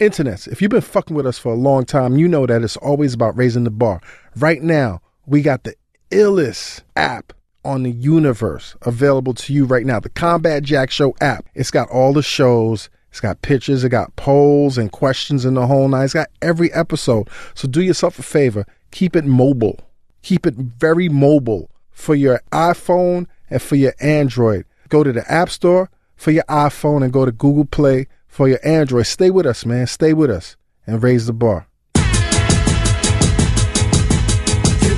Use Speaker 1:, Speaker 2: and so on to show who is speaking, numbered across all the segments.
Speaker 1: Internets, if you've been fucking with us for a long time, you know that it's always about raising the bar. Right now, we got the illest app on the universe available to you right now the Combat Jack Show app. It's got all the shows. It's got pictures, it got polls and questions and the whole nine. It's got every episode. So do yourself a favor, keep it mobile. Keep it very mobile for your iPhone and for your Android. Go to the App Store for your iPhone and go to Google Play for your Android. Stay with us, man. Stay with us and raise the bar.
Speaker 2: Get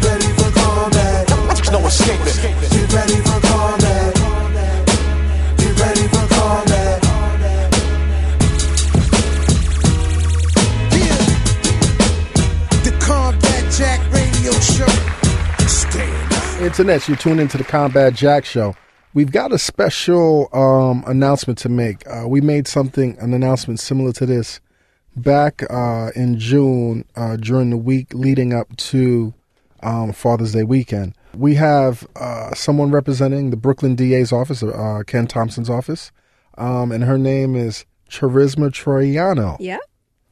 Speaker 2: ready for combat. No escaping. Get ready for combat. Get ready for combat. Yeah. The Combat Jack Radio Show. Stand up.
Speaker 1: Internets, you're tuned into the Combat Jack Show. We've got a special um, announcement to make. Uh, we made something, an announcement similar to this, back uh, in June uh, during the week leading up to um, Father's Day weekend. We have uh, someone representing the Brooklyn DA's office, uh, Ken Thompson's office, um, and her name is Charisma Troiano.
Speaker 3: Yeah.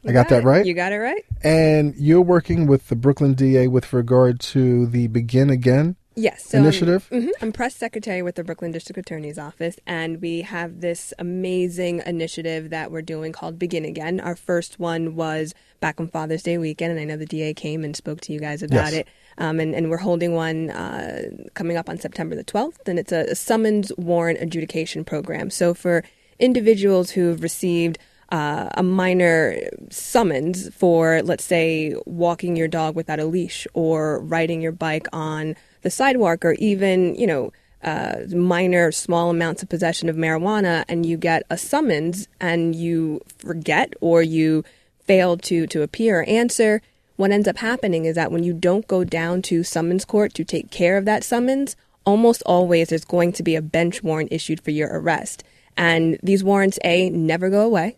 Speaker 1: I got that
Speaker 3: it.
Speaker 1: right?
Speaker 3: You got it right?
Speaker 1: And you're working with the Brooklyn DA with regard to the Begin Again
Speaker 3: Yes. So
Speaker 1: initiative.
Speaker 3: I'm, mhm, I'm press secretary with the Brooklyn District Attorney's Office, and we have this amazing initiative that we're doing called Begin Again. Our first one was back on Father's Day weekend, and I know the DA came and spoke to you guys about
Speaker 1: Yes.
Speaker 3: it. Um, and, and we're holding one uh, coming up on September the 12th, and it's a, a summons warrant adjudication program. So for individuals who've received uh, a minor summons for, let's say, walking your dog without a leash or riding your bike on the sidewalk or even, you know, uh, minor, small amounts of possession of marijuana, and you get a summons and you forget or you fail to, to appear or answer, what ends up happening is that when you don't go down to summons court to take care of that summons, almost always there's going to be a bench warrant issued for your arrest. And these warrants, A, never go away.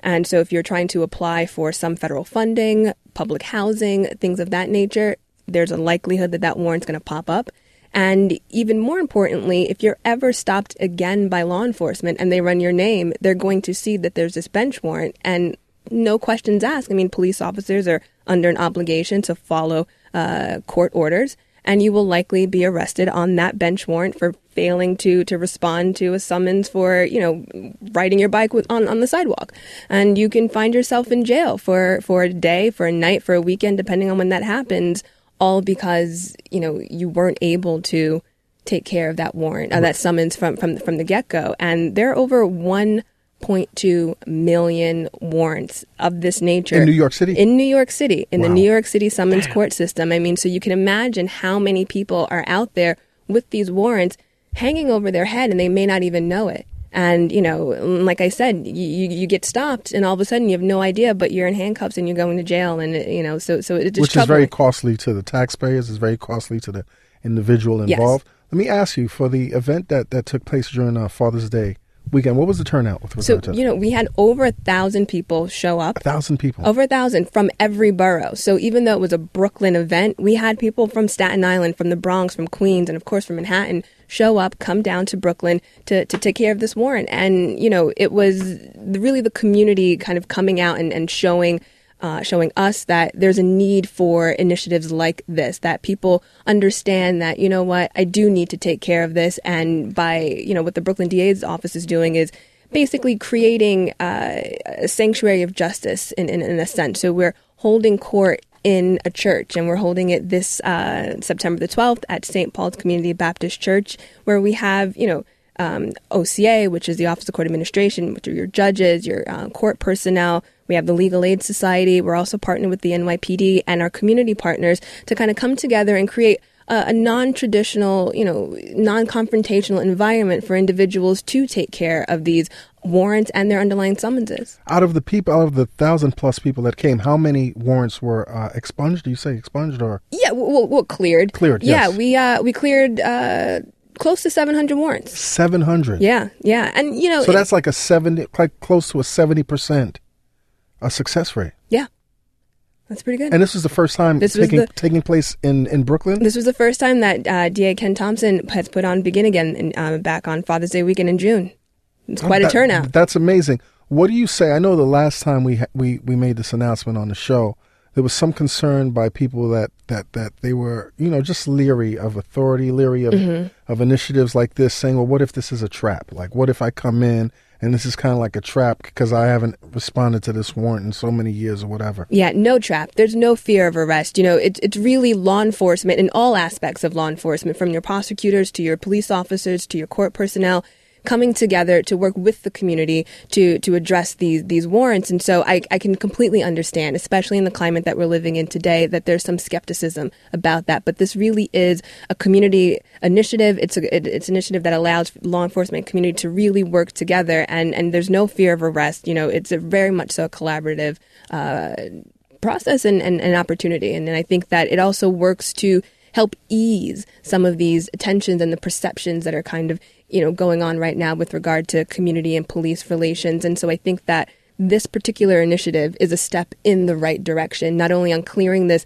Speaker 3: And so, if you're trying to apply for some federal funding, public housing, things of that nature, there's a likelihood that that warrant's going to pop up. And even more importantly, if you're ever stopped again by law enforcement and they run your name, they're going to see that there's this bench warrant and no questions asked. I mean, police officers are under an obligation to follow uh, court orders, and you will likely be arrested on that bench warrant for failing to to respond to a summons for you know riding your bike with, on on the sidewalk, and you can find yourself in jail for for a day, for a night, for a weekend, depending on when that happens. All because you know you weren't able to take care of that warrant, uh, that summons from from from the get go, and there are over one. 0.2 million warrants of this nature
Speaker 1: In New York City?
Speaker 3: in New York City in
Speaker 1: Wow.
Speaker 3: the New York City summons court system. I mean, so you can imagine how many people are out there with these warrants hanging over their head and they may not even know it. And, you know, like I said, you, you you get stopped and all of a sudden you have no idea, but you're in handcuffs and you're going to jail. And, it- you know, so, so it's just
Speaker 1: which is very
Speaker 3: troubling.
Speaker 1: costly to the taxpayers. It's very costly to the individual
Speaker 3: Yes.
Speaker 1: involved. Let me ask you for the event that that took place during uh, Father's Day weekend. What was the turnout with regard
Speaker 3: So,
Speaker 1: to
Speaker 3: you know, we had over a thousand people show up.
Speaker 1: a thousand people?
Speaker 3: Over a thousand from every borough. So even though it was a Brooklyn event, we had people from Staten Island, from the Bronx, from Queens, and of course from Manhattan show up, come down to Brooklyn to, to take care of this warrant. And, you know, it was really the community kind of coming out and, and showing. Uh, showing us that there's a need for initiatives like this, that people understand that, you know what, I do need to take care of this. And by, you know, what the Brooklyn DA's office is doing is basically creating uh, a sanctuary of justice in, in, in a sense. So we're holding court in a church, and we're holding it this uh, September the 12th at St. Paul's Community Baptist Church, where we have, you know, um, OCA, which is the Office of Court Administration, which are your judges, your uh, court personnel. We have the Legal Aid Society. We're also partnered with the NYPD and our community partners to kind of come together and create a, a non-traditional, you know, non-confrontational environment for individuals to take care of these warrants and their underlying summonses.
Speaker 1: out of the people, out of the thousand plus people that came, how many warrants were uh, expunged? Do you say expunged or
Speaker 3: Yeah, w- w- well, cleared.
Speaker 1: Cleared,
Speaker 3: Yeah,
Speaker 1: yes.
Speaker 3: we uh, we cleared uh, close to 700 warrants.
Speaker 1: seven hundred?
Speaker 3: Yeah, yeah, and you know,
Speaker 1: So
Speaker 3: it-
Speaker 1: that's like a seventy, like close to a seventy percent, a success rate.
Speaker 3: yeah, that's pretty good.
Speaker 1: And this was the first time
Speaker 3: This was
Speaker 1: taking
Speaker 3: the-
Speaker 1: taking place in in Brooklyn.
Speaker 3: This was the first time that uh, DA Ken Thompson has uh, put on Begin Again in, um, back on Father's Day weekend in June. It's quite a
Speaker 1: That-
Speaker 3: turnout.
Speaker 1: That's amazing. What do you say? I know the last time we ha- we we made this announcement on the show, there was some concern by people that that that they were you know just leery of authority, leery of
Speaker 3: Mm-hmm.
Speaker 1: of initiatives like this, saying, "Well, what if this is a trap? Like, what if I come in and this is kind of like a trap because I haven't responded to this warrant in so many years or whatever."
Speaker 3: Yeah, no trap. There's no fear of arrest. You know, it's it's really law enforcement in all aspects of law enforcement, from your prosecutors to your police officers to your court personnel, coming together to work with the community to to address these these warrants. And so I, I can completely understand, especially in the climate that we're living in today, that there's some skepticism about that. But this really is a community initiative. It's a it, it's an initiative that allows law enforcement community to really work together, and and there's no fear of arrest. You know, it's a very much so a collaborative. Uh, process and, and, and opportunity. And, and I think that it also works to help ease some of these tensions and the perceptions that are kind of, you know, going on right now with regard to community and police relations. And so I think that this particular initiative is a step in the right direction, not only on clearing this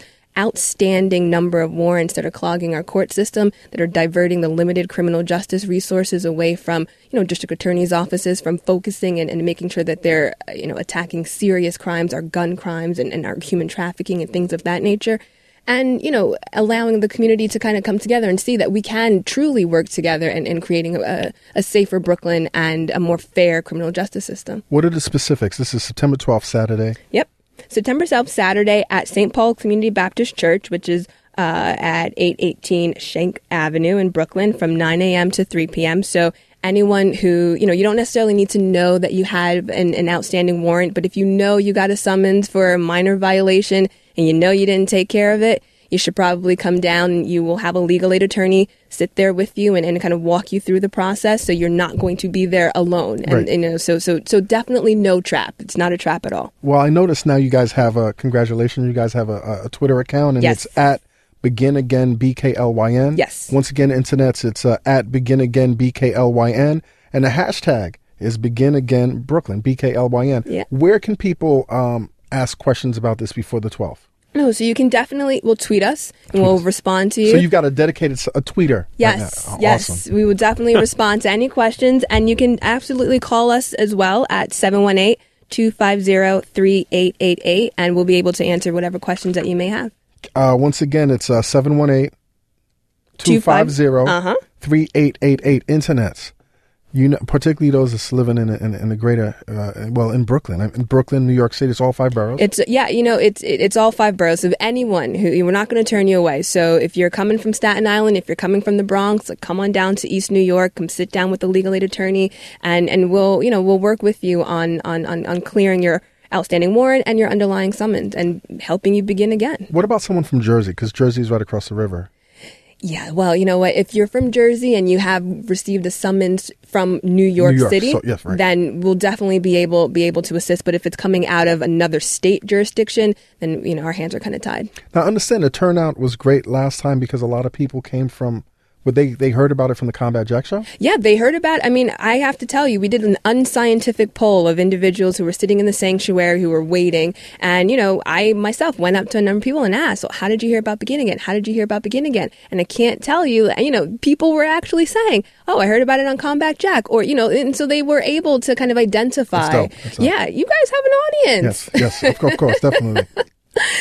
Speaker 3: outstanding number of warrants that are clogging our court system that are diverting the limited criminal justice resources away from you know district attorneys offices from focusing and, and making sure that they're uh, you know attacking serious crimes our gun crimes and, and our human trafficking and things of that nature and you know allowing the community to kind of come together and see that we can truly work together in, in creating a, a safer brooklyn and a more fair criminal justice system
Speaker 1: What are the specifics? This is September twelfth, Saturday.
Speaker 3: Yep. September 7th, Saturday at St. Paul Community Baptist Church, which is uh, at 818 Shank Avenue in Brooklyn from 9 a.m. to 3 p.m. So anyone who, you know, you don't necessarily need to know that you have an, an outstanding warrant, but if you know you got a summons for a minor violation and you know you didn't take care of it, you should probably come down. You will have a legal aid attorney sit there with you and, and kind of walk you through the process. So you're not going to be there alone. And,
Speaker 1: Right.
Speaker 3: you know, so, so, so definitely no trap. It's not a trap at all.
Speaker 1: Well, I noticed now you guys have a congratulations. You guys have a- a, a Twitter account, and
Speaker 3: Yes.
Speaker 1: it's at Begin Again BKLYN.
Speaker 3: Yes.
Speaker 1: Once again, internets, it's uh, at Begin Again BKLYN, and the hashtag is Begin Again Brooklyn BKLYN.
Speaker 3: Yeah.
Speaker 1: Where can people um, ask questions about this before the twelfth?
Speaker 3: No, so you can definitely we'll tweet us and we'll respond to you.
Speaker 1: So you've got a dedicated s- a tweeter. right
Speaker 3: yes,
Speaker 1: now. Oh,
Speaker 3: yes,
Speaker 1: Awesome.
Speaker 3: we will definitely respond to any questions, and you can absolutely call us as well at 718-250-3888, and we'll be able to answer whatever questions that you may have.
Speaker 1: Uh, once again, it's uh, 718
Speaker 3: Uh-huh.
Speaker 1: 250 3888 internets. You know, particularly those that's living in, the- in, in the greater, uh, well, in Brooklyn, in Brooklyn, New York City, it's all five boroughs.
Speaker 3: It's yeah, you know, it's it, it's all five boroughs. Of anyone who we're not going to turn you away. So if you're coming from Staten Island, if you're coming from the Bronx, like, come on down to East New York. Come sit down with a legal aid attorney, and and we'll you know we'll work with you on on on, on clearing your outstanding warrant and your underlying summons and helping you begin again.
Speaker 1: what about someone from Jersey? Because Jersey's right across the river.
Speaker 3: Yeah, well, you know what? If you're from Jersey and you have received a summons from New York,
Speaker 1: York,
Speaker 3: City,
Speaker 1: so- yes, right.
Speaker 3: then we'll definitely be able be able to assist. But if it's coming out of another state jurisdiction, then you know our hands are kind of tied.
Speaker 1: Now, understand the turnout was great last time because a lot of people came from, well, they, they heard about it from the Combat Jack Show.
Speaker 3: Yeah, they heard about. I mean, I have to tell you, we did an unscientific poll of individuals who were sitting in the sanctuary who were waiting, and you know, I myself went up to a number of people and asked, well, "How did you hear about Begin Again? How did you hear about Begin Again?" And I can't tell you, you know, people were actually saying, "Oh, I heard about it on Combat Jack," or you know, and so they were able to kind of identify.
Speaker 1: dope. That's dope.
Speaker 3: Yeah, you guys have an audience.
Speaker 1: Yes, yes, of, course, of course, definitely.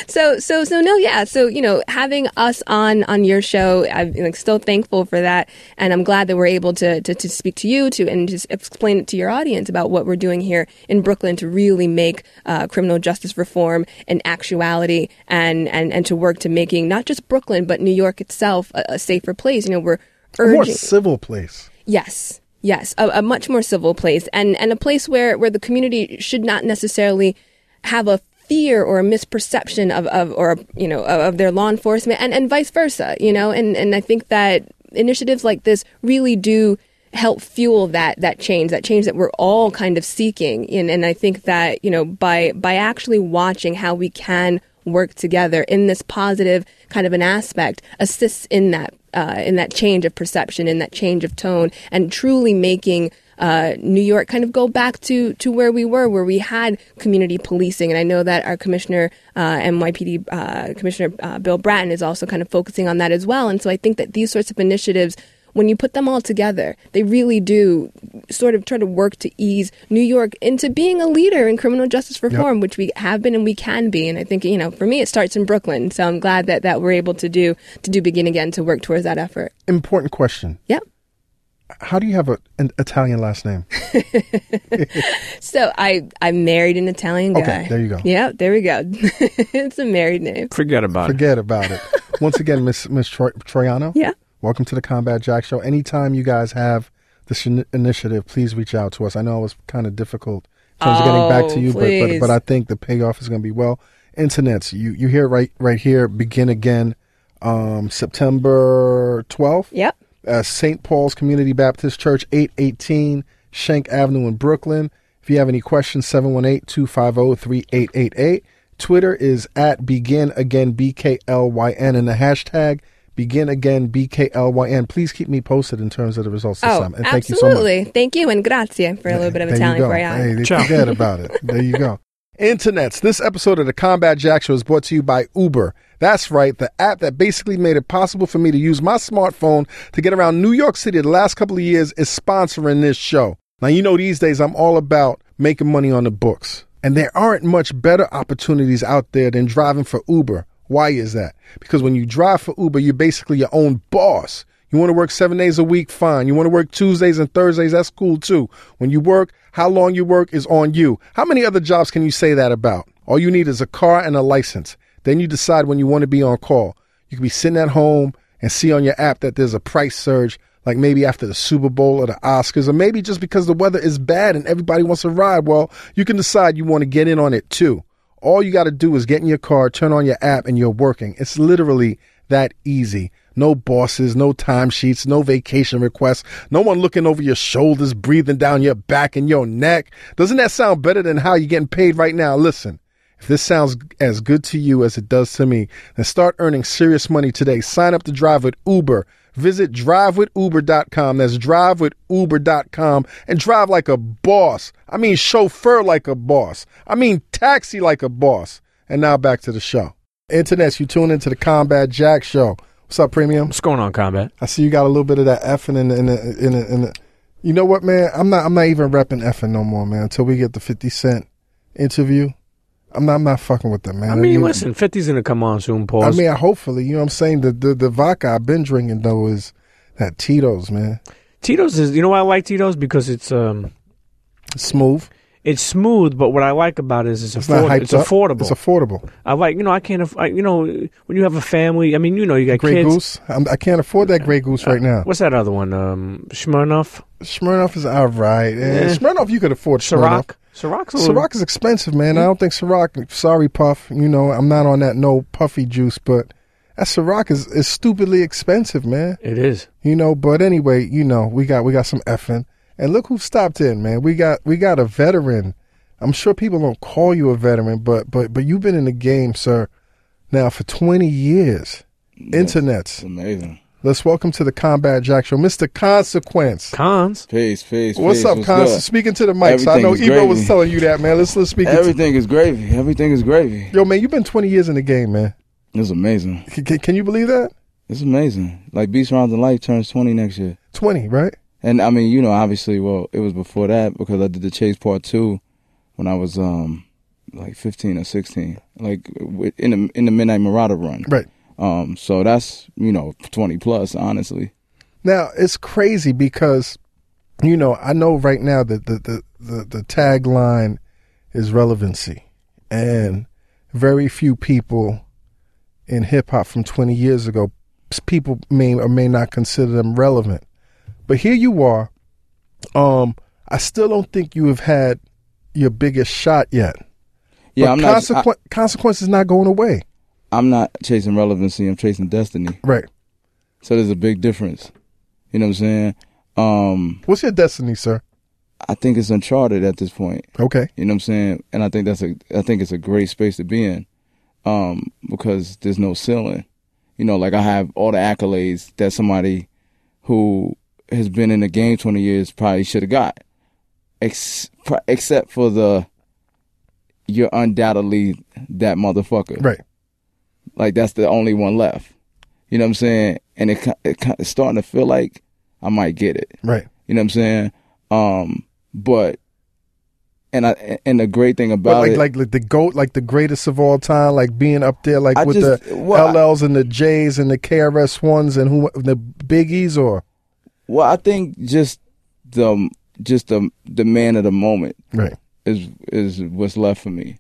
Speaker 3: So so so no yeah so you know having us on on your show I'm like, still thankful for that and I'm glad that we're able to, to to speak to you to and just explain it to your audience about what we're doing here in Brooklyn to really make uh, criminal justice reform an actuality and and and to work to making not just Brooklyn but New York itself a, a safer place you know we're
Speaker 1: A more
Speaker 3: urging
Speaker 1: civil place.
Speaker 3: Yes. Yes, a, a much more civil place and, and a place where, where the community should not necessarily have a fear or a misperception of, of or you know of, of their law enforcement and, and vice versa, you know, and, and I think that initiatives like this really do help fuel that that change, that change that we're all kind of seeking. And and I think that, you know, by by actually watching how we can work together in this positive kind of an aspect assists in that uh, in that change of perception, in that change of tone, and truly making uh, New York kind of go back to to where we were, where we had community policing. And I know that our commissioner, uh, NYPD uh, Commissioner uh, Bill Bratton, is also kind of focusing on that as well. And so I think that these sorts of initiatives when you put them all together, they really do sort of try to work to ease New York into being a leader in criminal justice reform, which we have been and we can be. And I think you know, for me, it starts in Brooklyn. So I'm glad that that we're able to do to do begin again to work towards that effort.
Speaker 1: Important question.
Speaker 3: Yep.
Speaker 1: How do you have a, an Italian last name?
Speaker 3: So I I married an Italian guy.
Speaker 1: Okay, there you go.
Speaker 3: Yeah, there we go. it's a married name.
Speaker 4: Forget about it.
Speaker 1: Forget about it. Once again, Miss Miss Troy, Troiano.
Speaker 3: Yeah.
Speaker 1: Welcome to the Combat Jack Show. Anytime you guys have this in- initiative, please reach out to us. I know it was kind of difficult in terms of getting back to
Speaker 3: Oh,
Speaker 1: you, but, but
Speaker 3: please.
Speaker 1: but I think the payoff is going to be well. Internets, you you hear it right right here. Begin again, um, September twelfth.
Speaker 3: Yep.
Speaker 1: uh, St. Paul's Community Baptist Church, 818 Shank Avenue in Brooklyn. If you have any questions, 718 250 3888. Twitter is at begin again BKLYN and the hashtag begin again BKLYN. Please keep me posted in terms of the results this
Speaker 3: Oh,
Speaker 1: time. And thank you so much.
Speaker 3: absolutely. Thank you and grazie for a little bit of
Speaker 1: There you
Speaker 3: Italian
Speaker 1: go.
Speaker 3: for you.
Speaker 1: Hey, they
Speaker 4: Ciao.
Speaker 1: forget about it. There you go. Internets. This episode of the Combat Jack Show is brought to you by Uber. That's right, the app that basically made it possible for me to use my smartphone to get around New York City the last couple of years is sponsoring this show. Now, you know, these days I'm all about making money on the books, and there aren't much better opportunities out there than driving for Uber. Why is that? Because when you drive for Uber, you're basically your own boss. You want to work seven days a week? Fine. You want to work Tuesdays and Thursdays? That's cool too. When you work, how long you work is on you. How many other jobs can you say that about? All you need is a car and a license. Then you decide when you want to be on call. You can be sitting at home and see on your app that there's a price surge, like maybe after the Super Bowl or the Oscars, or maybe just because the weather is bad and everybody wants to ride. Well, you can decide you want to get in on it too. All you got to do is get in your car, turn on your app, and you're working. It's literally that easy. No bosses, no timesheets, no vacation requests, no one looking over your shoulders, breathing down your back and your neck. Doesn't that sound better than how you're getting paid right now? Listen. If this sounds as good to you as it does to me, then start earning serious money today. Sign up to drive with Uber. Visit drivewithuber.com. That's drivewithuber.com and drive like a boss. I mean, chauffeur like a boss. I mean, taxi like a boss. And now back to the show. Internets, you tune into the Combat Jack Show. What's up, Premium?
Speaker 4: What's going on, combat?
Speaker 1: I see you got a little bit of that effing in the, in the, in the, in the you know what, man? I'm not I'm not even repping effing no more, man. Until we get the 50 Cent interview, I'm not I'm not fucking with them, man.
Speaker 4: I mean, listen, 50's gonna come on soon, Paul.
Speaker 1: I mean, hopefully, you know what I'm saying. The the, the vodka I've been drinking though is that Tito's, man.
Speaker 4: Tito's is you know why I like Tito's because it's um
Speaker 1: It's smooth.
Speaker 4: it's smooth, but what I like about it is it's,
Speaker 1: It's
Speaker 4: afford-
Speaker 1: not hyped
Speaker 4: it's
Speaker 1: up.
Speaker 4: affordable.
Speaker 1: It's affordable.
Speaker 4: I like you know I can't aff- I, you know when you have a family. I mean you know you got
Speaker 1: Grey
Speaker 4: kids.
Speaker 1: Goose. I'm, I can't afford that Grey Goose right now.
Speaker 4: What's that other one? Um, Smirnoff,
Speaker 1: Smirnoff is all right. Eh,
Speaker 4: Yeah.
Speaker 1: Smirnoff, you could afford Smirnoff.
Speaker 4: Ciroc. Ciroc's a little.
Speaker 1: Ciroc is expensive, man. I don't think Ciroc. Sorry, Puff. You know, I'm not on that no puffy juice, but that Ciroc is, is stupidly expensive, man.
Speaker 4: It is.
Speaker 1: You know, but anyway, you know, we got we got some effing, and look who stopped in, man. We got we got a veteran. I'm sure people don't call you a veteran, but but but you've been in the game, sir, now for 20 years.
Speaker 5: It's
Speaker 1: Internets.
Speaker 5: amazing.
Speaker 1: Let's welcome to the Combat Jack Show, Mr. Consequence.
Speaker 4: Cons.
Speaker 5: Peace, peace.
Speaker 1: What's
Speaker 5: peace.
Speaker 1: up, Consequence?
Speaker 5: good?
Speaker 1: Speaking to the mic. So I
Speaker 5: Everything
Speaker 1: know
Speaker 5: is
Speaker 1: Evo was
Speaker 5: gravy.
Speaker 1: telling you that, man. Let's let's speak. into-
Speaker 5: Everything is gravy. Everything is gravy.
Speaker 1: Yo, man, you've been 20 years in the game, man.
Speaker 5: It's amazing.
Speaker 1: C- c- can you believe that?
Speaker 5: It's amazing. Like Beast Rounds in Life turns 20 next year.
Speaker 1: 20, right?
Speaker 5: And I mean, you know, obviously, well, it was before that because I did the Chase Part 2 when I was um like 15 or 16. Like wi- in the in the Midnight Marauder run.
Speaker 1: Right.
Speaker 5: Um so that's, you know, 20 plus, honestly.
Speaker 1: Now, it's crazy because, you know, I know right now that the, the, the, the tagline is relevancy. And very few people in hip hop from 20 years ago, s- people may or may not consider them relevant. But here you are. Um, I still don't think you have had your biggest shot yet.
Speaker 5: Yeah,
Speaker 1: but
Speaker 5: I'm not
Speaker 1: consequ- consequence is not going away.
Speaker 5: I, I'm not chasing relevancy, I'm chasing destiny.
Speaker 1: Right.
Speaker 5: So there's a big difference. You know what I'm saying? Um
Speaker 1: What's your destiny, sir?
Speaker 5: I think it's uncharted at this point.
Speaker 1: Okay.
Speaker 5: You know what I'm saying? And I think that's a I think it's a great space to be in. Um, because there's no ceiling. You know, like I have all the accolades that somebody who has been in the game 20 years probably should have got. Ex- pro- except for the you're undoubtedly that motherfucker.
Speaker 1: Right.
Speaker 5: Like that's the only one left. You know what I'm saying? And it, ki- it ki- it's starting to feel like I might get it.
Speaker 1: Right.
Speaker 5: You know what I'm saying? Um, but and I and the great thing
Speaker 1: But
Speaker 5: about
Speaker 1: like,
Speaker 5: it,
Speaker 1: like like the goat, like the greatest of all time, like being up there, like
Speaker 5: I
Speaker 1: with
Speaker 5: just-
Speaker 1: the
Speaker 5: well, I-
Speaker 1: LLs and the J's and the KRS ones and who the biggies or
Speaker 5: well, I think just the just the the man of the moment
Speaker 1: right.
Speaker 5: is is what's left for me.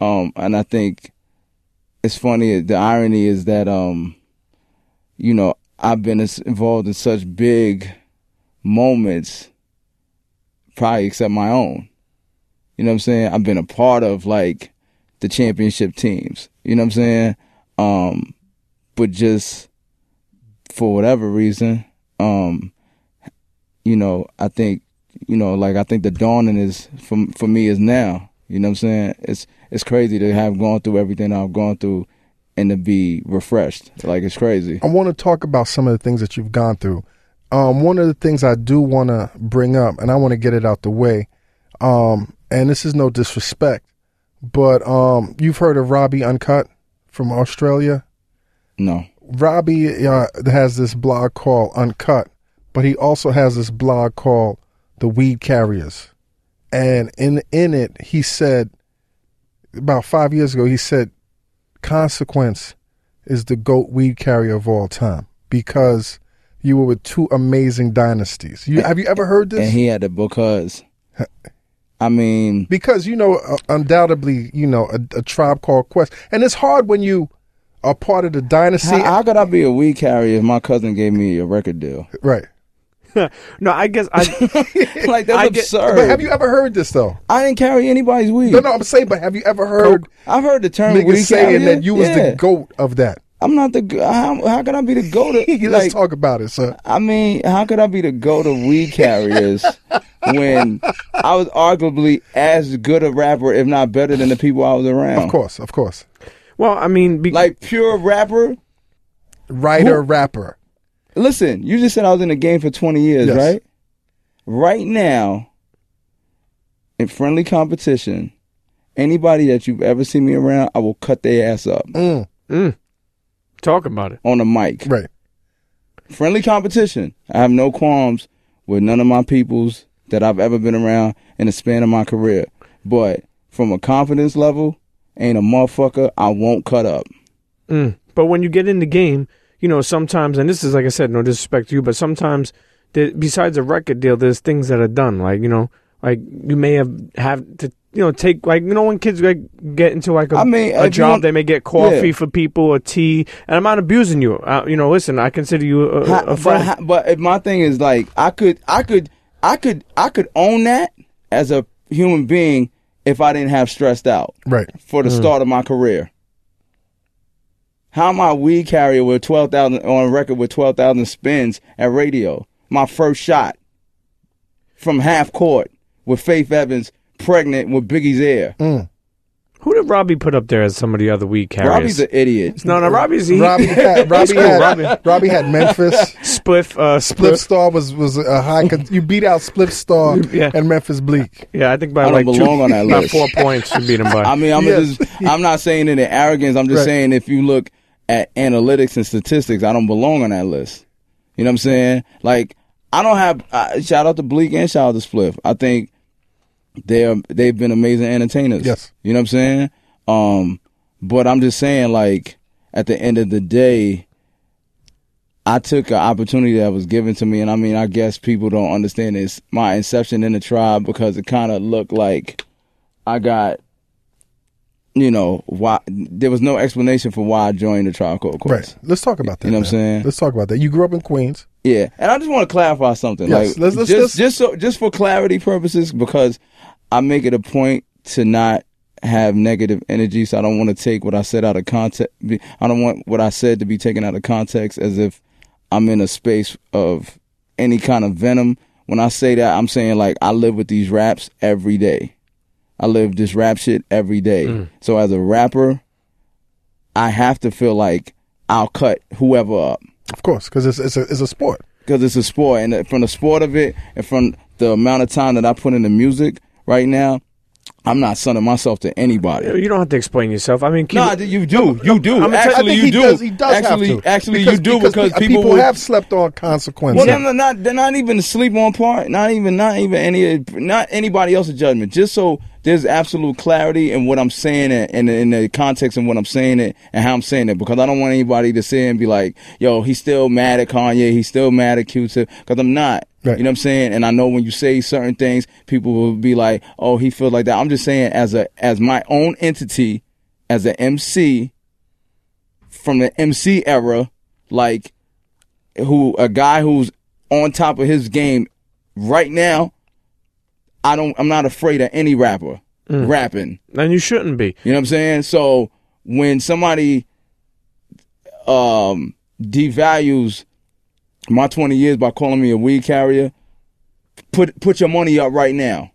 Speaker 5: Um, and I think it's funny. The irony is that um, you know, I've been as- involved in such big moments, probably except my own. You know what I'm saying? I've been a part of like the championship teams. You know what I'm saying? Um, but just for whatever reason, um, you know, I think you know, like I think the dawning is for for me is now. You know what I'm saying? It's it's crazy to have gone through everything I've gone through and to be refreshed. Like it's crazy.
Speaker 1: I want to talk about some of the things that you've gone through. Um, one of the things I do want to bring up, and I want to get it out the way, um, and this is no disrespect, but um, you've heard of Robbie Uncut from Australia.
Speaker 5: No.
Speaker 1: Robbie uh, has this blog called Uncut, but he also has this blog called The Weed Carriers. And in in it, he said about five years ago, he said, "Consequence is the goat weed carrier of all time because you were with two amazing dynasties." You, have you ever heard this?
Speaker 5: And he had it because I mean
Speaker 1: because you know uh, undoubtedly you know a, a tribe called quest and it's hard when you are part of the dynasty
Speaker 5: how, how could I be a weed carrier if my cousin gave me a record deal?
Speaker 1: right
Speaker 4: No, I guess I.
Speaker 5: like that's
Speaker 4: I get-
Speaker 5: absurd.
Speaker 1: but have you ever heard this though
Speaker 5: I didn't carry anybody's weed.
Speaker 1: No, no, I'm saying, but have you ever heard
Speaker 5: I've heard the term
Speaker 1: niggas
Speaker 5: weed carrier.
Speaker 1: saying that you was
Speaker 5: Yeah.
Speaker 1: the goat of that?
Speaker 5: I'm not the. go- How, how could I be the goat? Of,
Speaker 1: Let's
Speaker 5: like,
Speaker 1: talk about it, sir.
Speaker 5: I mean, how could I be the go to weed carriers when I was arguably as good a rapper, if not better, than the people I was around?
Speaker 1: Of course, of course.
Speaker 4: well, I mean, be,
Speaker 5: Like pure rapper.
Speaker 1: Writer, rapper.
Speaker 5: Listen, you just said I was in the game for 20 years,
Speaker 1: Yes.
Speaker 5: right? Right now, in friendly competition, anybody that you've ever seen me around, I will cut their ass up
Speaker 1: Mm,
Speaker 4: talk about it.
Speaker 5: on the mic.
Speaker 1: right.
Speaker 5: friendly competition. I have no qualms with none of my peoples that I've ever been around in the span of my career. But from a confidence level, ain't a motherfucker I won't cut up.
Speaker 4: Mm. But when you get in the game, you know, sometimes, and this is like I said, no disrespect to you, but sometimes, there, besides a record deal, there's things that are done. Like you know, like you may have have to, you know, take like you know when kids like get into like a
Speaker 5: I mean, if
Speaker 4: a
Speaker 5: you
Speaker 4: job,
Speaker 5: want-
Speaker 4: they may get coffee
Speaker 5: Yeah.
Speaker 4: for people or tea. And I'm not abusing you. Uh, you know, listen, I consider you a, a-
Speaker 5: How-
Speaker 4: a
Speaker 5: but,
Speaker 4: friend.
Speaker 5: how- but if my thing is like I could, I could, I could, I could own that as a human being if I didn't have stressed out
Speaker 1: Right.
Speaker 5: for the
Speaker 4: Hmm.
Speaker 5: start of my career. How am I a weed carrier with twelve thousand on record with twelve thousand spins at radio? My first shot from half court with Faith Evans pregnant with Biggie's air.
Speaker 4: Hmm.
Speaker 1: Mm.
Speaker 4: Who did Robbie put up there as some of the other weed carriers?
Speaker 5: Robbie's an idiot.
Speaker 4: no, no, Robbie's he,
Speaker 1: Robbie had Robbie had Robbie had Memphis.
Speaker 4: spliff, uh, spliff.
Speaker 1: Split Star was was a high. Con- you beat out Split Star
Speaker 4: Yeah.
Speaker 1: and Memphis Bleak.
Speaker 4: Yeah, I think by
Speaker 5: I don't
Speaker 4: like two,
Speaker 5: belong on that
Speaker 4: by
Speaker 5: list.
Speaker 4: four points, you beat him by.
Speaker 5: I mean, I'm
Speaker 1: Yes.
Speaker 5: just, I'm not saying it in arrogance. I'm just
Speaker 1: Right.
Speaker 5: saying if you look at analytics and statistics, I don't belong on that list. You know what I'm saying? Like, I don't have. Uh, shout out to Bleak and shout out to Spliff. I think they're they've been amazing entertainers.
Speaker 1: Yes.
Speaker 5: You know what I'm saying? Um, but I'm just saying, like, at the end of the day, I took an opportunity that was given to me, and I mean, I guess people don't understand this. My inception in the tribe because it kind of looked like I got, you know, why there was no explanation for why I joined the tribe called Quest.
Speaker 1: Right. Let's talk about that.
Speaker 5: You know what
Speaker 1: man.
Speaker 5: I'm saying?
Speaker 1: Let's talk about that. You grew up in Queens.
Speaker 5: Yeah, and I just want to clarify something.
Speaker 1: Yes,
Speaker 5: like,
Speaker 1: let's- let's-
Speaker 5: just
Speaker 1: let's-
Speaker 5: just so, just for clarity purposes, because I make it a point to not have negative energy, so I don't want to take what I said out of context. be- I don't want what I said to be taken out of context as if I'm in a space of any kind of venom. When I say that, I'm saying like I live with these raps every day. I live this rap shit every day. So as a rapper, I have to feel like I'll cut whoever up
Speaker 1: Of course, because it's it's a it's a sport.
Speaker 5: because it's a sport, and from the sport of it, and from the amount of time that I put into music right now, I'm not sunning myself to anybody.
Speaker 4: You don't have to explain yourself. I mean, keep,
Speaker 5: No, you do. You do.
Speaker 4: I'm- I
Speaker 5: actually,
Speaker 1: I think
Speaker 5: you
Speaker 1: he
Speaker 5: do.
Speaker 1: Does, he does
Speaker 5: actually,
Speaker 1: have to.
Speaker 5: actually,
Speaker 1: Because-
Speaker 5: you do because,
Speaker 1: pe-
Speaker 5: people, would-
Speaker 1: have slept on consequences.
Speaker 5: Well, no, no, not they're not even the sleep on part. Not even, not even any, not anybody else's judgment. Just so there's absolute clarity in what I'm saying and and in the context and what I'm saying it and how I'm saying it. Because I don't want anybody to sit and be like, "Yo, he's still mad at Kanye. He's still mad at Q-Tip." Because I'm not.
Speaker 1: Right.
Speaker 5: You know what I'm saying? And I know when you say certain things, people will be like, "Oh, he feels like that." I'm just saying as a as my own entity, as an MC from the MC era, like who a guy who's on top of his game right now. I don't. I'm not afraid of any rapper rapping.
Speaker 4: and you shouldn't be.
Speaker 5: You know what I'm saying? So when somebody um devalues my 20 years by calling me a weed carrier, put put your money up right now.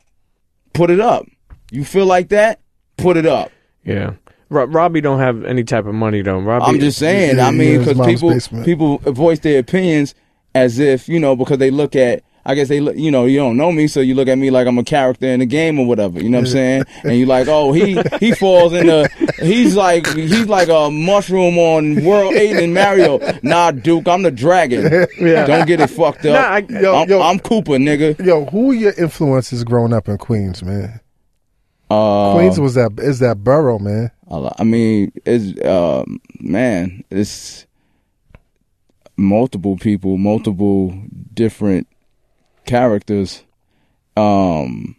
Speaker 5: Put it up. You feel like that? Put it up.
Speaker 4: Yeah, Ro- Robbie don't have any type of money though. Robbie,
Speaker 5: I'm just saying.
Speaker 1: Yeah,
Speaker 5: I mean,
Speaker 1: yeah, it's
Speaker 5: because
Speaker 1: mom's
Speaker 5: people
Speaker 1: basement.
Speaker 5: people voice their opinions as if you know because they look at. I guess they look. You know, you don't know me, so you look at me like I'm a character in the game or whatever. You know what I'm saying? And you like, oh, he he falls in the. He's like he's like a mushroom on World Eight in Mario. Nah, Duke, I'm the dragon.
Speaker 4: Yeah.
Speaker 5: Don't get it fucked up.
Speaker 4: Nah, I-
Speaker 1: Yo,
Speaker 5: I'm,
Speaker 1: yo.
Speaker 5: I'm Cooper, nigga.
Speaker 1: Yo, who were your influences growing up in Queens, man?
Speaker 5: Uh,
Speaker 1: Queens was that is that borough, man.
Speaker 5: A lot. Uh, I mean, it's uh, man, it's multiple people, multiple different characters, um,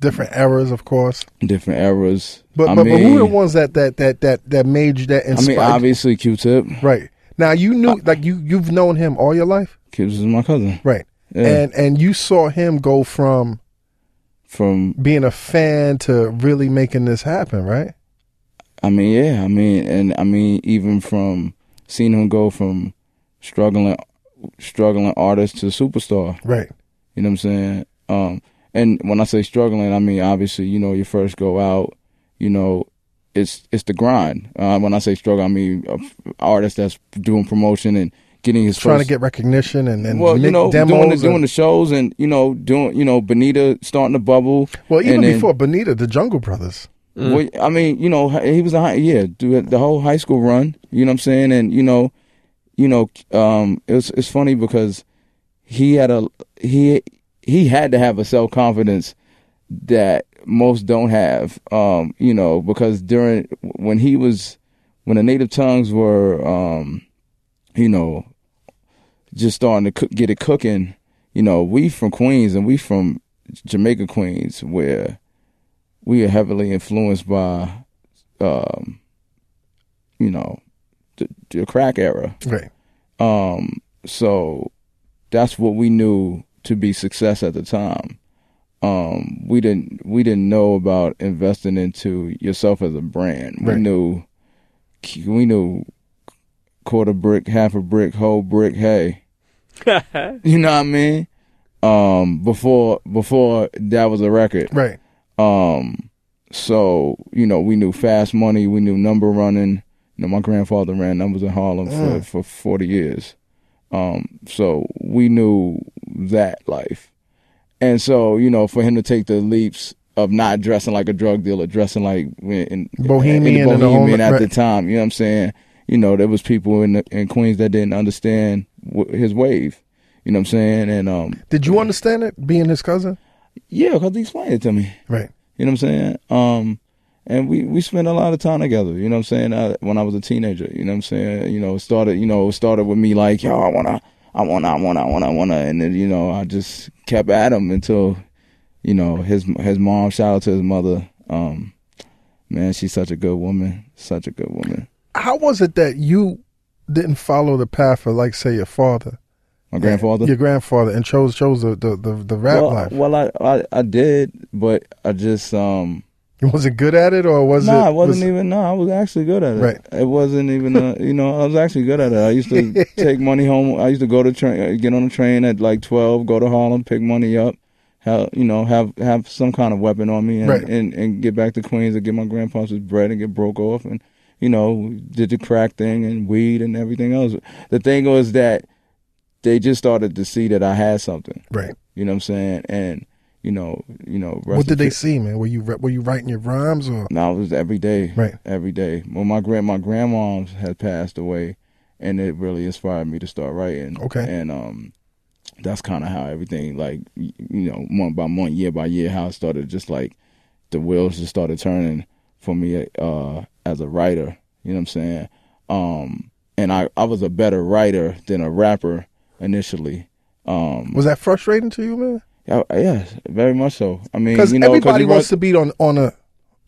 Speaker 1: Different eras, of course.
Speaker 5: different eras.
Speaker 1: But
Speaker 5: I
Speaker 1: but, but who
Speaker 5: mean-
Speaker 1: were the ones that that that that that made you that
Speaker 5: I mean,
Speaker 1: inspired?
Speaker 5: obviously, Q-Tip.
Speaker 1: right now, you knew like you you've known him all your life,
Speaker 5: Q-Tip is my cousin
Speaker 1: right?
Speaker 5: Yeah.
Speaker 1: And and you saw him go from
Speaker 5: from.
Speaker 1: being a fan to really making this happen, right?
Speaker 5: I mean, yeah. I mean, and I mean, even from seeing him go from struggling, struggling artist to superstar.
Speaker 1: Right.
Speaker 5: You know what I'm saying? Um, and when I say struggling, I mean obviously, you know, you first go out, you know, it's it's the grind. Uh, when I say struggle, I mean a f- artist that's doing promotion and getting his
Speaker 1: Trying to
Speaker 5: first,
Speaker 1: get recognition and and
Speaker 5: well, you
Speaker 1: make
Speaker 5: know,
Speaker 1: demos
Speaker 5: doing the,
Speaker 1: and-
Speaker 5: doing the shows and you know doing you know Benita starting to bubble.
Speaker 1: well, even
Speaker 5: and then-
Speaker 1: before Bonita, the Jungle Brothers.
Speaker 5: well, I mean, you know, hi- he was a high, yeah, do the whole high school run. You know what I'm saying? And you know, you know, um, it's it's funny because he had a he he had to have a self confidence that most don't have. Um, you know, because during when he was when the native tongues were, um, you know, just starting to cook, get it cooking. You know, we from Queens and we from Jamaica Queens where we are heavily influenced by, um, you know, the, the crack era.
Speaker 1: Right.
Speaker 5: Um, so that's what we knew to be success at the time. Um, we didn't we didn't know about investing into yourself as a brand.
Speaker 1: Right.
Speaker 5: We knew we knew quarter brick, half a brick, whole brick, hey. you know what I mean? Um, before before that was a record.
Speaker 1: Right.
Speaker 5: Um, so you know, we knew fast money, we knew number running. You know, my grandfather ran numbers in Harlem
Speaker 1: Mm.
Speaker 5: for for forty years. Um, so we knew that life, and so you know, for him to take the leaps of not dressing like a drug dealer, dressing like in, in
Speaker 1: Bohemian and the whole-
Speaker 5: Bohemian at the
Speaker 1: right.
Speaker 5: time. You know what I'm saying? You know, there was people in the, in Queens that didn't understand wh- his wave. You know what I'm saying? And um,
Speaker 1: Did you understand it being his cousin?
Speaker 5: yeah, because he explained it to me.
Speaker 1: Right.
Speaker 5: You know what I'm saying? Um, and we we spent a lot of time together. You know what I'm saying? I, when I was a teenager, you know what I'm saying? You know, it started. You know, it started with me like, yo, I wanna, I wanna, I wanna, I wanna, I wanna, and then you know, I just kept at him until, you know, his his mom. Shout out to his mother. Um, man, she's such a good woman. Such a good woman.
Speaker 1: How was it that you didn't follow the path of like say your father,
Speaker 5: My grandfather.
Speaker 1: your grandfather, and chose chose the the the, the rap
Speaker 5: well,
Speaker 1: life?
Speaker 5: well, I, I I did, but I just um.
Speaker 1: You wasn't good at it, or was
Speaker 5: No,
Speaker 1: it?
Speaker 5: I wasn't
Speaker 1: was-
Speaker 5: even. No, I was actually good at it.
Speaker 1: Right.
Speaker 5: It wasn't even. Uh, you know, I was actually good at it. I used to take money home. I used to go to train, uh, get on a train at like twelve, go to Harlem, pick money up, have you know, have have some kind of weapon on me, and
Speaker 1: Right.
Speaker 5: and, and get back to Queens and get my grandpa's bread and get broke off, and you know, did the crack thing and weed and everything else. The thing was that they just started to see that I had something.
Speaker 1: Right.
Speaker 5: You know what I'm saying? And you you know, you know.
Speaker 1: What
Speaker 5: rest
Speaker 1: did
Speaker 5: in
Speaker 1: they
Speaker 5: peace.
Speaker 1: see, man? Were you re- were you writing your rhymes or
Speaker 5: No, it was every day.
Speaker 1: Right.
Speaker 5: Every day. Well, my grand my grandmom's had passed away, and it really inspired me to start writing.
Speaker 1: Okay.
Speaker 5: And um, that's kind of how everything like y- you know month by month, year by year, how it started. Just like the wheels just started turning for me uh as a writer. You know what I'm saying? Um, and I I was a better writer than a rapper initially. Um,
Speaker 1: was that frustrating to you, man?
Speaker 5: yeah, yes, very much so. I mean,
Speaker 1: Because
Speaker 5: you know,
Speaker 1: everybody
Speaker 5: you
Speaker 1: wants to
Speaker 5: wrote-
Speaker 1: be on on a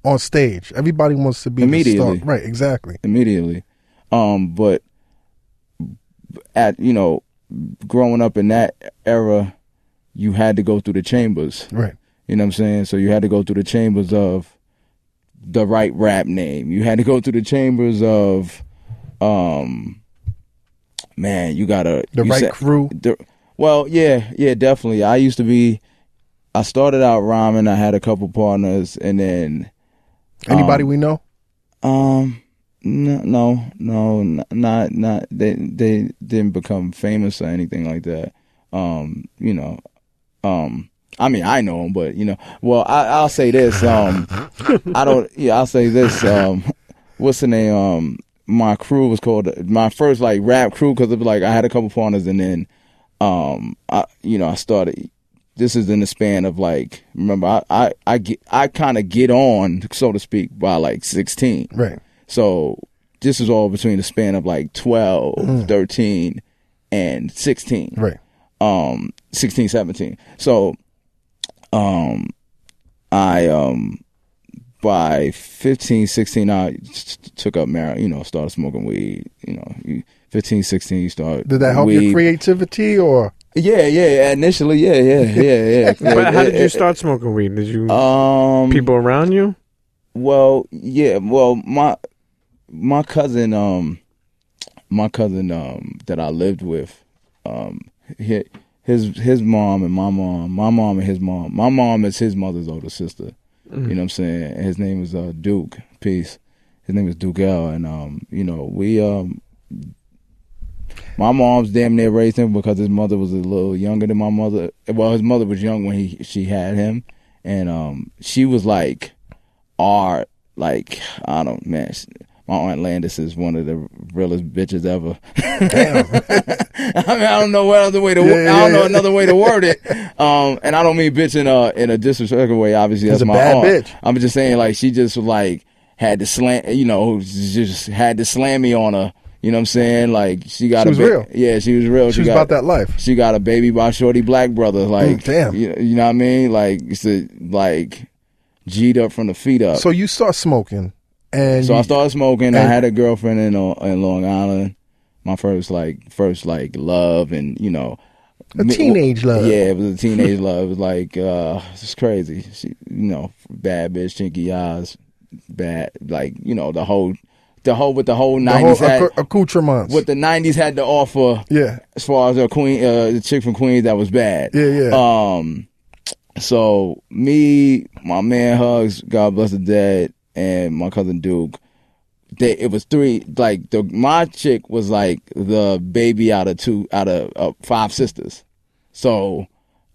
Speaker 1: on stage. Everybody wants to be the
Speaker 5: Immediately.
Speaker 1: star. right? Exactly.
Speaker 5: immediately. Um, but at you know, growing up in that era, you had to go through the chambers.
Speaker 1: Right.
Speaker 5: You know what I'm saying? So you had to go through the chambers of the right rap name. You had to go through the chambers of, um, man, you gotta
Speaker 1: The
Speaker 5: you
Speaker 1: right
Speaker 5: said-
Speaker 1: crew.
Speaker 5: the- well, yeah, yeah, definitely. I used to be. I started out rhyming. I had a couple partners, and then
Speaker 1: Anybody we know?
Speaker 5: um, no, no, no, n- not not they they didn't become famous or anything like that. Um, you know, um, I mean, I know them, but you know, well, I I'll say this. Um, I don't. Yeah, I'll say this. Um, what's the name? Um, my crew was called my first like rap crew because it was like I had a couple partners and then, um, I you know I started. This is in the span of like remember I I I get I kind of get on so to speak by like sixteen.
Speaker 1: Right.
Speaker 5: So this is all between the span of like 12,
Speaker 4: Mm.
Speaker 5: 13, and 16.
Speaker 1: Right.
Speaker 5: Um, 16, 17. So, um, I, um, by 15, 16, I s- took up marijuana, you know, started smoking weed, you know, you- 15, 16, you start.
Speaker 1: Did that help your
Speaker 5: weed.
Speaker 1: creativity or
Speaker 5: Yeah, yeah, initially, yeah, yeah, yeah, yeah.
Speaker 4: But how did you start smoking weed? Did you
Speaker 5: Um,
Speaker 4: people around you?
Speaker 5: Well, yeah. Well, my my cousin, um, my cousin, um, that I lived with, um, hi- his his mom and my mom, my mom and his mom. My mom is his mother's older sister. You know what I'm saying? And his name is uh, Duke. Peace. His name is Dugal, and um, you know, we um. My mom's damn near raised him because his mother was a little younger than my mother. Well, his mother was young when he she had him, and um, she was like are like I don't man. sh my aunt Landis is one of the realest bitches ever. I mean, I don't know what other way to.
Speaker 1: Yeah, yeah,
Speaker 5: I don't know
Speaker 1: yeah.
Speaker 5: another way to word it. Um, and I don't mean bitch in a in a disrespectful way. Obviously,
Speaker 1: She's
Speaker 5: that's
Speaker 1: a
Speaker 5: my
Speaker 1: bad
Speaker 5: aunt.
Speaker 1: bitch.
Speaker 5: I'm just saying, like she just like had to slam. You know, just had to slam me on her. You know what I'm saying? Like she got
Speaker 1: She
Speaker 5: a
Speaker 1: was
Speaker 5: ba-
Speaker 1: real.
Speaker 5: Yeah, she was real.
Speaker 1: she was
Speaker 5: got,
Speaker 1: about that life?
Speaker 5: she got a baby by Shorty Black brother. Like,
Speaker 1: Mm, damn.
Speaker 5: You, you know what I mean? Like, it's a, like, G'd up from the feet up.
Speaker 1: So you start smoking, and
Speaker 5: uh, So I
Speaker 1: you-
Speaker 5: started smoking. I
Speaker 1: and-
Speaker 5: had a girlfriend in uh, in Long Island. My first like first like love and you know
Speaker 1: A teenage love.
Speaker 5: Yeah, it was a teenage love. It was like uh it's crazy. She you know, bad bitch, chinky eyes, bad like, you know, the whole the whole with the whole
Speaker 1: the whole uh,
Speaker 5: nineties had
Speaker 1: accou- accoutrements.
Speaker 5: what the nineties had to offer
Speaker 1: yeah,
Speaker 5: as far as a queen uh the chick from Queens that was bad.
Speaker 1: yeah, yeah.
Speaker 5: Um, so me, my man Hugs, God bless the dead, and my cousin Duke. They, it was three. Like the my chick was like the baby out of two out of uh, five sisters. So,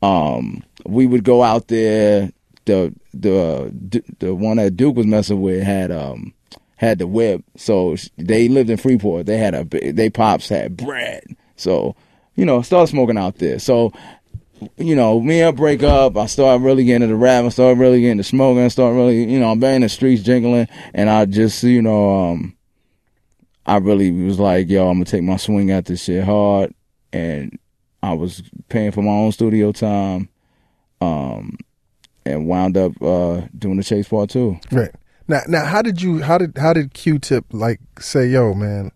Speaker 5: um, we would go out there. The the the- the one that Duke was messing with had um had the web. So sh- they lived in Freeport. They had a b- they pops had bread. So you know, started smoking out there. So you know, me and her break up. I started really getting into rap. I started really getting into smoking. I started really, you know, I'm banging the streets, jingling, and I just, you know, um, I really was like, yo, I'm gonna take my swing at this shit hard, and I was paying for my own studio time, um, and wound up uh doing the Chase Part Two.
Speaker 1: Right. Now now how did you how did how did Q tip like say, yo, man,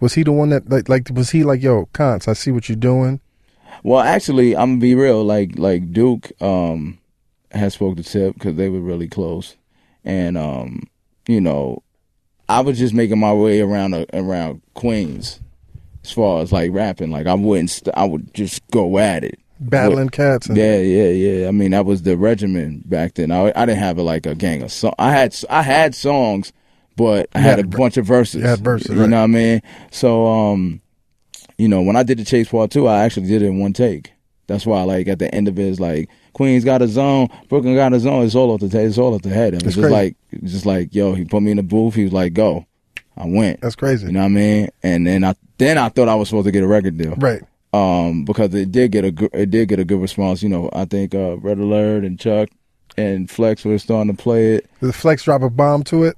Speaker 1: was he the one that like like was he like, yo, Cons, I see what you're doing?
Speaker 5: Well, actually, I'm gonna be real. Like like Duke um had spoke to Tip because they were really close, and um you know I was just making my way around uh, around Queens as far as like rapping. Like I wouldn't. St- I would just go at it.
Speaker 1: Battling cats and
Speaker 5: Yeah, yeah, yeah. I mean, that was the regimen back then. I I didn't have like a gang of songs. I had I had songs, but I had a
Speaker 1: had ver-
Speaker 5: bunch of verses.
Speaker 1: you had verses,
Speaker 5: You
Speaker 1: right.
Speaker 5: know what I mean? So um, you know, when I did the Chase Part Two, I actually did it in one take. That's why, like at the end of it, it's like Queens got his own, Brooklyn got his own. It's all up the ta- it's all up the head. It was
Speaker 1: That's
Speaker 5: just
Speaker 1: crazy.
Speaker 5: like, just like, yo, he put me in the booth. He was like, go. I went.
Speaker 1: That's crazy.
Speaker 5: You know what I mean? And then I then I thought I was supposed to get a record deal,
Speaker 1: Right.
Speaker 5: um, because it did get a gr- it did get a good response. You know, I think uh, Red Alert and Chuck and Flex were starting to play it.
Speaker 1: Did the flex drop a bomb to it?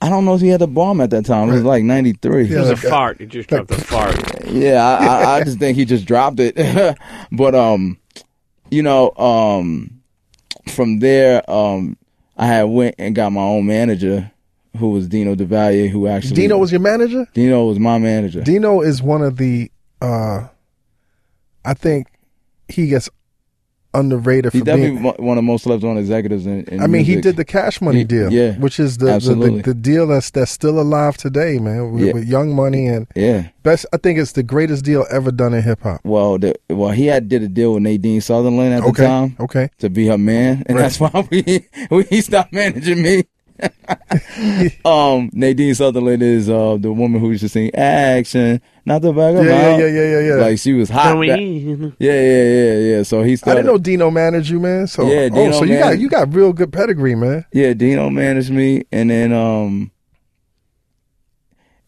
Speaker 5: I don't know if he had a bomb at that time. It was
Speaker 1: Right.
Speaker 5: like '93.
Speaker 1: Yeah,
Speaker 4: It was a
Speaker 1: like, uh,
Speaker 4: fart. He just dropped a fart.
Speaker 5: yeah, I, I, I just think he just dropped it. but um, you know, um, from there, um, I had went and got my own manager, who was Dino DeValle, who actually
Speaker 1: Dino was your manager?
Speaker 5: Dino was my manager.
Speaker 1: Dino is one of the uh I think he gets underrated
Speaker 5: he
Speaker 1: for
Speaker 5: definitely
Speaker 1: being
Speaker 5: one- one of the most slept on executives in. in
Speaker 1: I mean, he
Speaker 5: music.
Speaker 1: did the cash money
Speaker 5: He-
Speaker 1: deal,
Speaker 5: yeah,
Speaker 1: which is the, the, the
Speaker 5: absolutely.
Speaker 1: the deal that's that's still alive today, man, with,
Speaker 5: Yeah.
Speaker 1: with Young Money and
Speaker 5: yeah.
Speaker 1: best. I think it's the greatest deal ever done in hip hop.
Speaker 5: Well, the, well, he had did a deal with Nadine Sutherland at
Speaker 1: Okay,
Speaker 5: the time
Speaker 1: okay,
Speaker 5: to be her man, and that's why we we stopped managing me. um, Nadine Sutherland is uh the woman who used to sing "Action," not the back of
Speaker 1: Yeah, yeah,
Speaker 5: Mouth.
Speaker 1: yeah, yeah, yeah, yeah.
Speaker 5: Like she was hot. back- yeah, yeah, yeah, yeah. So he
Speaker 1: I
Speaker 5: started.
Speaker 1: didn't know Dino managed you, man. So
Speaker 5: uh, Yeah,
Speaker 1: oh,
Speaker 5: Dino
Speaker 1: so you got
Speaker 5: managed-
Speaker 1: you got real good pedigree, man.
Speaker 5: Yeah, Dino managed me, and then um,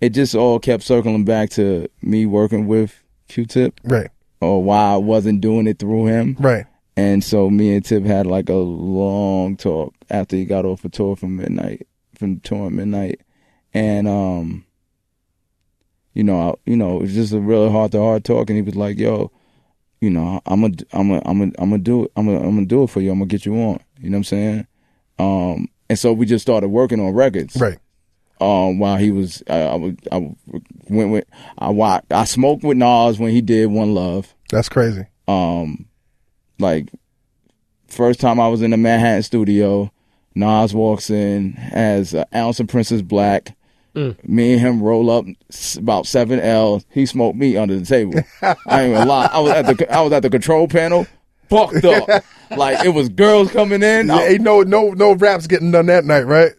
Speaker 5: it just all kept circling back to me working with Q-Tip,
Speaker 1: Right,
Speaker 5: or why I wasn't doing it through him.
Speaker 1: right.
Speaker 5: And so me and Tip had like a long talk after he got off a tour from midnight, from touring midnight, and um, you know, I, you know, it was just a really hard to hard talk, and he was like, "Yo, you know, I'm a, I'm a, I'm a, I'm a do, I'm a, I'm gonna do it for you. I'm gonna get you on. You know what I'm saying? Um, and so we just started working on records,
Speaker 1: Right.
Speaker 5: um, while he was, I, I, would- I went with, I wa I smoked with Nas when he did One Love
Speaker 1: That's crazy.
Speaker 5: um like first time I was in the Manhattan studio, Nas walks in, has an ounce of Princess Black. Me and him roll up s- about seven L's. He smoked me under the table. I ain't gonna lie. I was at the I was at the control panel, fucked up. like it was girls coming in.
Speaker 1: Yeah,
Speaker 5: I-
Speaker 1: ain't no no no raps getting done that night, right?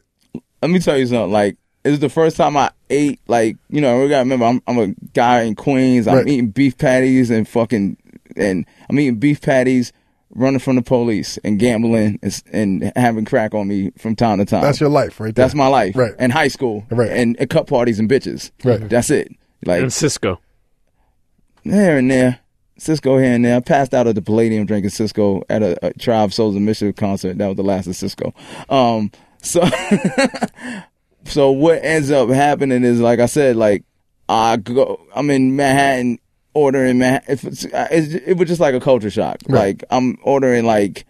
Speaker 5: let me tell you something. Like, it was the first time I ate, like, you know, we gotta remember, I'm, I'm a guy in Queens. I'm
Speaker 1: Right.
Speaker 5: eating beef patties and fucking, and I'm eating beef patties, running from the police and gambling and, s- and having crack on me from time to time.
Speaker 1: That's your life, right? There.
Speaker 5: That's my life.
Speaker 1: Right.
Speaker 5: And high school.
Speaker 1: Right.
Speaker 5: And, and cut parties and bitches.
Speaker 1: Right.
Speaker 5: That's it. Like,
Speaker 4: And Cisco.
Speaker 5: here and there. Cisco here and there. I passed out at the Palladium drinking Cisco at a, a Tribe Souls of Mischief concert. That was the last of Cisco. Um, so, so what ends up happening is, like I said, like I go, I'm in Manhattan ordering Manhattan. If it's, uh, it's, it was just like a culture shock. Like I'm ordering like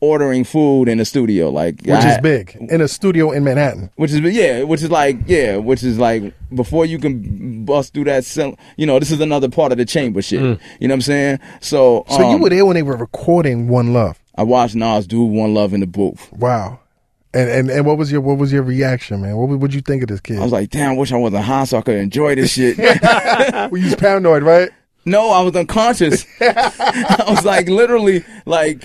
Speaker 5: ordering food in the studio, like
Speaker 1: which
Speaker 5: I-
Speaker 1: is big in a studio in Manhattan.
Speaker 5: which is yeah, which is like yeah, which is like before you can bust through that, cell, you know, this is another part of the chamber shit. You know what I'm saying? So,
Speaker 1: So you
Speaker 5: um,
Speaker 1: were there when they were recording One Love.
Speaker 5: I watched Nas do One Love in the booth.
Speaker 1: Wow. And and and what was your what was your reaction, man? What would you think of this kid?
Speaker 5: I was like, damn, I wish I wasn't high so I could enjoy this shit.
Speaker 1: Well, you was paranoid, right?
Speaker 5: no, I was unconscious. I was like literally like,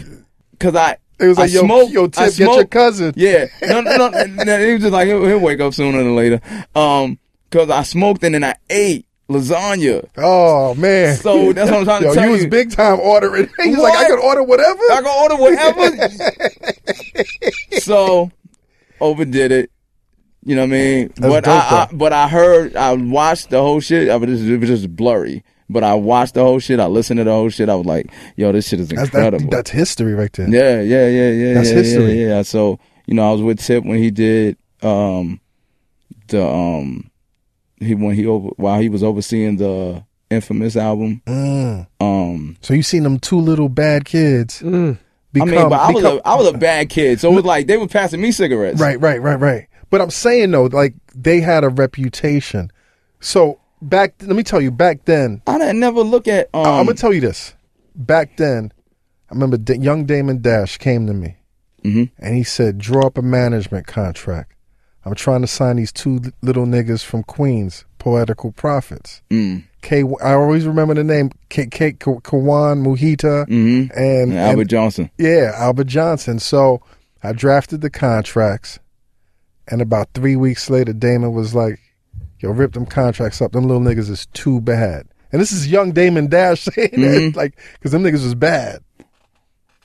Speaker 5: cause I.
Speaker 1: It was
Speaker 5: I
Speaker 1: like, yo,
Speaker 5: smoked,
Speaker 1: yo,
Speaker 5: I
Speaker 1: Tip, get your
Speaker 5: smoked.
Speaker 1: cousin.
Speaker 5: Yeah, no, no, no. no he was just like he'll, he'll wake up sooner than later. Um, cause I smoked and then I ate lasagna.
Speaker 1: Oh man.
Speaker 5: So that's what I'm trying to
Speaker 1: Yo,
Speaker 5: tell
Speaker 1: you was big time ordering. He's like, I
Speaker 5: What?
Speaker 1: could order whatever.
Speaker 5: I "Oh, can order whatever. so overdid it. You know what I mean? but
Speaker 1: dope,
Speaker 5: I, I
Speaker 1: though.
Speaker 5: but I heard I watched the whole shit. I was just, it was just blurry. But I watched the whole shit. I listened to the whole shit. I was like, yo, this shit is
Speaker 1: that's,
Speaker 5: incredible.
Speaker 1: that's, that's history right there.
Speaker 5: yeah, yeah, yeah, yeah.
Speaker 1: That's
Speaker 5: yeah,
Speaker 1: history.
Speaker 5: Yeah, yeah. So you know, I was with Tip when he did um the um he when he over while he was overseeing the infamous album.
Speaker 1: Mm.
Speaker 5: Um
Speaker 1: So you seen them two little bad kids become,
Speaker 5: I Mm. mean, but I was
Speaker 1: become-
Speaker 5: a I was a bad kid, so it was like they were passing me cigarettes.
Speaker 1: right, right, right, right. But I'm saying though, like they had a reputation. So back, let me tell you, back then,
Speaker 5: I didn't never look at. Um,
Speaker 1: I, am gonna tell you this. Back then, I remember da- young Damon Dash came to me,
Speaker 5: Mhm.
Speaker 1: and he said, "Draw up a management contract. I'm trying to sign these two li- little niggas from Queens, Poetical Prophets.
Speaker 5: mm,
Speaker 1: K. I always remember the name K. K. K- Kawan Muhita
Speaker 5: mhm.
Speaker 1: and,
Speaker 5: And Albert
Speaker 1: and-
Speaker 5: Johnson.
Speaker 1: yeah Albert Johnson. So I drafted the contracts, and about three weeks later, Damon was like, "Yo, rip them contracts up. Them little niggas is too bad." And this is young Damon Dash saying
Speaker 5: Mm-hmm.
Speaker 1: that, like, because them niggas was bad.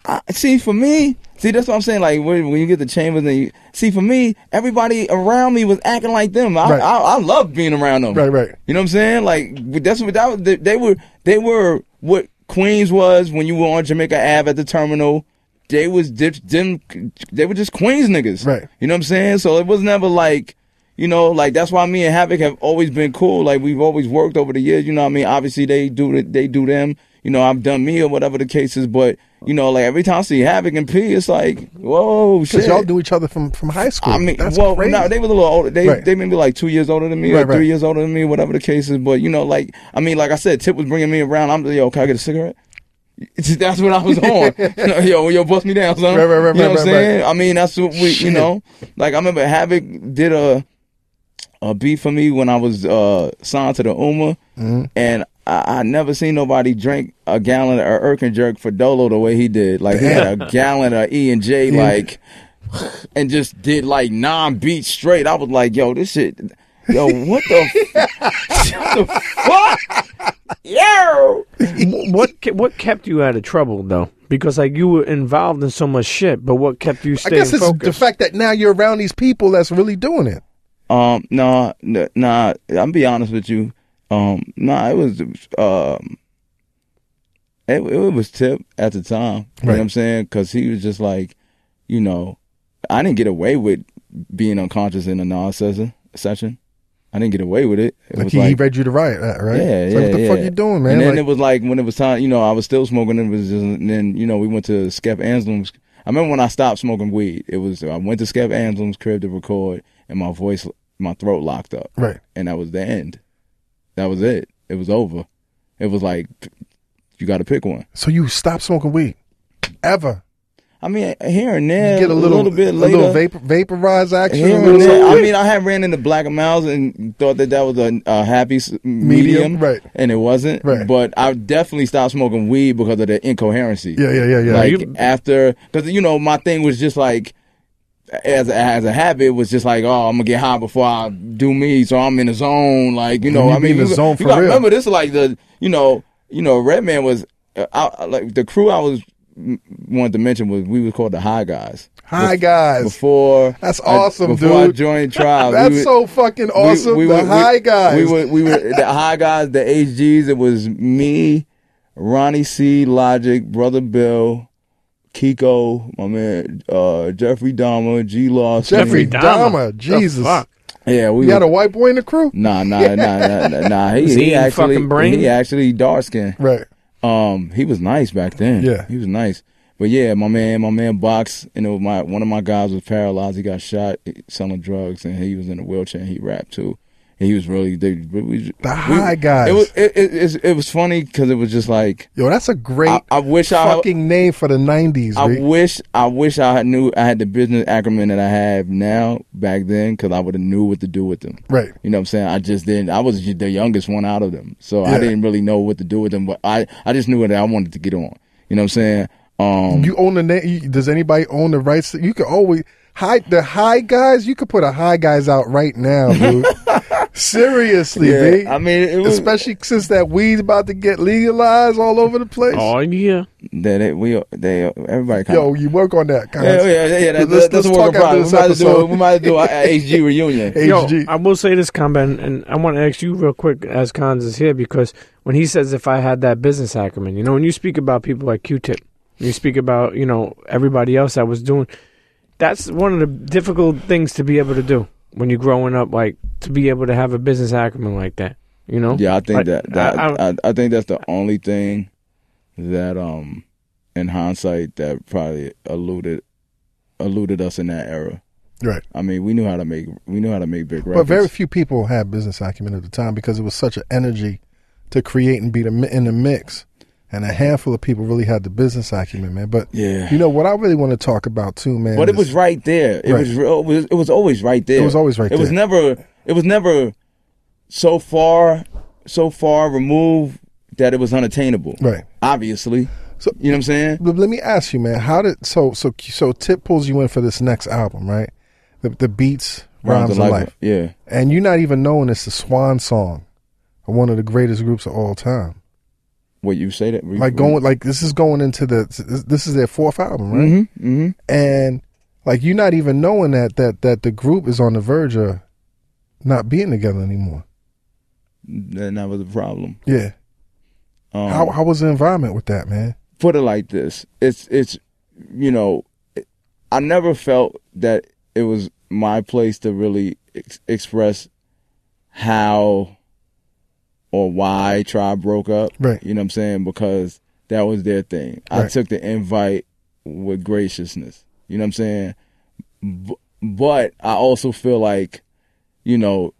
Speaker 5: I, see, for me, see, that's what I'm saying. Like when, when you get the chambers, and you see, for me, everybody around me was acting like them. I
Speaker 1: Right.
Speaker 5: I, I loved being around them.
Speaker 1: Right, right.
Speaker 5: You know what I'm saying? Like but that's what that was, they, they were. They were what Queens was when you were on Jamaica Ave at the terminal. They was dip, them. They were just Queens niggas.
Speaker 1: Right.
Speaker 5: You know what I'm saying? So it was never like. You know, like that's why me and Havoc have always been cool. Like we've always worked over the years. You know what I mean? Obviously they do it, they do them. You know, I've done me or whatever the case is. But you know, like every time I see Havoc and P, it's like, whoa, shit.
Speaker 1: Because y'all knew each other from, from high school.
Speaker 5: I mean,
Speaker 1: That's
Speaker 5: well,
Speaker 1: crazy.
Speaker 5: no, they were a little older. They
Speaker 1: Right.
Speaker 5: they may be like two years older than me,
Speaker 1: Right,
Speaker 5: or three
Speaker 1: right.
Speaker 5: years older than me, whatever the case is. But you know, like I mean, like I said, Tip was bringing me around. I'm like, yo, can I get a cigarette? That's what I was on. You know, yo, yo, bust me down, son.
Speaker 1: Right, right, right,
Speaker 5: you know
Speaker 1: right,
Speaker 5: what I'm
Speaker 1: right,
Speaker 5: saying? I mean, that's what we, you
Speaker 1: Shit.
Speaker 5: know, like I remember Havoc did a a beat for me when I was uh, signed to the Uma,
Speaker 1: Mm-hmm.
Speaker 5: and I, I never seen nobody drink a gallon of Erkin Jerk for Dolo the way he did. Like he had a gallon of E and J, like, and just did like non beat straight. I was like, yo, this shit, yo, what the, f- what the fuck, yo.
Speaker 1: Wh- what?
Speaker 4: Ke- What kept you out of trouble though? Because like you were involved in so much shit, but what kept you
Speaker 1: I
Speaker 4: staying
Speaker 1: guess it's the
Speaker 4: focused?
Speaker 1: fact that now you're around these people that's really doing it.
Speaker 5: Um, no, nah, nah, I'm be honest with you. Um, nah, it was, um, it, it was Tip at the time. You know
Speaker 1: Right.
Speaker 5: what I'm saying? Cause he was just like, you know, I didn't get away with being unconscious in a non session. Session, I didn't get away with it. It
Speaker 1: Like
Speaker 5: was
Speaker 1: he, he
Speaker 5: like,
Speaker 1: read you the riot, uh, right?
Speaker 5: yeah,
Speaker 1: It's
Speaker 5: yeah,
Speaker 1: like, what the
Speaker 5: yeah.
Speaker 1: fuck you doing, man?
Speaker 5: And then
Speaker 1: Like,
Speaker 5: it was like when it was time, you know, I was still smoking. It was just, and then you know, we went to Skep Anselm's. I remember when I stopped smoking weed. It was I went to Skep Anselm's crib to record, and my voice, my throat locked up,
Speaker 1: right.
Speaker 5: and that was the end. That was it. It was over. It was like you got to pick one.
Speaker 1: So you stop smoking weed. Ever.
Speaker 5: I mean, here and
Speaker 1: You
Speaker 5: there,
Speaker 1: get a little,
Speaker 5: bit later,
Speaker 1: a little vapor, vaporized action.
Speaker 5: Here
Speaker 1: or
Speaker 5: and there.
Speaker 1: something.
Speaker 5: I mean, I had ran into Black and Miles and thought that that was a, a happy s- medium,
Speaker 1: right.
Speaker 5: And it wasn't,
Speaker 1: Right.
Speaker 5: But I definitely stopped smoking weed because of the incoherency.
Speaker 1: yeah, yeah, yeah, yeah.
Speaker 5: like
Speaker 4: you-
Speaker 5: after, because you know, my thing was just like. As a, as a habit, it was just like, oh, I'm gonna get high before I do me, so I'm in the zone. Like, you know,
Speaker 1: You
Speaker 5: I
Speaker 1: be
Speaker 5: mean,
Speaker 1: in the
Speaker 5: you-
Speaker 1: zone
Speaker 5: you
Speaker 1: for
Speaker 5: gotta
Speaker 1: real.
Speaker 5: remember this, is like the, you know, you know, Redman was, uh, I, I- like the crew I was m- wanted to mention was we was called the High Guys
Speaker 1: Hi guys.
Speaker 5: before.
Speaker 1: That's
Speaker 5: I-
Speaker 1: awesome,
Speaker 5: before I
Speaker 1: dude.
Speaker 5: joined Tribe.
Speaker 1: That's
Speaker 5: we were-
Speaker 1: so fucking
Speaker 5: we-
Speaker 1: awesome.
Speaker 5: we
Speaker 1: the
Speaker 5: were- we-
Speaker 1: high guys.
Speaker 5: We were, we were the high guys, the HGs. It was me, Ronnie C, Logic, Brother Bill, Kiko, my man, uh, Jeffrey Dahmer, G Law.
Speaker 1: Jeffrey
Speaker 4: Jeffrey
Speaker 1: Dahmer.
Speaker 4: Dahmer.
Speaker 1: Jesus.
Speaker 4: The fuck?
Speaker 5: Yeah, we
Speaker 1: You got
Speaker 5: were-
Speaker 1: a white boy in the crew?
Speaker 5: Nah, nah, nah, nah, nah, nah. He,
Speaker 4: Was he
Speaker 5: he
Speaker 4: eating
Speaker 5: actually,
Speaker 4: fucking brain?
Speaker 5: he actually dark skin.
Speaker 1: Right.
Speaker 5: Um, he was nice back then.
Speaker 1: Yeah.
Speaker 5: he was nice. But yeah, my man, my man boxed. You know, my one of my guys was paralyzed. He got shot selling drugs, and he was in a wheelchair. and He rapped too. And he was really they, we, we-
Speaker 1: The high guys.
Speaker 5: It was it, it, it's- it, was funny because it was just like
Speaker 1: Yo, that's a great
Speaker 5: I, I wish I
Speaker 1: fucking name for the 90s,
Speaker 5: I
Speaker 1: Rick.
Speaker 5: wish I wish I had knew I had the business acumen that I have now back then because I would have knew what to do with them.
Speaker 1: Right.
Speaker 5: You know what I'm saying? I just didn't. I was ju- the youngest one out of them, so
Speaker 1: Yeah.
Speaker 5: I didn't really know what to do with them. But I, I just knew that I wanted to get on. You know what I'm saying? Um,
Speaker 1: You own the name. Does anybody own the rights? You could always high the high guys. You could put a high guys out right now, dude. Seriously,
Speaker 5: yeah,
Speaker 1: B.
Speaker 5: I mean, it was
Speaker 1: Especially since that weed's about to get legalized all over the place.
Speaker 4: Oh yeah.
Speaker 5: that they, we they everybody. Kind
Speaker 1: Yo, you work on that, guys.
Speaker 5: yeah, yeah, yeah, yeah. That,
Speaker 1: Let's-
Speaker 5: that,
Speaker 1: let's
Speaker 5: that's a work
Speaker 1: talk
Speaker 5: in
Speaker 1: after
Speaker 5: progress.
Speaker 1: this
Speaker 5: We might have to do,
Speaker 1: episode.
Speaker 5: we might have to do a a HG reunion.
Speaker 1: HG.
Speaker 4: Yo, I will say this combat, and, and I want to ask you real quick as Cons is here because when he says if I had that business acumen, you know, when you speak about people like Q-Tip, you speak about you know everybody else that was doing, that's one of the difficult things to be able to do when you're growing up, like to be able to have a business acumen like that, you know.
Speaker 5: Yeah, I think
Speaker 4: Like,
Speaker 5: that, that
Speaker 4: I-
Speaker 5: I, I, think that's the only thing that um in hindsight that probably eluded eluded us in that era.
Speaker 1: Right.
Speaker 5: I mean, we knew how to make we knew how to make big records.
Speaker 1: But very few people had business acumen at the time because it was such an energy to create and be the, mi- in the mix. And a handful of people really had the business acumen, man. But
Speaker 5: Yeah.
Speaker 1: you know what I really want to talk about too, man.
Speaker 5: but it
Speaker 1: is-
Speaker 5: was right there. It
Speaker 1: Right.
Speaker 5: was real, it was it was always right there.
Speaker 1: It was always right
Speaker 5: It was
Speaker 1: there.
Speaker 5: never it was never so far so far removed that it was unattainable.
Speaker 1: right.
Speaker 5: Obviously.
Speaker 1: So-
Speaker 5: you know what I'm saying?
Speaker 1: But let me ask you, man. How did so so so Tip pulls you in for this next album, right? The the beats, rhymes, and life.
Speaker 5: Yeah.
Speaker 1: and you're not even knowing it's the swan song are one of the greatest groups of all time.
Speaker 5: What you say that? Re-
Speaker 1: Like going, like this is going into the this- this is their fourth album, right?
Speaker 5: Mm-hmm. Mm-hmm.
Speaker 1: And like you're not even knowing that that that the group is on the verge of not being together anymore.
Speaker 5: Then that was a problem.
Speaker 1: Yeah.
Speaker 5: Um,
Speaker 1: how how was the environment with that, man?
Speaker 5: put it like this it's it's you know i never felt that it was my place to really ex- express how or why tribe broke up
Speaker 1: Right.
Speaker 5: you know what i'm saying because that was their thing i
Speaker 1: Right.
Speaker 5: took the invite with graciousness you know what i'm saying B- but i also feel like you know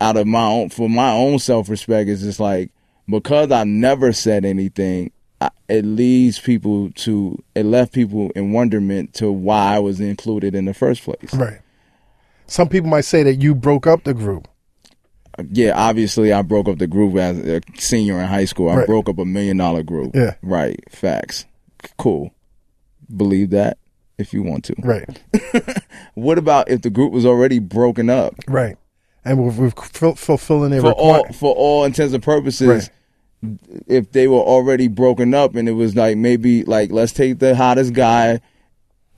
Speaker 5: out of my own for my own self respect is just like because I never said anything, I, it leads people to it left people in wonderment to why I was included in the first place.
Speaker 1: Right. Some people might say that you broke up the group.
Speaker 5: Yeah, obviously I broke up the group as a senior in high school. I
Speaker 1: Right.
Speaker 5: broke up a million dollar group.
Speaker 1: Yeah.
Speaker 5: Right. Facts. Cool. Believe that if you want to.
Speaker 1: Right.
Speaker 5: What about if the group was already broken up?
Speaker 1: Right. And we're, we're ful- fulfilling their
Speaker 5: for all
Speaker 1: requirement.
Speaker 5: for all intents and purposes,
Speaker 1: Right.
Speaker 5: if they were already broken up and it was like maybe like let's take the hottest guy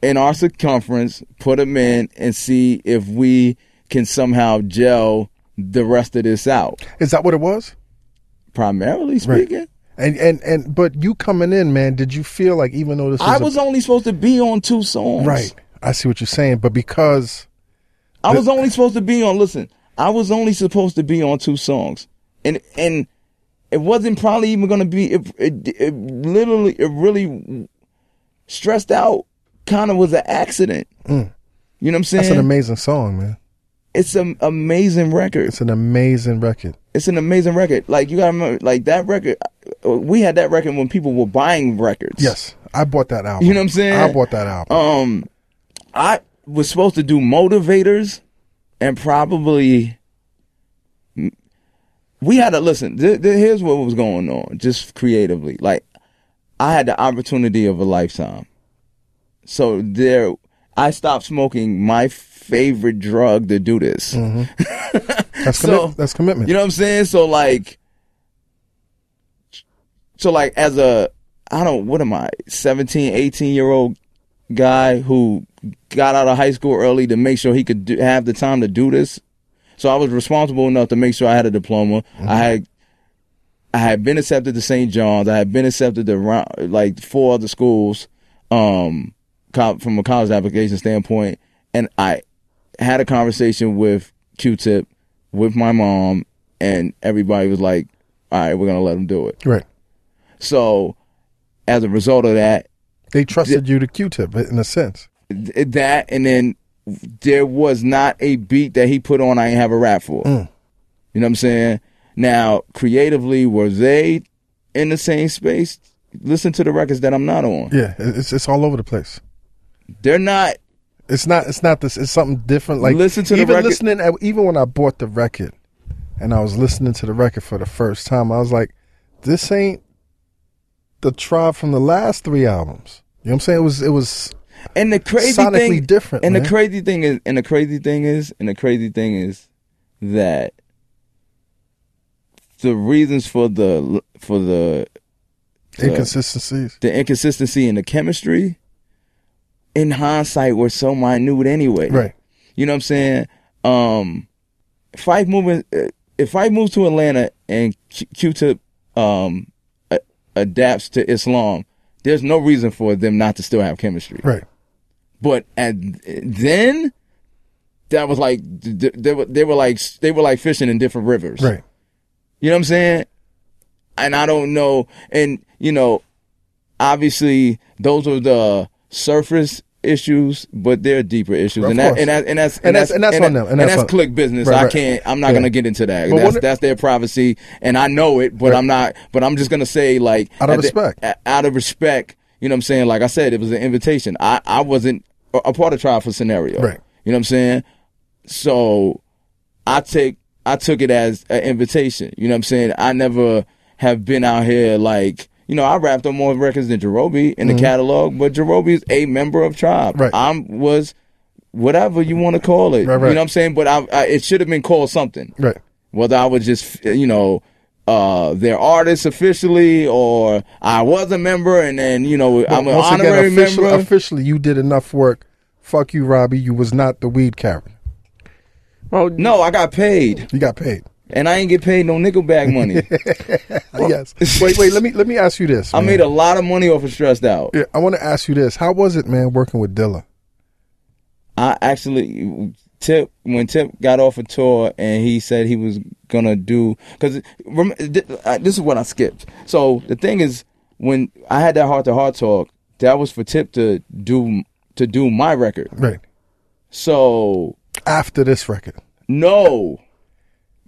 Speaker 5: in our circumference, put him in, and see if we can somehow gel the rest of this out.
Speaker 1: Is that what it was?
Speaker 5: Primarily
Speaker 1: Right.
Speaker 5: speaking,
Speaker 1: And and and but you coming in, man, did you feel like even though this was
Speaker 5: I
Speaker 1: a-
Speaker 5: was only supposed to be on two songs.
Speaker 1: right. I see what you're saying, but because
Speaker 5: I was only supposed to be on. Listen, I was only supposed to be on two songs, and and it wasn't probably even going to be. It, it, it literally, it really stressed out. Kind of was an accident. You know what I'm saying?
Speaker 1: Mm. that's an amazing song, man.
Speaker 5: it's an amazing record.
Speaker 1: It's an amazing record.
Speaker 5: It's an amazing record. Like you gotta remember, like that record. uh, We had that record when people were buying records.
Speaker 1: Yes, I bought that album.
Speaker 5: You know what I'm saying?
Speaker 1: I bought that album.
Speaker 5: Um, I was supposed to do motivators and probably we had to listen. Th- th- here's what was going on, just creatively. Like I had the opportunity of a lifetime, so there I stopped smoking my favorite drug to do this.
Speaker 1: that's
Speaker 5: Uh, so-
Speaker 1: commit, that's commitment.
Speaker 5: You know what I'm saying? So like, so like as a, I don't, what am I, 17, 18 year old guy who got out of high school early to make sure he could do, have the time to do this. So I was responsible enough to make sure I had a diploma. I had, I had been accepted to St. John's. I had been accepted to around, like four other schools, um, co- from a college application standpoint. And I had a conversation with Q-Tip, with my mom, and everybody was like, all right, we're going to let him do it.
Speaker 1: right.
Speaker 5: So as a result of that,
Speaker 1: They trusted you to Q-Tip in a sense.
Speaker 5: th- that and then there was not a beat that he put on I ain't have a rap for.
Speaker 1: Mm.
Speaker 5: You know what I'm saying? Now, creatively, were they in the same space? Listen to the records that I'm not on.
Speaker 1: Yeah, it- it's it's all over the place.
Speaker 5: They're not
Speaker 1: It's not. It's not this. It's something different. Like
Speaker 5: Listen to the
Speaker 1: even
Speaker 5: record-
Speaker 1: listening. at- Even when I bought the record, and I was listening to the record for the first time, I was like, "This ain't the tribe from the last three albums." You know what I'm saying? It was. It was.
Speaker 5: And the crazy
Speaker 1: Sonically
Speaker 5: thing,
Speaker 1: different,
Speaker 5: And
Speaker 1: man.
Speaker 5: the crazy thing is, and the crazy thing is, and the crazy thing is that the reasons for the for the Yeah.
Speaker 1: Inconsistencies.
Speaker 5: the inconsistency in the chemistry, in hindsight, were so minute anyway.
Speaker 1: Right.
Speaker 5: You know what I'm saying? Um, Fife moving, uh, if Fife moves to Atlanta and Q- Q-Tip um, a- adapts to Islam, there's no reason for them not to still have chemistry.
Speaker 1: Right.
Speaker 5: But at then, that was like th- th- they were they were like they were like fishing in different rivers.
Speaker 1: Right.
Speaker 5: You know what I'm saying? And I don't know. And you know, obviously those are the surface issues, but they're deeper issues.
Speaker 1: Of
Speaker 5: and, that,
Speaker 1: course.
Speaker 5: and, that, and that's
Speaker 1: And that's- and that's on them. And
Speaker 5: And,
Speaker 1: that's
Speaker 5: that's,
Speaker 1: on-
Speaker 5: click business.
Speaker 1: Right,
Speaker 5: I
Speaker 1: right.
Speaker 5: can't. I'm not
Speaker 1: Yeah.
Speaker 5: gonna get into that.
Speaker 1: But
Speaker 5: that's
Speaker 1: what-
Speaker 5: that's their privacy, and I know it. But I'm not. But I'm just gonna say like
Speaker 1: Out of
Speaker 5: at the-
Speaker 1: respect.
Speaker 5: a- out of respect. You know what I'm saying? Like I said, it was an invitation. I I wasn't a, a part of trial for scenario.
Speaker 1: Right.
Speaker 5: You know what I'm saying? So I take I took it as an invitation. You know what I'm saying? I never have been out here like you know I rapped on more records than Jerobi in the catalog, but Jerobi is a member of Tribe.
Speaker 1: Mm-hmm. Right.
Speaker 5: I'm was whatever you want to call it.
Speaker 1: Right, right.
Speaker 5: You know what I'm saying? But I, I it should have been called something.
Speaker 1: Right.
Speaker 5: Whether I was just, you know, uh, their artist officially or I was a member and then, you know, I'm an
Speaker 1: Once
Speaker 5: honorary
Speaker 1: again, officially,
Speaker 5: member.
Speaker 1: officially, you did enough work. Fuck you, Robbie. You was not the weed carrier.
Speaker 4: Well,
Speaker 5: no, I got paid
Speaker 1: You got paid.
Speaker 5: and I ain't get paid no nickelback money.
Speaker 1: Uh, yes. Wait, wait. Let me let me ask you this.
Speaker 5: I
Speaker 1: man.
Speaker 5: made a lot of money off of Stressed Out.
Speaker 1: Yeah, I want to ask you this. How was it, man, working with Dilla?
Speaker 5: I actually Tip when Tip got off a tour and he said he was gonna do because this is what I skipped. So the thing is, when I had that heart to heart talk, that was for Tip to do to do my record.
Speaker 1: Right.
Speaker 5: So
Speaker 1: After this record.
Speaker 5: no,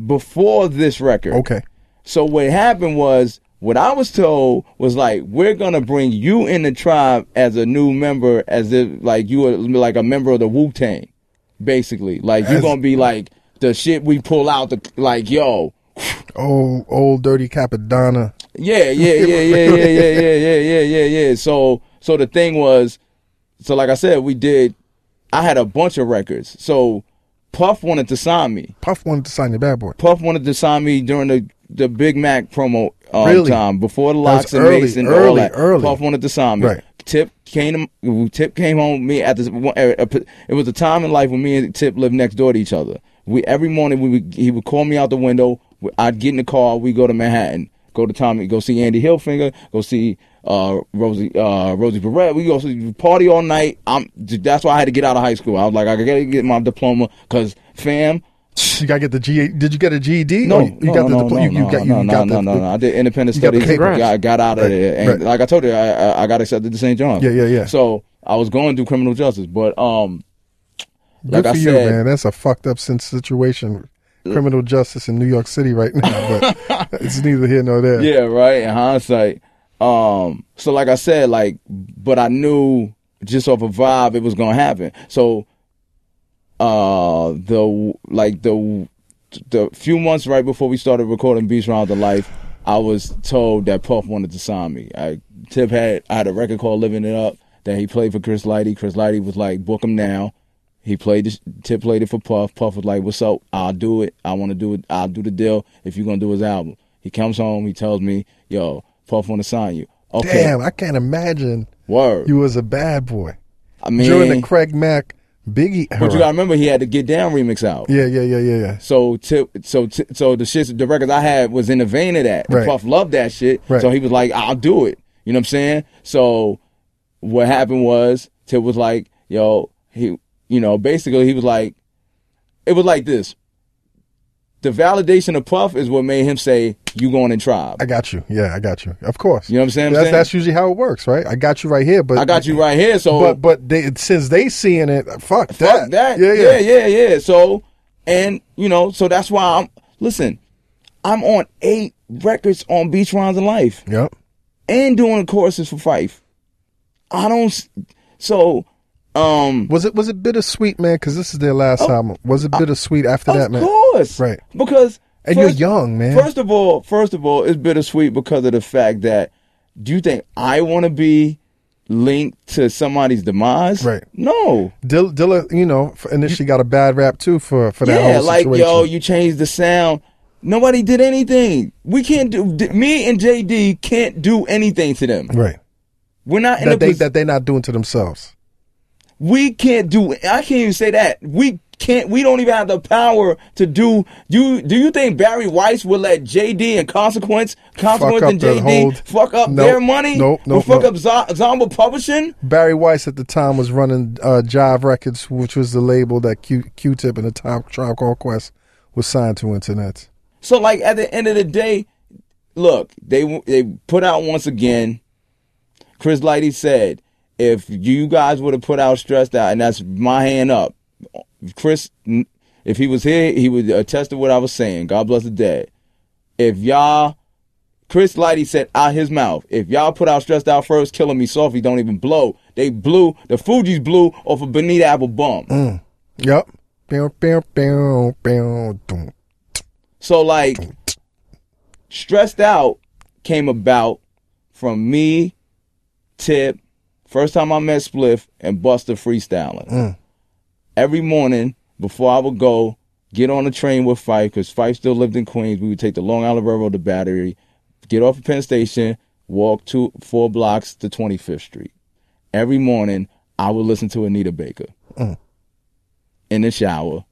Speaker 5: before this record.
Speaker 1: Okay.
Speaker 5: So what happened was what I was told was like we're gonna bring you in the tribe as a new member, as if like you were like a member of the Wu Tang, basically. Like you're
Speaker 1: As-
Speaker 5: gonna be like the shit we pull out the like yo.
Speaker 1: Old old dirty Capadonna.
Speaker 5: Yeah, yeah, yeah, yeah, yeah, yeah, yeah, yeah, yeah, yeah, yeah. So so the thing was so like I said, we did I had a bunch of records. So Puff wanted to sign me.
Speaker 1: Puff wanted to sign the bad boy.
Speaker 5: Puff wanted to sign me during the the Big Mac promo um,
Speaker 1: Really?
Speaker 5: time before
Speaker 1: That
Speaker 5: the
Speaker 1: was
Speaker 5: locks and
Speaker 1: early,
Speaker 5: Mason
Speaker 1: early,
Speaker 5: all that.
Speaker 1: early.
Speaker 5: Puff wanted to sign me.
Speaker 1: Right.
Speaker 5: Tip came to, Tip came home with me at this. It was a time in life when me and Tip lived next door to each other. We every morning we would, he would call me out the window. I'd get in the car. We go to Manhattan. Go to Tommy. Go see Andy Hillfinger. Go see uh, Rosie uh, Rosie Perret. We go see, party all night. I'm that's why I had to get out of high school. I was like I gotta get my diploma because fam.
Speaker 1: You got to get the G. Did you get a GED?
Speaker 5: No,
Speaker 1: Or you, you
Speaker 5: no,
Speaker 1: got
Speaker 5: no,
Speaker 1: the dipl-
Speaker 5: no,
Speaker 1: you, you
Speaker 5: no,
Speaker 1: got you
Speaker 5: no,
Speaker 1: got
Speaker 5: no,
Speaker 1: the,
Speaker 5: no, no. I did independent
Speaker 1: You got the
Speaker 5: studies.
Speaker 1: papers.
Speaker 5: Got, got out of
Speaker 1: Right,
Speaker 5: there, and
Speaker 1: right.
Speaker 5: like I told you, I, I, I got accepted to St. John's.
Speaker 1: Yeah, yeah, yeah.
Speaker 5: So I was going through criminal justice, but um,
Speaker 1: Good
Speaker 5: like I
Speaker 1: for you,
Speaker 5: said,
Speaker 1: man. That's a fucked up sin- situation. Criminal justice in New York City right now, but it's neither here nor there.
Speaker 5: yeah, right. In hindsight, um, so like I said, like, but I knew just off a vibe it was gonna happen. So, uh, the like the the few months right before we started recording Beach Round the Life, I was told that Puff wanted to sign me. I Tip had I had a record called Living It Up that he played for Chris Lighty. Chris Lighty was like, book him now. He played this, Tip played it for Puff. Puff was like, "What's up? I'll do it. I want to do it. I'll do the deal if you're gonna do his album." He comes home. He tells me, "Yo, Puff want to sign you." Okay,
Speaker 1: Damn, I can't imagine
Speaker 5: word.
Speaker 1: you was a bad boy
Speaker 5: I mean,
Speaker 1: during the Craig Mack Biggie era.
Speaker 5: but you gotta remember he had to get down remix out.
Speaker 1: yeah, yeah, yeah, yeah, yeah.
Speaker 5: So tip, so t- so the shit, the records I had was in the vein of that.
Speaker 1: Right.
Speaker 5: Puff loved that shit,
Speaker 1: Right.
Speaker 5: so he was like, "I'll do it." You know what I'm saying? So what happened was Tip was like, "Yo, he, you know, basically he was like, it was like this. The validation of Puff is what made him say, "You going in tribe."
Speaker 1: I got you. Yeah, I got you. Of course.
Speaker 5: You know what I'm saying?
Speaker 1: That's,
Speaker 5: I'm saying?
Speaker 1: that's usually how it works, right? I got you right here, but
Speaker 5: I got you right here. So
Speaker 1: But but they since they seeing it, uh, fuck,
Speaker 5: Fuck
Speaker 1: that.
Speaker 5: that.
Speaker 1: Yeah, yeah.
Speaker 5: yeah, yeah, yeah. So, and you know, so that's why I'm. Listen, I'm on eight records on Beach Rounds of Life,
Speaker 1: Yep.
Speaker 5: and doing choruses for Fife. I don't. s- So, um,
Speaker 1: Was it was it bittersweet, man? Because this is their last album. Was it bittersweet after
Speaker 5: Oh. Uh, of
Speaker 1: that, man?
Speaker 5: course,
Speaker 1: Right.
Speaker 5: Because
Speaker 1: And
Speaker 5: you
Speaker 1: you're young, man.
Speaker 5: First of all, first of all, it's bittersweet because of the fact that do you think I want to be linked to somebody's demise?
Speaker 1: Right.
Speaker 5: No.
Speaker 1: Dilla, Dilla, you know, f- initially got a bad rap too for for that
Speaker 5: yeah,
Speaker 1: whole
Speaker 5: like
Speaker 1: situation.
Speaker 5: yo, you changed the sound. Nobody did anything. We can't do. d- Me and JD can't do anything to them.
Speaker 1: right?
Speaker 5: We're not in
Speaker 1: That
Speaker 5: the.
Speaker 1: they
Speaker 5: pos-
Speaker 1: that they're not doing to themselves.
Speaker 5: we can't do. I can't even say that. We can't. We don't even have the power to do. You do you think Barry Weiss will let JD and Consequence, Consequence
Speaker 1: up
Speaker 5: and
Speaker 1: the
Speaker 5: JD
Speaker 1: whole-
Speaker 5: fuck up
Speaker 1: Nope,
Speaker 5: their money?
Speaker 1: nope,
Speaker 5: Or
Speaker 1: nope,
Speaker 5: fuck
Speaker 1: nope.
Speaker 5: up Z- Zomba Publishing?
Speaker 1: Barry Weiss at the time was running uh, Jive Records, which was the label that Q Q Tip and the Top Tribe Called Quest was signed to Internet.
Speaker 5: So like at the end of the day, look, they they put out once again. Chris Lighty said, if you guys would have put out stressed out, and that's my hand up. Chris, if he was here, he would attest to what I was saying. God bless the dead. If y'all, Chris Lighty said out his mouth, if y'all put out stressed out first, killing me softly, don't even blow. They blew the Fuji's blew off of Bonita Apple Bum.
Speaker 1: Yep. Bow, bow, bow, bow, dum.
Speaker 5: So like stressed out came about from me, Tip, first time I met Spliff and Buster freestyling. Every morning before I would go, get on the train with Fife because Fife still lived in Queens. We would take the Long Island Railroad to Battery, get off at Penn Station, walk two four blocks to 25th Street. Every morning, I would listen to Anita Baker in the shower,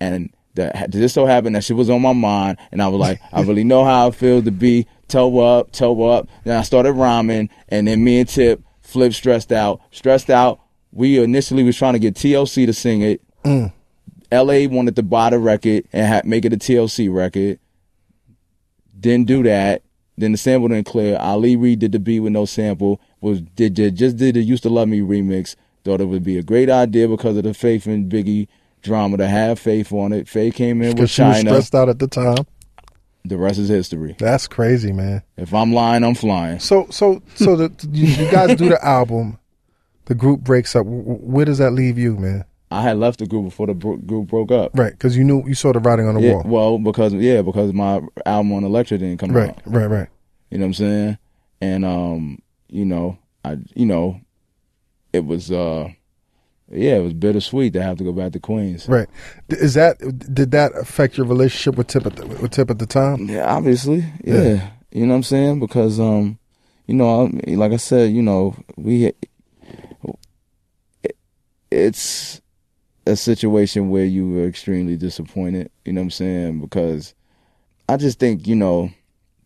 Speaker 5: and that just so happened that she was on my mind, and I was like, I really know how it feels to be toe up, toe up. Then I started rhyming, and then me and Tip flipped stressed out, stressed out. We initially was trying to get TLC to sing it. LA wanted to buy the record and ha- make it a TLC record. Didn't do that. Then the sample didn't clear. Ali Reed did the beat with no sample. Was did, did just did the "Used to Love Me" remix. Thought it would be a great idea because of the Faith and Biggie drama to have Faith on it. Faith came in with
Speaker 1: Because she was
Speaker 5: China.
Speaker 1: stressed out at the time.
Speaker 5: The rest is history.
Speaker 1: That's crazy, man.
Speaker 5: If I'm lying, I'm flying.
Speaker 1: So, so, so the, you, you guys do the album. The group breaks up. W- w- Where does that leave you, man?
Speaker 5: I had left the group before the bro- group broke up.
Speaker 1: Right, because you knew you saw the writing on the
Speaker 5: Yeah,
Speaker 1: wall.
Speaker 5: well, because yeah, because my album on the lecture didn't come
Speaker 1: right,
Speaker 5: out.
Speaker 1: right, right.
Speaker 5: You know what I'm saying? And um, you know, I you know, it was uh yeah, it was bittersweet to have to go back to Queens.
Speaker 1: Right. D- Is that did that affect your relationship with Tip at the, with Tip at the time?
Speaker 5: Yeah, obviously. Yeah.
Speaker 1: Yeah.
Speaker 5: You know what I'm saying? Because um, you know, I, like I said, you know, we it- it's a situation where you were extremely disappointed, you know what I'm saying? Because I just think, you know,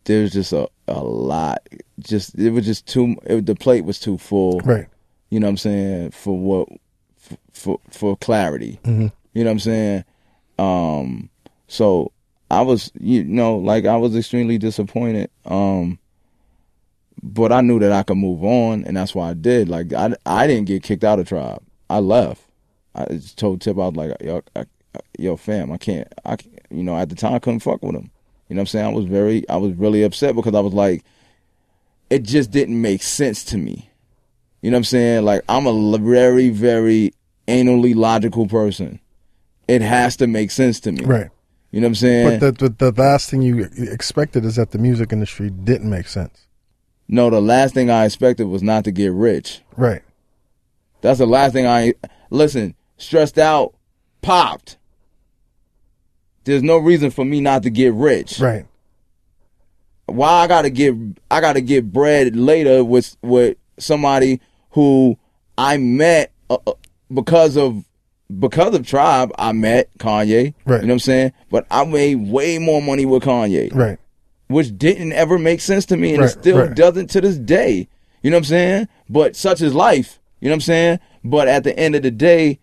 Speaker 5: there's just a a lot just it was just too it, the plate was too full.
Speaker 1: Right.
Speaker 5: you know what I'm saying, for what for for, for clarity.
Speaker 1: Mm-hmm.
Speaker 5: You know what I'm saying? Um so I was you know, like I was extremely disappointed. Um but I knew that I could move on and that's why I did. Like I I didn't get kicked out of tribe. I left. I just told Tip I was like yo I, I- yo fam, I can't I can't, you know, at the time I couldn't fuck with him. You know what I'm saying? I was very I was really upset because I was like it just didn't make sense to me. You know what I'm saying? Like I'm a l- very, very anally logical person. It has to make sense to me.
Speaker 1: Right.
Speaker 5: You know what I'm saying?
Speaker 1: But the, the the last thing you expected is that the music industry didn't make sense.
Speaker 5: no, the last thing I expected was not to get rich.
Speaker 1: Right.
Speaker 5: That's the last thing I listen. Stressed out, popped. There's no reason for me not to get rich.
Speaker 1: Right.
Speaker 5: why I gotta get I gotta get bread later with with somebody who I met uh, uh, because of because of Tribe I met Kanye.
Speaker 1: Right.
Speaker 5: You know what I'm saying? But I made way more money with Kanye,
Speaker 1: Right.
Speaker 5: which didn't ever make sense to me, and
Speaker 1: Right,
Speaker 5: it still
Speaker 1: right.
Speaker 5: doesn't to this day. You know what I'm saying? But such is life. You know what I'm saying? But at the end of the day,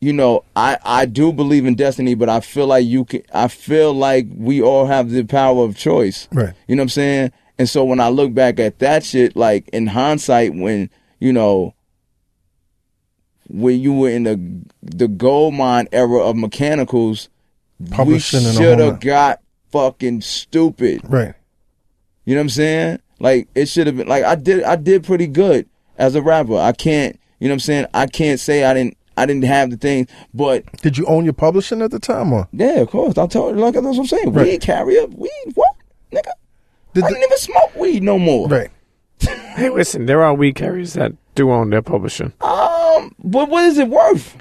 Speaker 5: you know, I I do believe in destiny, but I feel like you can. I feel like we all have the power of choice.
Speaker 1: Right.
Speaker 5: You know what I'm saying? And so when I look back at that shit, like in hindsight, when you know, when you were in the the gold mine era of mechanicals,
Speaker 1: Publishing and
Speaker 5: we
Speaker 1: all
Speaker 5: should
Speaker 1: that.
Speaker 5: have got fucking stupid.
Speaker 1: Right.
Speaker 5: You know what I'm saying? Like it should have been like I did I did pretty good as a rapper. I can't you know what I'm saying? I can't say I didn't I didn't have the things, but
Speaker 1: Did you own your publishing at the time, or
Speaker 5: yeah, of course. I told you like that's what I'm saying.
Speaker 1: Right.
Speaker 5: Weed carrier, weed what? Nigga.
Speaker 1: did
Speaker 5: I
Speaker 1: the-
Speaker 5: didn't even smoke weed no more.
Speaker 1: right?
Speaker 4: Hey, listen, there are weed carriers that do own their publishing.
Speaker 5: Um but what is it worth?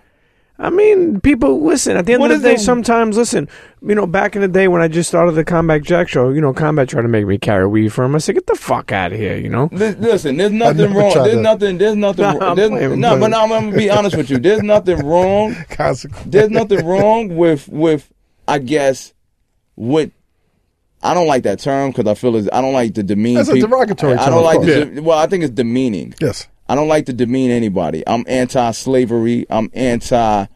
Speaker 4: I mean, people listen. At the end
Speaker 5: What
Speaker 4: of the
Speaker 5: is
Speaker 4: day,
Speaker 5: the-
Speaker 4: sometimes listen. You know, back in the day when I just started the Combat Jack show, you know, Combat tried to make me carry weed for him. I said, "Get the fuck out of here," you know.
Speaker 5: Li- Listen, there's
Speaker 1: never
Speaker 5: nothing wrong.
Speaker 1: tried
Speaker 5: There's
Speaker 1: to-
Speaker 5: nothing. There's nothing.
Speaker 4: Nah,
Speaker 5: wrong.
Speaker 4: I'm
Speaker 5: There's,
Speaker 4: playing,
Speaker 5: no,
Speaker 4: I'm
Speaker 5: but no, I'm gonna be honest with you. There's nothing wrong
Speaker 1: Consequence.
Speaker 5: there's nothing wrong with with I guess with I don't like that term because I feel it's, I don't like to demean.
Speaker 1: That's a
Speaker 5: people.
Speaker 1: derogatory
Speaker 5: I, I
Speaker 1: term,
Speaker 5: don't
Speaker 1: of
Speaker 5: like.
Speaker 1: course.
Speaker 5: To, de- Well, I think it's demeaning.
Speaker 1: Yes.
Speaker 5: I don't like to demean anybody. I'm anti-slavery. I'm anti-second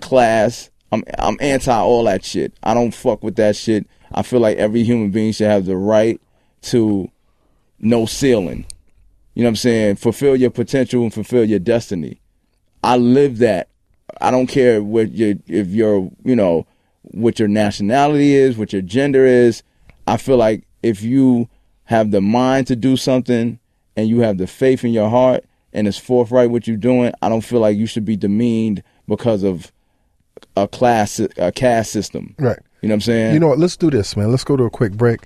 Speaker 5: class. I'm I'm anti all that shit. I don't fuck with that shit. I feel like every human being should have the right to no ceiling. You know what I'm saying? Fulfill your potential and fulfill your destiny. I live that. I don't care what your if your you know what your nationality is, what your gender is. I feel like if you have the mind to do something and you have the faith in your heart and it's forthright what you're doing, I don't feel like you should be demeaned because of a class a caste system.
Speaker 1: Right.
Speaker 5: You know what I'm saying?
Speaker 1: You know what? Let's do this, man. Let's go to a quick break,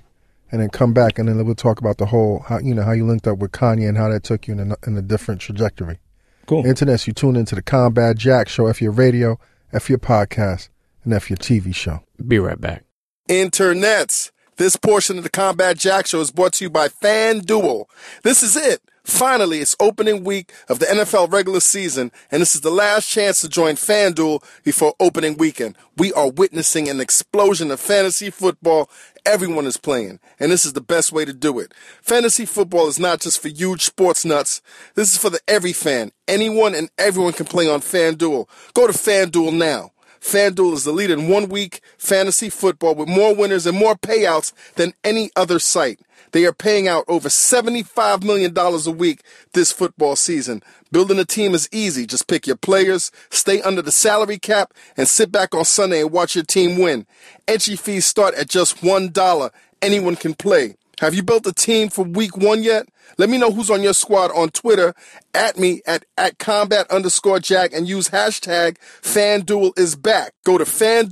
Speaker 1: and then come back, and then we'll talk about the whole how you know how you linked up with Kanye and how that took you in a, in a different trajectory.
Speaker 5: cool.
Speaker 1: Internets, you tune into the Combat Jack Show, F your radio,
Speaker 6: F your podcast, and F your TV show.
Speaker 4: Be right back.
Speaker 1: Internets. This portion of the Combat Jack Show is brought to you by FanDuel. This is it. Finally, it's opening week of the NFL regular season, and this is the last chance to join FanDuel before opening weekend. We are witnessing an explosion of fantasy football. Everyone is playing, and this is the best way to do it. Fantasy football is not just for huge sports nuts. This is for the every fan. Anyone and everyone can play on FanDuel. Go to FanDuel now. FanDuel is the lead in one week fantasy football with more winners and more payouts than any other site. They are paying out over $75 million a week this football season. Building a team is easy. Just pick your players, stay under the salary cap, and sit back on Sunday and watch your team win. Entry fees start at just $1. Anyone can play. Have you built a team for week one yet? Let me know who's on your squad on Twitter at me at, at combat underscore jack and use hashtag FanDuel is back. Go to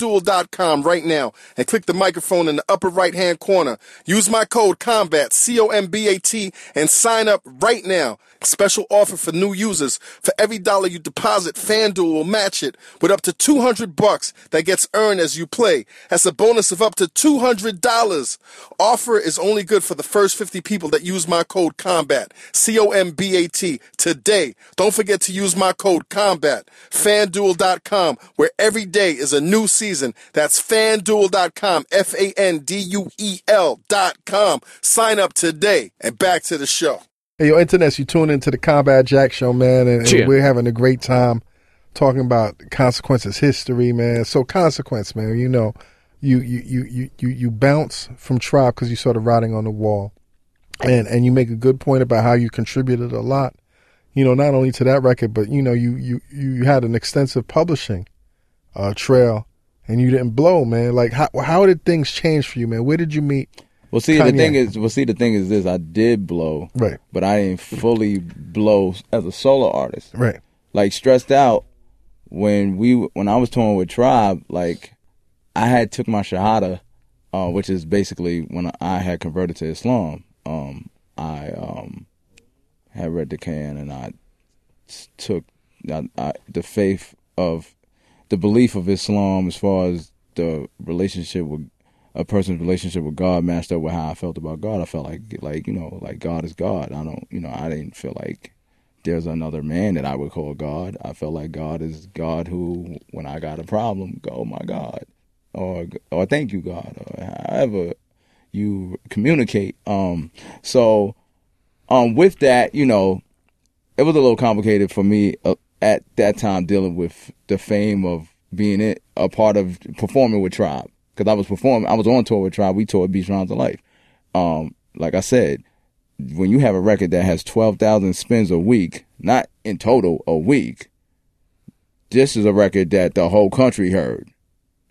Speaker 1: fanduel.com right now and click the microphone in the upper right hand corner. Use my code combat, C O M B A T, and sign up right now. Special offer for new users. For every dollar you deposit, FanDuel will match it with up to 200 bucks that gets earned as you play. That's a bonus of up to $200. Offer is only good for the first 50 people that use my code COMBAT, C O M B A T, today. Don't forget to use my code COMBAT, fanduel.com, where every day is a new season. That's fanduel.com, F A N D U E L.com. Sign up today and back to the show.
Speaker 6: Hey, yo, internets, you tune into the Combat Jack Show, man, and, and
Speaker 4: Cheer.
Speaker 6: we're having a great time talking about consequences, history, man. So consequence, man, you know, you you you you you, you bounce from tribe because you saw the writing on the wall, and and you make a good point about how you contributed a lot, you know, not only to that record, but you know, you you you had an extensive publishing uh, trail, and you didn't blow, man. Like how how did things change for you, man? Where did you meet?
Speaker 5: Well, see,
Speaker 6: Kanye.
Speaker 5: the thing is, well, see, the thing is this: I did blow,
Speaker 6: Right,
Speaker 5: but I didn't fully blow as a solo artist.
Speaker 6: right,
Speaker 5: Like stressed out when we when I was touring with Tribe, like I had took my shahada, uh, which is basically when I had converted to Islam. Um, I um, had read the Quran and I s- took I, I, the faith of the belief of Islam as far as the relationship with a person's relationship with God matched up with how I felt about God. I felt like like you know like God is God. I don't you know I didn't feel like there's another man that I would call God. I felt like God is God who when I got a problem, go "Oh my God or or thank you God or however you communicate. Um so um with that you know it was a little complicated for me uh, at that time dealing with the fame of being it, a part of performing with Tribe because I was performing. I was on tour with Tribe. We toured Beach Rounds of Life. Um, like I said, when you have a record that has twelve thousand spins a week, not in total a week, this is a record that the whole country heard.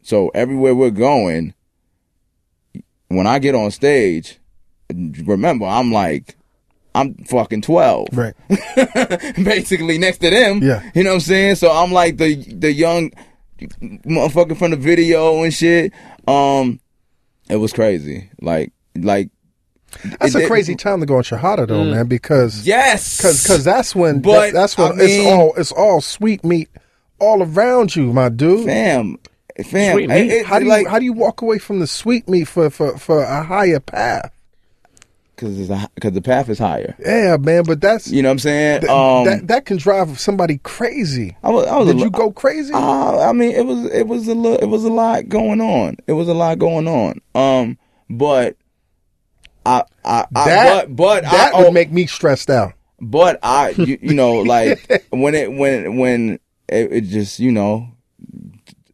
Speaker 5: So everywhere we're going, when I get on stage, remember I'm like, I'm fucking twelve
Speaker 6: right.
Speaker 5: basically next to them.
Speaker 6: Yeah.
Speaker 5: You know what I'm saying? So I'm like the the young motherfucker from the video and shit. Um it was crazy. Like like
Speaker 6: That's
Speaker 5: it-
Speaker 6: a
Speaker 5: it-
Speaker 6: crazy time to go on Shahada though, man, because
Speaker 5: Yes.
Speaker 6: Cause, cause that's when,
Speaker 5: But,
Speaker 6: that- that's when
Speaker 5: I
Speaker 6: it's
Speaker 5: mean-
Speaker 6: all, it's all sweet meat all around you, my dude.
Speaker 5: fam fam
Speaker 4: Sweet
Speaker 5: it-
Speaker 4: meat.
Speaker 5: it-
Speaker 6: how do you,
Speaker 5: like
Speaker 6: how do you walk away from the sweet meat for, for, for a higher path?
Speaker 5: cuz it's a, cuz the path is higher.
Speaker 6: Yeah, man, but that's,
Speaker 5: You know what I'm saying?
Speaker 6: th-
Speaker 5: um
Speaker 6: that, that can drive somebody crazy.
Speaker 5: I was I was a
Speaker 6: Did
Speaker 5: li-
Speaker 6: you go crazy?
Speaker 5: Uh, I mean, it was it was a lo- it was a lot going on. It was a lot going on. Um, but I I, I
Speaker 6: that,
Speaker 5: but but
Speaker 6: that
Speaker 5: I,
Speaker 6: would
Speaker 5: oh,
Speaker 6: make me stressed out.
Speaker 5: But I, you, you know, like when it when when it, it just you know,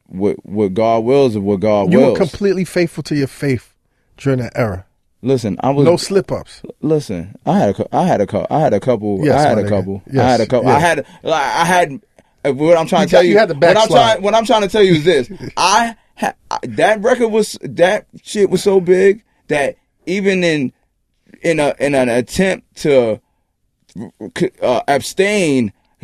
Speaker 5: what what God wills is what God
Speaker 6: You were
Speaker 5: wills.
Speaker 6: completely faithful to your faith during that era.
Speaker 5: listen, I was
Speaker 6: No slip ups.
Speaker 5: listen. I had a cou- I had a couple. I had a couple.
Speaker 6: Yes,
Speaker 5: I had
Speaker 6: my
Speaker 5: a
Speaker 6: nigga.
Speaker 5: couple. I
Speaker 6: Yes,
Speaker 5: had a couple. I
Speaker 6: yes.
Speaker 5: had like I had. uh, What I'm trying
Speaker 6: You
Speaker 5: to
Speaker 6: got-
Speaker 5: tell you,
Speaker 6: you had the
Speaker 5: what I'm
Speaker 6: backslide.
Speaker 5: trying what I'm trying to tell you is this. I, ha, I that record was that shit was so big that even in in a in an attempt to uh, abstain,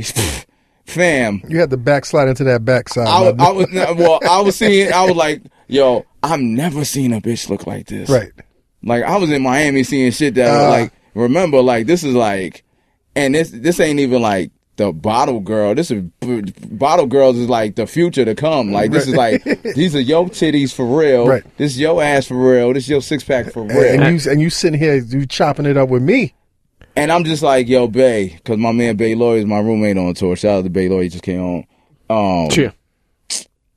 Speaker 5: fam.
Speaker 6: You had to backslide into that backside.
Speaker 5: I,
Speaker 6: my
Speaker 5: was-
Speaker 6: dude.
Speaker 5: I was well. I was seeing. I was like, yo, I've never seen a bitch look like this.
Speaker 6: right.
Speaker 5: Like I was in
Speaker 1: Uh.
Speaker 5: Miami seeing shit that
Speaker 6: Ah.
Speaker 5: like remember like this is like, and this this ain't even like the bottle girl. This is bottle girls is like the future to come. Like this is like these are your titties for real.
Speaker 1: Right.
Speaker 5: This your ass for real. This your six pack for real.
Speaker 1: And, you and you sitting here, you chopping it up with me.
Speaker 5: And I'm just like, yo, Bay, because my man Bay Lloyd is my roommate on tour. Shout out to Bay Lloyd, he just came on. Um,
Speaker 4: Cheer.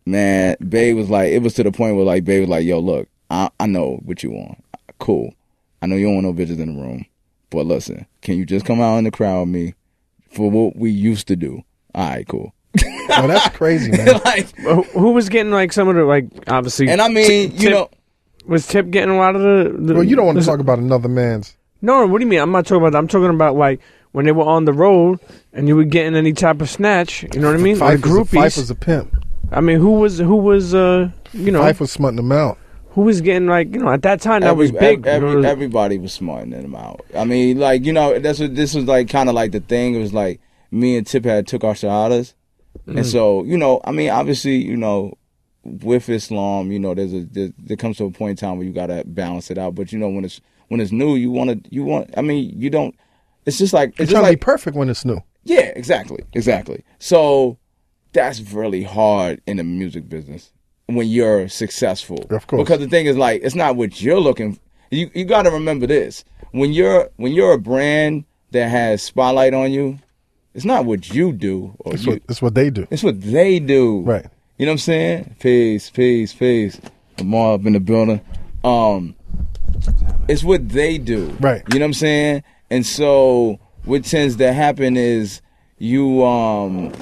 Speaker 5: man, Bay was like, it was to the point where like Bay was like, yo, look, I, I know what you want. Cool. I know you don't want no bitches in the room, but listen, can you just come out in the crowd with me for what we used to do? All right, cool.
Speaker 1: Oh, that's crazy, man.
Speaker 5: like,
Speaker 4: Who, who was getting like some of the like obviously?
Speaker 5: and I mean,
Speaker 4: Tip-
Speaker 5: you know,
Speaker 4: was Tip getting a lot of the? the
Speaker 1: Well, you don't want to
Speaker 4: the-
Speaker 1: talk about another man's.
Speaker 4: No, what do you mean? I'm not talking about. that. I'm talking about like when they were on the road and you were getting any type of snatch. You know what I mean? Or
Speaker 1: Fife
Speaker 4: the
Speaker 1: was a-
Speaker 4: groupies.
Speaker 1: Fife was a pimp.
Speaker 4: I mean, who was who was uh you know
Speaker 1: Fife was smutting them out.
Speaker 4: who was getting like you know at that time that was
Speaker 5: Every-
Speaker 4: big. you
Speaker 5: ev-
Speaker 4: know,
Speaker 5: every-
Speaker 4: it was-
Speaker 5: everybody was smarting them out. I mean, like you know, that's what this was like. Kind of like the thing. It was like me and Tip had took our shahadas,
Speaker 4: Mm.
Speaker 5: and so you know, I mean, obviously, you know, with Islam, you know, there's a there, there comes to a point in time where you gotta balance it out. But you know, when it's when it's new, you want to you want. I mean, you don't. It's just like
Speaker 1: You're
Speaker 5: it's just
Speaker 1: trying
Speaker 5: like
Speaker 1: to be perfect when it's new.
Speaker 5: yeah, exactly, exactly. So that's really hard in the music business when you're successful.
Speaker 1: Of course.
Speaker 5: Because the thing is, like, it's not what you're looking. You you got to remember this when you're when you're a brand that has spotlight on you, it's not what you do. Or
Speaker 1: That's
Speaker 5: you,
Speaker 1: what, that's what they do.
Speaker 5: it's what they do.
Speaker 1: Right.
Speaker 5: You know what I'm saying? Peace, peace, peace. Lamar up in the building. Um, it's what they do.
Speaker 1: Right.
Speaker 5: You know what I'm saying? And so what tends to happen is you um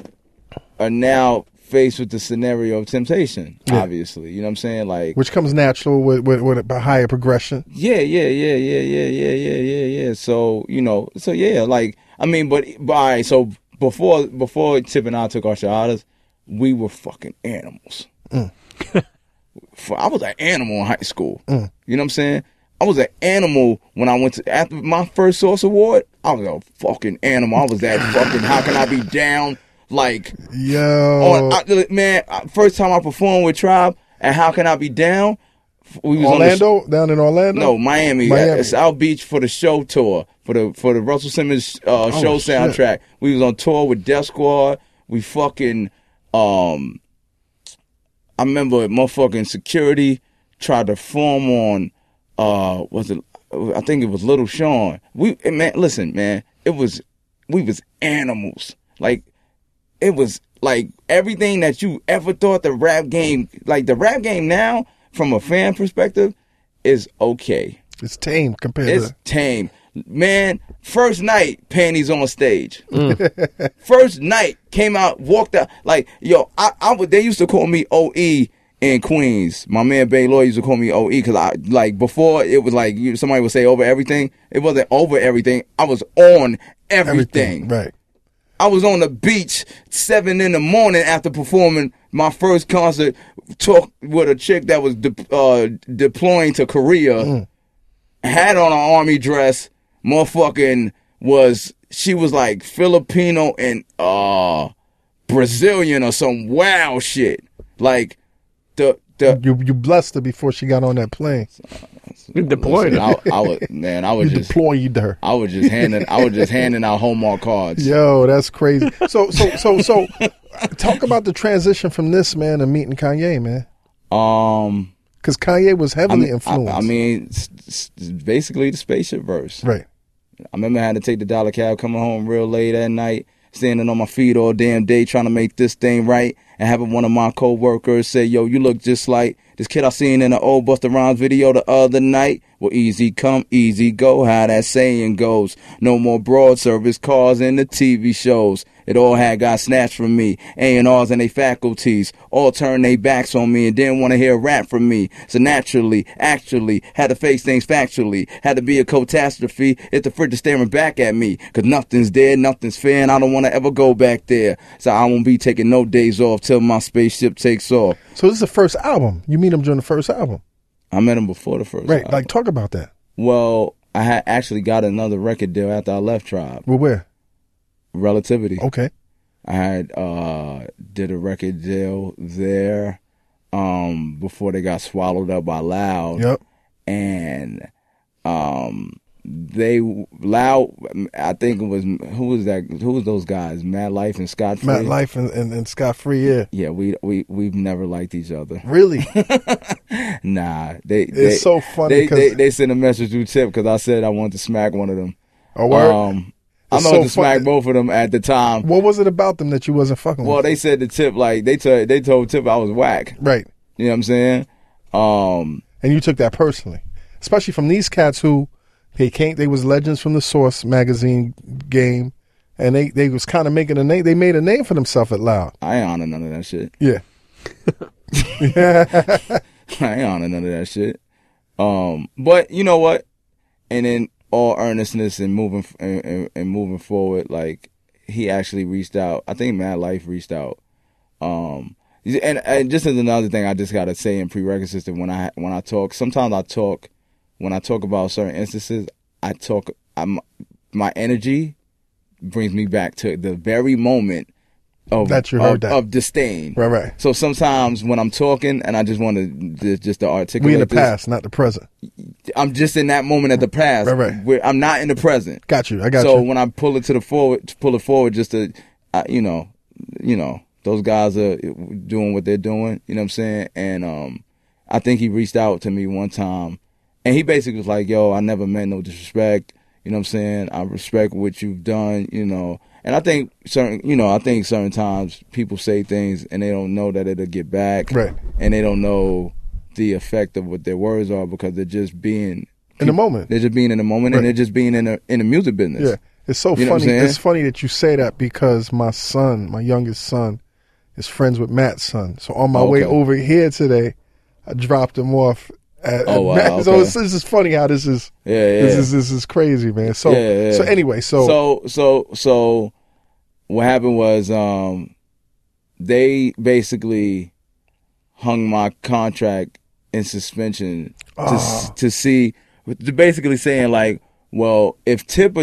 Speaker 5: are now faced with the scenario of temptation. Obviously, you know what I'm saying? Like
Speaker 1: Which comes natural with, with, with a higher progression.
Speaker 5: yeah, yeah, yeah, yeah, yeah, yeah, yeah, yeah, yeah. So you know, so yeah, like I mean, but but all right, so before before Tip and I took our shahadas, we were fucking animals. For- I was an animal in high school. You know what I'm saying? I was an animal when I went to after my first Source Award. I was a fucking animal. I was that fucking. How can I be down? Like
Speaker 1: Yo.
Speaker 5: on, I, man, I- first time I performed with Tribe, and how can I be down? We was on the-
Speaker 1: Orlando? down in Orlando?
Speaker 5: no, Miami.
Speaker 1: Miami.
Speaker 5: Miami. South Beach for the show tour for the for the Russell Simmons uh, show
Speaker 1: shit.
Speaker 5: soundtrack. We was on tour with Death Squad. We fucking um, I remember motherfucking security tried to form on uh was it I think it was Little Sean. We eh, man, listen, man, it was we was animals. Like it was like everything that you ever thought the rap game like the rap game now from a fan perspective is okay.
Speaker 1: It's tame compared
Speaker 5: It's
Speaker 1: to.
Speaker 5: tame. Man, first night, panties on stage. first night, came out, walked out. Like, yo, I, I would, they used to call me OE in Queens. My man Bay Lloyd used to call me OE because I, like, before it was like you, somebody would say over everything. It wasn't over everything. I was on everything.
Speaker 1: Right.
Speaker 5: I was on the beach seven in the morning after performing my first concert. Talk with a chick that was de- uh, deploying to Korea, had on an army dress. Motherfucking was she was like Filipino and uh Brazilian or some wow shit. Like the the
Speaker 1: You you blessed her before she got on that plane.
Speaker 4: you deployed.
Speaker 5: Listen, I, I was man. I was
Speaker 1: You
Speaker 5: just
Speaker 1: deployed her.
Speaker 5: I was just handing I was just handing out Hallmark cards.
Speaker 1: Yo, that's crazy. So so so so, talk about the transition from this man and meeting Kanye, man.
Speaker 5: Um.
Speaker 1: Because Kanye was
Speaker 5: I
Speaker 1: heavily
Speaker 5: mean, I-
Speaker 1: influenced.
Speaker 5: I, mean, s- s- basically the spaceship verse.
Speaker 1: right.
Speaker 5: I remember I had to take the dollar cab coming home real late at night, standing on my feet all damn day trying to make this thing right, and having one of my coworkers say, "Yo, you look just like this kid I seen in the old Busta Rhymes video the other night." Well, easy come, easy go, how that saying goes. No more broad service cars in the TV shows. It all had got snatched from me. A and R's and they faculties all turned their backs on me and didn't want to hear a rap from me. So naturally, actually, had to face things factually. Had to be a catastrophe if the fridge is staring back at me. Cause nothing's there, nothing's fair, and I don't want to ever go back there. So I won't be taking no days off till my spaceship takes off.
Speaker 1: So this is the first album. You meet him during the first album,
Speaker 5: I met him before the first.
Speaker 1: right?
Speaker 5: album.
Speaker 1: Like talk about that.
Speaker 5: well, I had actually got another record deal after I left Tribe.
Speaker 1: Well, where?
Speaker 5: Relativity.
Speaker 1: Okay.
Speaker 5: I had uh did a record deal there um before they got swallowed up by Loud
Speaker 1: Yep.
Speaker 5: and um they loud. I think it was who was that? Who was those guys? Mad Life and Scott. Free?
Speaker 6: Matt Life and, and, and Scott Free, yeah.
Speaker 5: Yeah, we we we've never liked each other.
Speaker 6: Really?
Speaker 5: Nah, they. they-
Speaker 6: so funny
Speaker 5: They,
Speaker 6: 'cause-
Speaker 5: they they sent a message through Tip because I said I wanted to smack one of them.
Speaker 6: A word?
Speaker 5: Um, I
Speaker 6: It's
Speaker 5: know
Speaker 6: so
Speaker 5: to smack
Speaker 6: funny.
Speaker 5: both of them at the time.
Speaker 6: what was it about them that you wasn't fucking
Speaker 5: Well,
Speaker 6: with?
Speaker 5: they said the Tip like they told they told Tip I was whack.
Speaker 6: Right.
Speaker 5: You know what I'm saying? Um,
Speaker 6: and you took that personally, especially from these cats who they came. They was legends from the Source magazine game, and they they was kind of making a name. They made a name for themselves at Loud.
Speaker 5: I ain't on to none of that shit.
Speaker 6: Yeah,
Speaker 5: I ain't on to none of that shit. Um, but you know what? And in all earnestness and moving f- and, and, and moving forward, like he actually reached out. I think Mad Life reached out. Um, and, and just as another thing, I just gotta say in prerequisites that when I when I talk, sometimes I talk when I talk about certain instances, I talk. I'm my energy brings me back to the very moment of
Speaker 6: That you heard
Speaker 5: of,
Speaker 6: that.
Speaker 5: of disdain.
Speaker 6: right, right.
Speaker 5: So sometimes when I'm talking and I just want to just, just to articulate,
Speaker 6: We in the
Speaker 5: this,
Speaker 6: past, not the present.
Speaker 5: I'm just in that moment at the past.
Speaker 6: Right, right.
Speaker 5: Where I'm not in the present.
Speaker 6: Got you. I got
Speaker 5: so
Speaker 6: you.
Speaker 5: when I pull it to the forward, to pull it forward, just to, I, you know, you know, those guys are doing what they're doing. You know what I'm saying? And um, I think he reached out to me one time, and he basically was like, "Yo, I never meant no disrespect. You know what I'm saying? I respect what you've done. You know." And I think certain, you know, I think certain times people say things and they don't know that it'll get back,
Speaker 6: Right.
Speaker 5: And they don't know the effect of what their words are because they're just being
Speaker 6: In the moment.
Speaker 5: they're just being in the moment
Speaker 6: Right.
Speaker 5: and they're just being in the in the music business.
Speaker 6: Yeah, it's so
Speaker 5: You know what I'm
Speaker 6: funny.
Speaker 5: saying?
Speaker 6: It's funny that you say that because my son, my youngest son, is friends with Matt's son. So on my way
Speaker 5: Okay.
Speaker 6: over here today, I dropped him off. At,
Speaker 5: Oh,
Speaker 6: at
Speaker 5: wow,
Speaker 6: Matt's. So
Speaker 5: okay.
Speaker 6: it's, this is funny how this is.
Speaker 5: Yeah, yeah.
Speaker 6: This is this is crazy, man. So
Speaker 5: Yeah, yeah.
Speaker 6: so anyway, so,
Speaker 5: So so so what happened was um they basically hung my contract in suspension to
Speaker 6: Ah.
Speaker 5: s to see to basically saying like well if Tip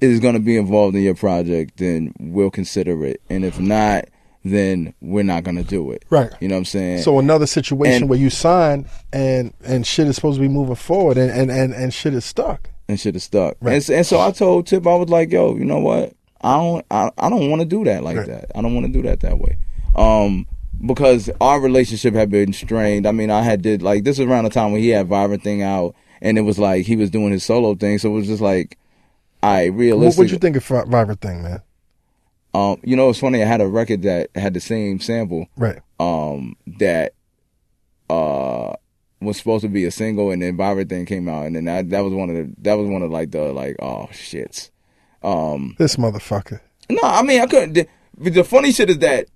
Speaker 5: is going to be involved in your project then we'll consider it and if not then we're not going to do it.
Speaker 6: Right.
Speaker 5: You know what I'm saying?
Speaker 6: So another situation
Speaker 5: And-
Speaker 6: where you sign and and shit is supposed to be moving forward and and and, and shit is stuck.
Speaker 5: and shit is stuck. And, s- and so I told Tip, I was like, yo, you know what? I don't, I, I don't want to do that like that. I don't want to do that that way. Um, because our relationship had been strained. I mean, I had did like this was around the time when he had Vibrant thing out, and it was like he was doing his solo thing. So it was just like, I
Speaker 6: What
Speaker 5: realistic.
Speaker 6: would you think of Vi- Vibrant thing, man?
Speaker 5: Um, you know, it's funny. I had a record that had the same sample
Speaker 6: Right.
Speaker 5: um that uh was supposed to be a single and then Vibrant thing came out and then that, that was one of the that was one of like the like oh shits. Um
Speaker 6: This motherfucker.
Speaker 5: no, I mean I couldn't the, the funny shit is that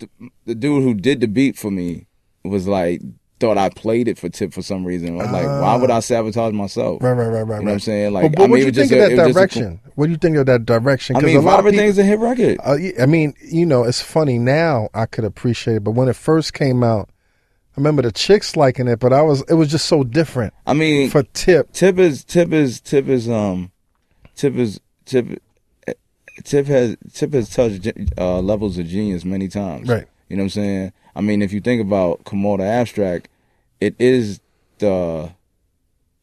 Speaker 5: the, the dude who did the beat for me was like thought I played it for tip for some reason. I was like, why would I sabotage myself?
Speaker 6: Ah. Right, right, right, right.
Speaker 5: You know what I'm
Speaker 6: right.
Speaker 5: saying?
Speaker 6: But-
Speaker 5: Like,
Speaker 6: but
Speaker 5: I mean, it
Speaker 6: what do you
Speaker 5: was just
Speaker 6: think of
Speaker 5: a-
Speaker 6: that
Speaker 5: it was just a-
Speaker 6: direction? What do you think of that direction?
Speaker 5: I
Speaker 6: 'Cause
Speaker 5: mean,
Speaker 6: a lot of
Speaker 5: Vibrant
Speaker 6: people-
Speaker 5: thing's a hit record.
Speaker 6: Uh, yeah, I mean, you know, it's funny now. I could appreciate it, but when it first came out, I remember the chicks liking it, but I was it was just so different
Speaker 5: I mean,
Speaker 6: for Tip.
Speaker 5: Tip is Tip is Tip is um Tip is Tip Tip has Tip has touched ge- uh, levels of genius many times.
Speaker 6: Right.
Speaker 5: You know what I'm saying? I mean, if you think about Komodo Abstract, it is the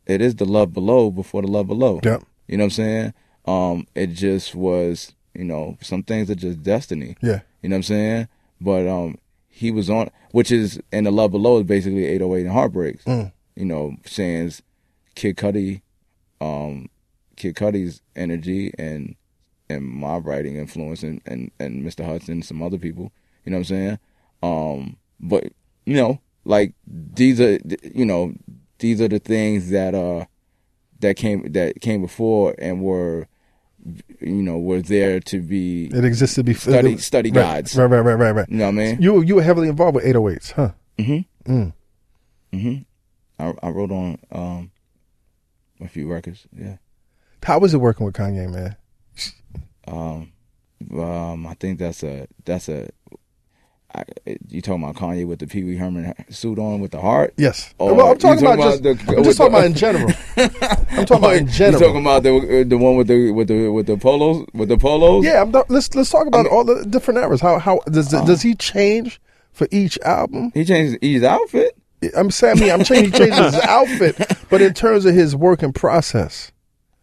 Speaker 5: it is the love below before the love below.
Speaker 6: Yep.
Speaker 5: You know what I'm saying? Um, it just was you know some things are just destiny.
Speaker 6: Yeah,
Speaker 5: You know what I'm saying? But um, he was on, which is and the love below is basically 808 and heartbreaks. You know, Sans, Kid Cudi, um, Kid Cudi's energy and and my writing influence and and and Mr. Hudson and some other people. You know what I'm saying? Um, but you know, like these are you know these are the things that uh that came that came before and were you know were there to be
Speaker 6: it existed before.
Speaker 5: Study- study Mm-hmm.
Speaker 6: right,
Speaker 5: guides.
Speaker 6: Right, right, right, right, right.
Speaker 5: you know what I mean?
Speaker 6: You you were heavily involved with 808s, huh?
Speaker 5: I, I wrote on um a few records. Yeah.
Speaker 6: How was it working with Kanye, man?
Speaker 5: Um, um, I think that's a that's a. I, you talking about Kanye with the Pee Wee Herman suit on with the heart?
Speaker 6: Yes.
Speaker 5: Or
Speaker 6: well, I'm
Speaker 5: Oh, you
Speaker 6: talking, about, just.
Speaker 5: the-
Speaker 6: I'm just
Speaker 5: with
Speaker 6: talking
Speaker 5: the-
Speaker 6: about in general. I'm talking about in
Speaker 5: You
Speaker 6: general.
Speaker 5: talking about the the one with the with the with the polos with the polos?
Speaker 6: yeah, I'm not, let's let's talk about
Speaker 5: mean- Uh-huh.
Speaker 6: all the different eras. How how does does he change for each album?
Speaker 5: He changed his outfit.
Speaker 6: I'm saying, I mean, I'm changing he changes his outfit, but in terms of his working process,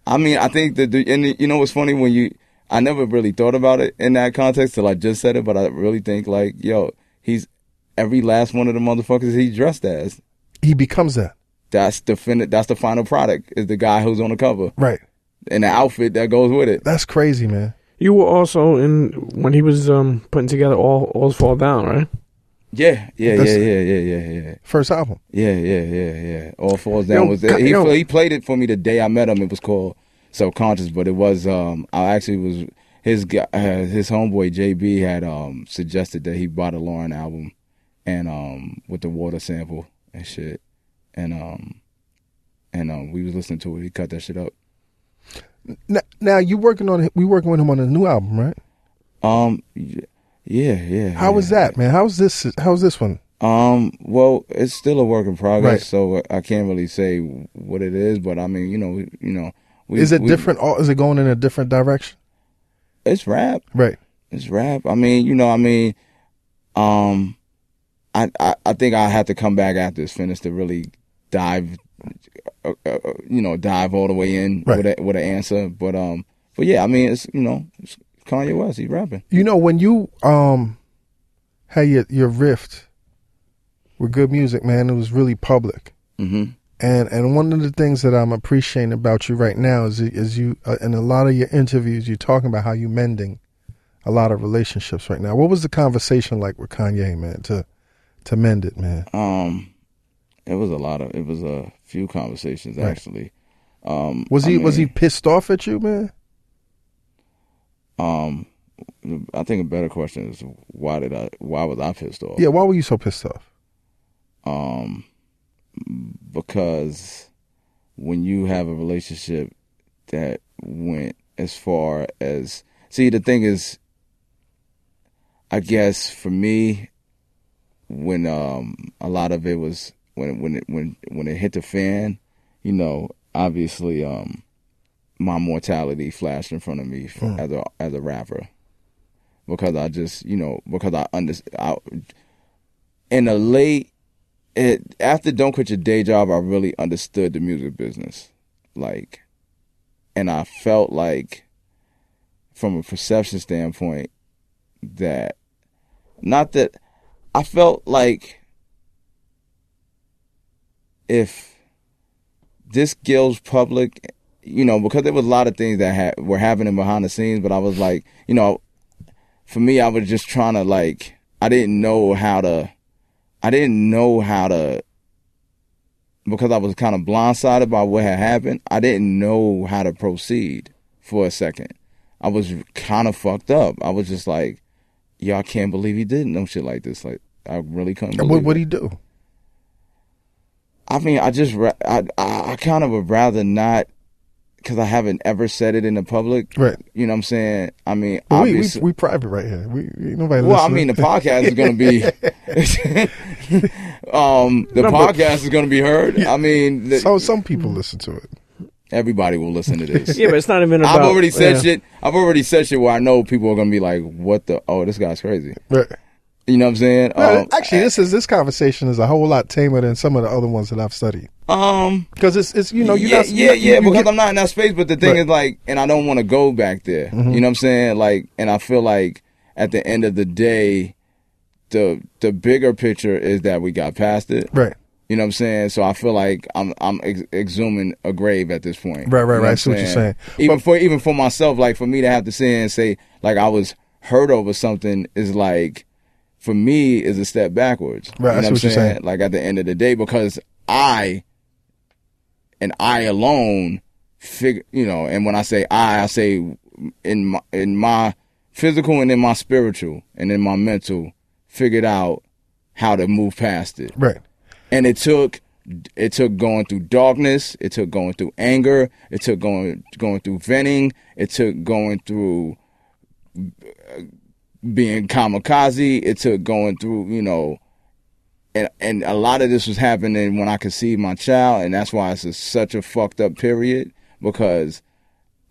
Speaker 5: I mean, I think that the, and you know what's funny when you, I never really thought about it in that context till I just said it, but I really think like, yo, he's every last one of the motherfuckers he dressed as.
Speaker 1: He becomes that.
Speaker 5: That's the fin- That's the final product is the guy who's on the cover
Speaker 1: Right.
Speaker 5: and the outfit that goes with it.
Speaker 1: That's crazy, man.
Speaker 4: You were also in when he was um, putting together all All's Fall Down, right?
Speaker 5: Yeah, yeah, yeah,
Speaker 1: That's-
Speaker 5: yeah, yeah, yeah, yeah.
Speaker 1: First album.
Speaker 5: Yeah, yeah, yeah, yeah. All Falls Down
Speaker 4: Yo,
Speaker 5: was
Speaker 4: God,
Speaker 5: there. He,
Speaker 4: yo.
Speaker 5: he played it for me the day I met him. It was called Subconscious, but it was um I actually was his gu- uh, his homeboy JB had um suggested that he bought a Lauren album and um with the water sample and shit and um and um we was listening to it. He cut that shit up.
Speaker 1: Now, now you working on it? We working with him on a new album, right?
Speaker 5: Um y- yeah, yeah.
Speaker 1: How was
Speaker 5: yeah.
Speaker 1: that, man? How was this? How was this one?
Speaker 5: Um, well, it's still a work in progress,
Speaker 1: Right.
Speaker 5: so I can't really say what it is, but I mean, you know, you know, we,
Speaker 1: is it
Speaker 5: we-
Speaker 1: different? Or is it going in a different direction?
Speaker 5: It's rap.
Speaker 1: Right.
Speaker 5: It's rap. I mean, you know, I mean, um, I, I, I think I have to come back after it's finished to really dive, uh, uh, uh, you know, dive all the way in
Speaker 1: Right.
Speaker 5: with a, with an answer. But um, but yeah, I mean, it's you know, it's Kanye West. He's rapping.
Speaker 1: You know when you um had your your rift with good music, man, it was really public.
Speaker 5: hmm
Speaker 1: And and one of the things that I'm appreciating about you right now is is you uh, in a lot of your interviews you're talking about how you mending a lot of relationships right now. What was the conversation like with Kanye, man, to to mend it, man?
Speaker 5: Um, it was a lot of it was a few conversations
Speaker 1: Right.
Speaker 5: actually. Um,
Speaker 1: Was
Speaker 5: I
Speaker 1: he was he
Speaker 5: mean,
Speaker 1: pissed off at you, man?
Speaker 5: Um, I think a better question is why did I? Why was I pissed off?
Speaker 1: Yeah, why were you so pissed off?
Speaker 5: um, because when you have a relationship that went as far as see the thing is i guess for me when um a lot of it was when when it when when it hit the fan you know obviously um my mortality flashed in front of me for, as a as a rapper because i just you know because i under I, in a late it after don't quit your day job i really understood the music business like and i felt like from a perception standpoint that not that i felt like if this Gill's public you know because there was a lot of things that ha- were happening behind the scenes but i was like you know for me i was just trying to like i didn't know how to I didn't know how to because I was kind of blindsided by what had happened. I didn't know how to proceed for a second. I was kind of fucked up. I was just like, "Y'all can't believe he did no shit like this." Like, I really couldn't.
Speaker 1: And
Speaker 5: Believe
Speaker 1: what what
Speaker 5: it.
Speaker 1: he do?
Speaker 5: I mean, I just ra- I I I kind of would rather not because I haven't ever said it in the public.
Speaker 1: Right.
Speaker 5: You know what I'm saying? I mean,
Speaker 1: Well, we, we
Speaker 5: obviously,
Speaker 1: we private right here. We ain't nobody.
Speaker 5: Well, I
Speaker 1: listening.
Speaker 5: mean, the podcast is going to be, um, the
Speaker 4: No, but-
Speaker 5: podcast is going to be heard. I mean, the,
Speaker 1: so some people listen to it.
Speaker 5: everybody will listen to this.
Speaker 4: Yeah, but it's not even about.
Speaker 5: I've already said
Speaker 4: yeah.
Speaker 5: shit. I've already said shit where I know people are going to be like, "What the? Oh, this guy's crazy."
Speaker 1: Right.
Speaker 5: You know what I'm saying?
Speaker 1: No,
Speaker 5: Um,
Speaker 1: actually, this is this conversation is a whole lot tamer than some of the other ones that I've studied
Speaker 5: um,
Speaker 1: because it's it's you know you're
Speaker 5: yeah,
Speaker 1: not
Speaker 5: yeah,
Speaker 1: you-
Speaker 5: yeah,
Speaker 1: you
Speaker 5: because
Speaker 1: get-
Speaker 5: I'm not in that space. But the thing
Speaker 1: Right. Mm-hmm.
Speaker 5: is, like, and I don't want to go back there. You know what I'm saying? Like, and I feel like at the end of the day, the the bigger picture is that we got past it.
Speaker 1: right
Speaker 5: You know what I'm saying? So I feel like I'm I'm ex- exhuming a grave at this point.
Speaker 1: Right, right,
Speaker 5: You know
Speaker 1: right. I see what you're saying.
Speaker 5: Even for even for myself, like for me to have to sit here and say like I was hurt over something is like for me is a step backwards.
Speaker 1: Right, I
Speaker 5: you know
Speaker 1: see
Speaker 5: I'm
Speaker 1: what you're
Speaker 5: saying?
Speaker 1: saying.
Speaker 5: Like at the end of the day, because I and I alone figure you know, and when I say I, I say in my in my physical and in my spiritual and in my mental figured out how to move past it
Speaker 1: right
Speaker 5: and it took it took going through darkness it took going through anger it took going going through venting it took going through uh, being kamikaze it took going through you know and and a lot of this was happening when i conceived my child and that's why it's a, such a fucked up period because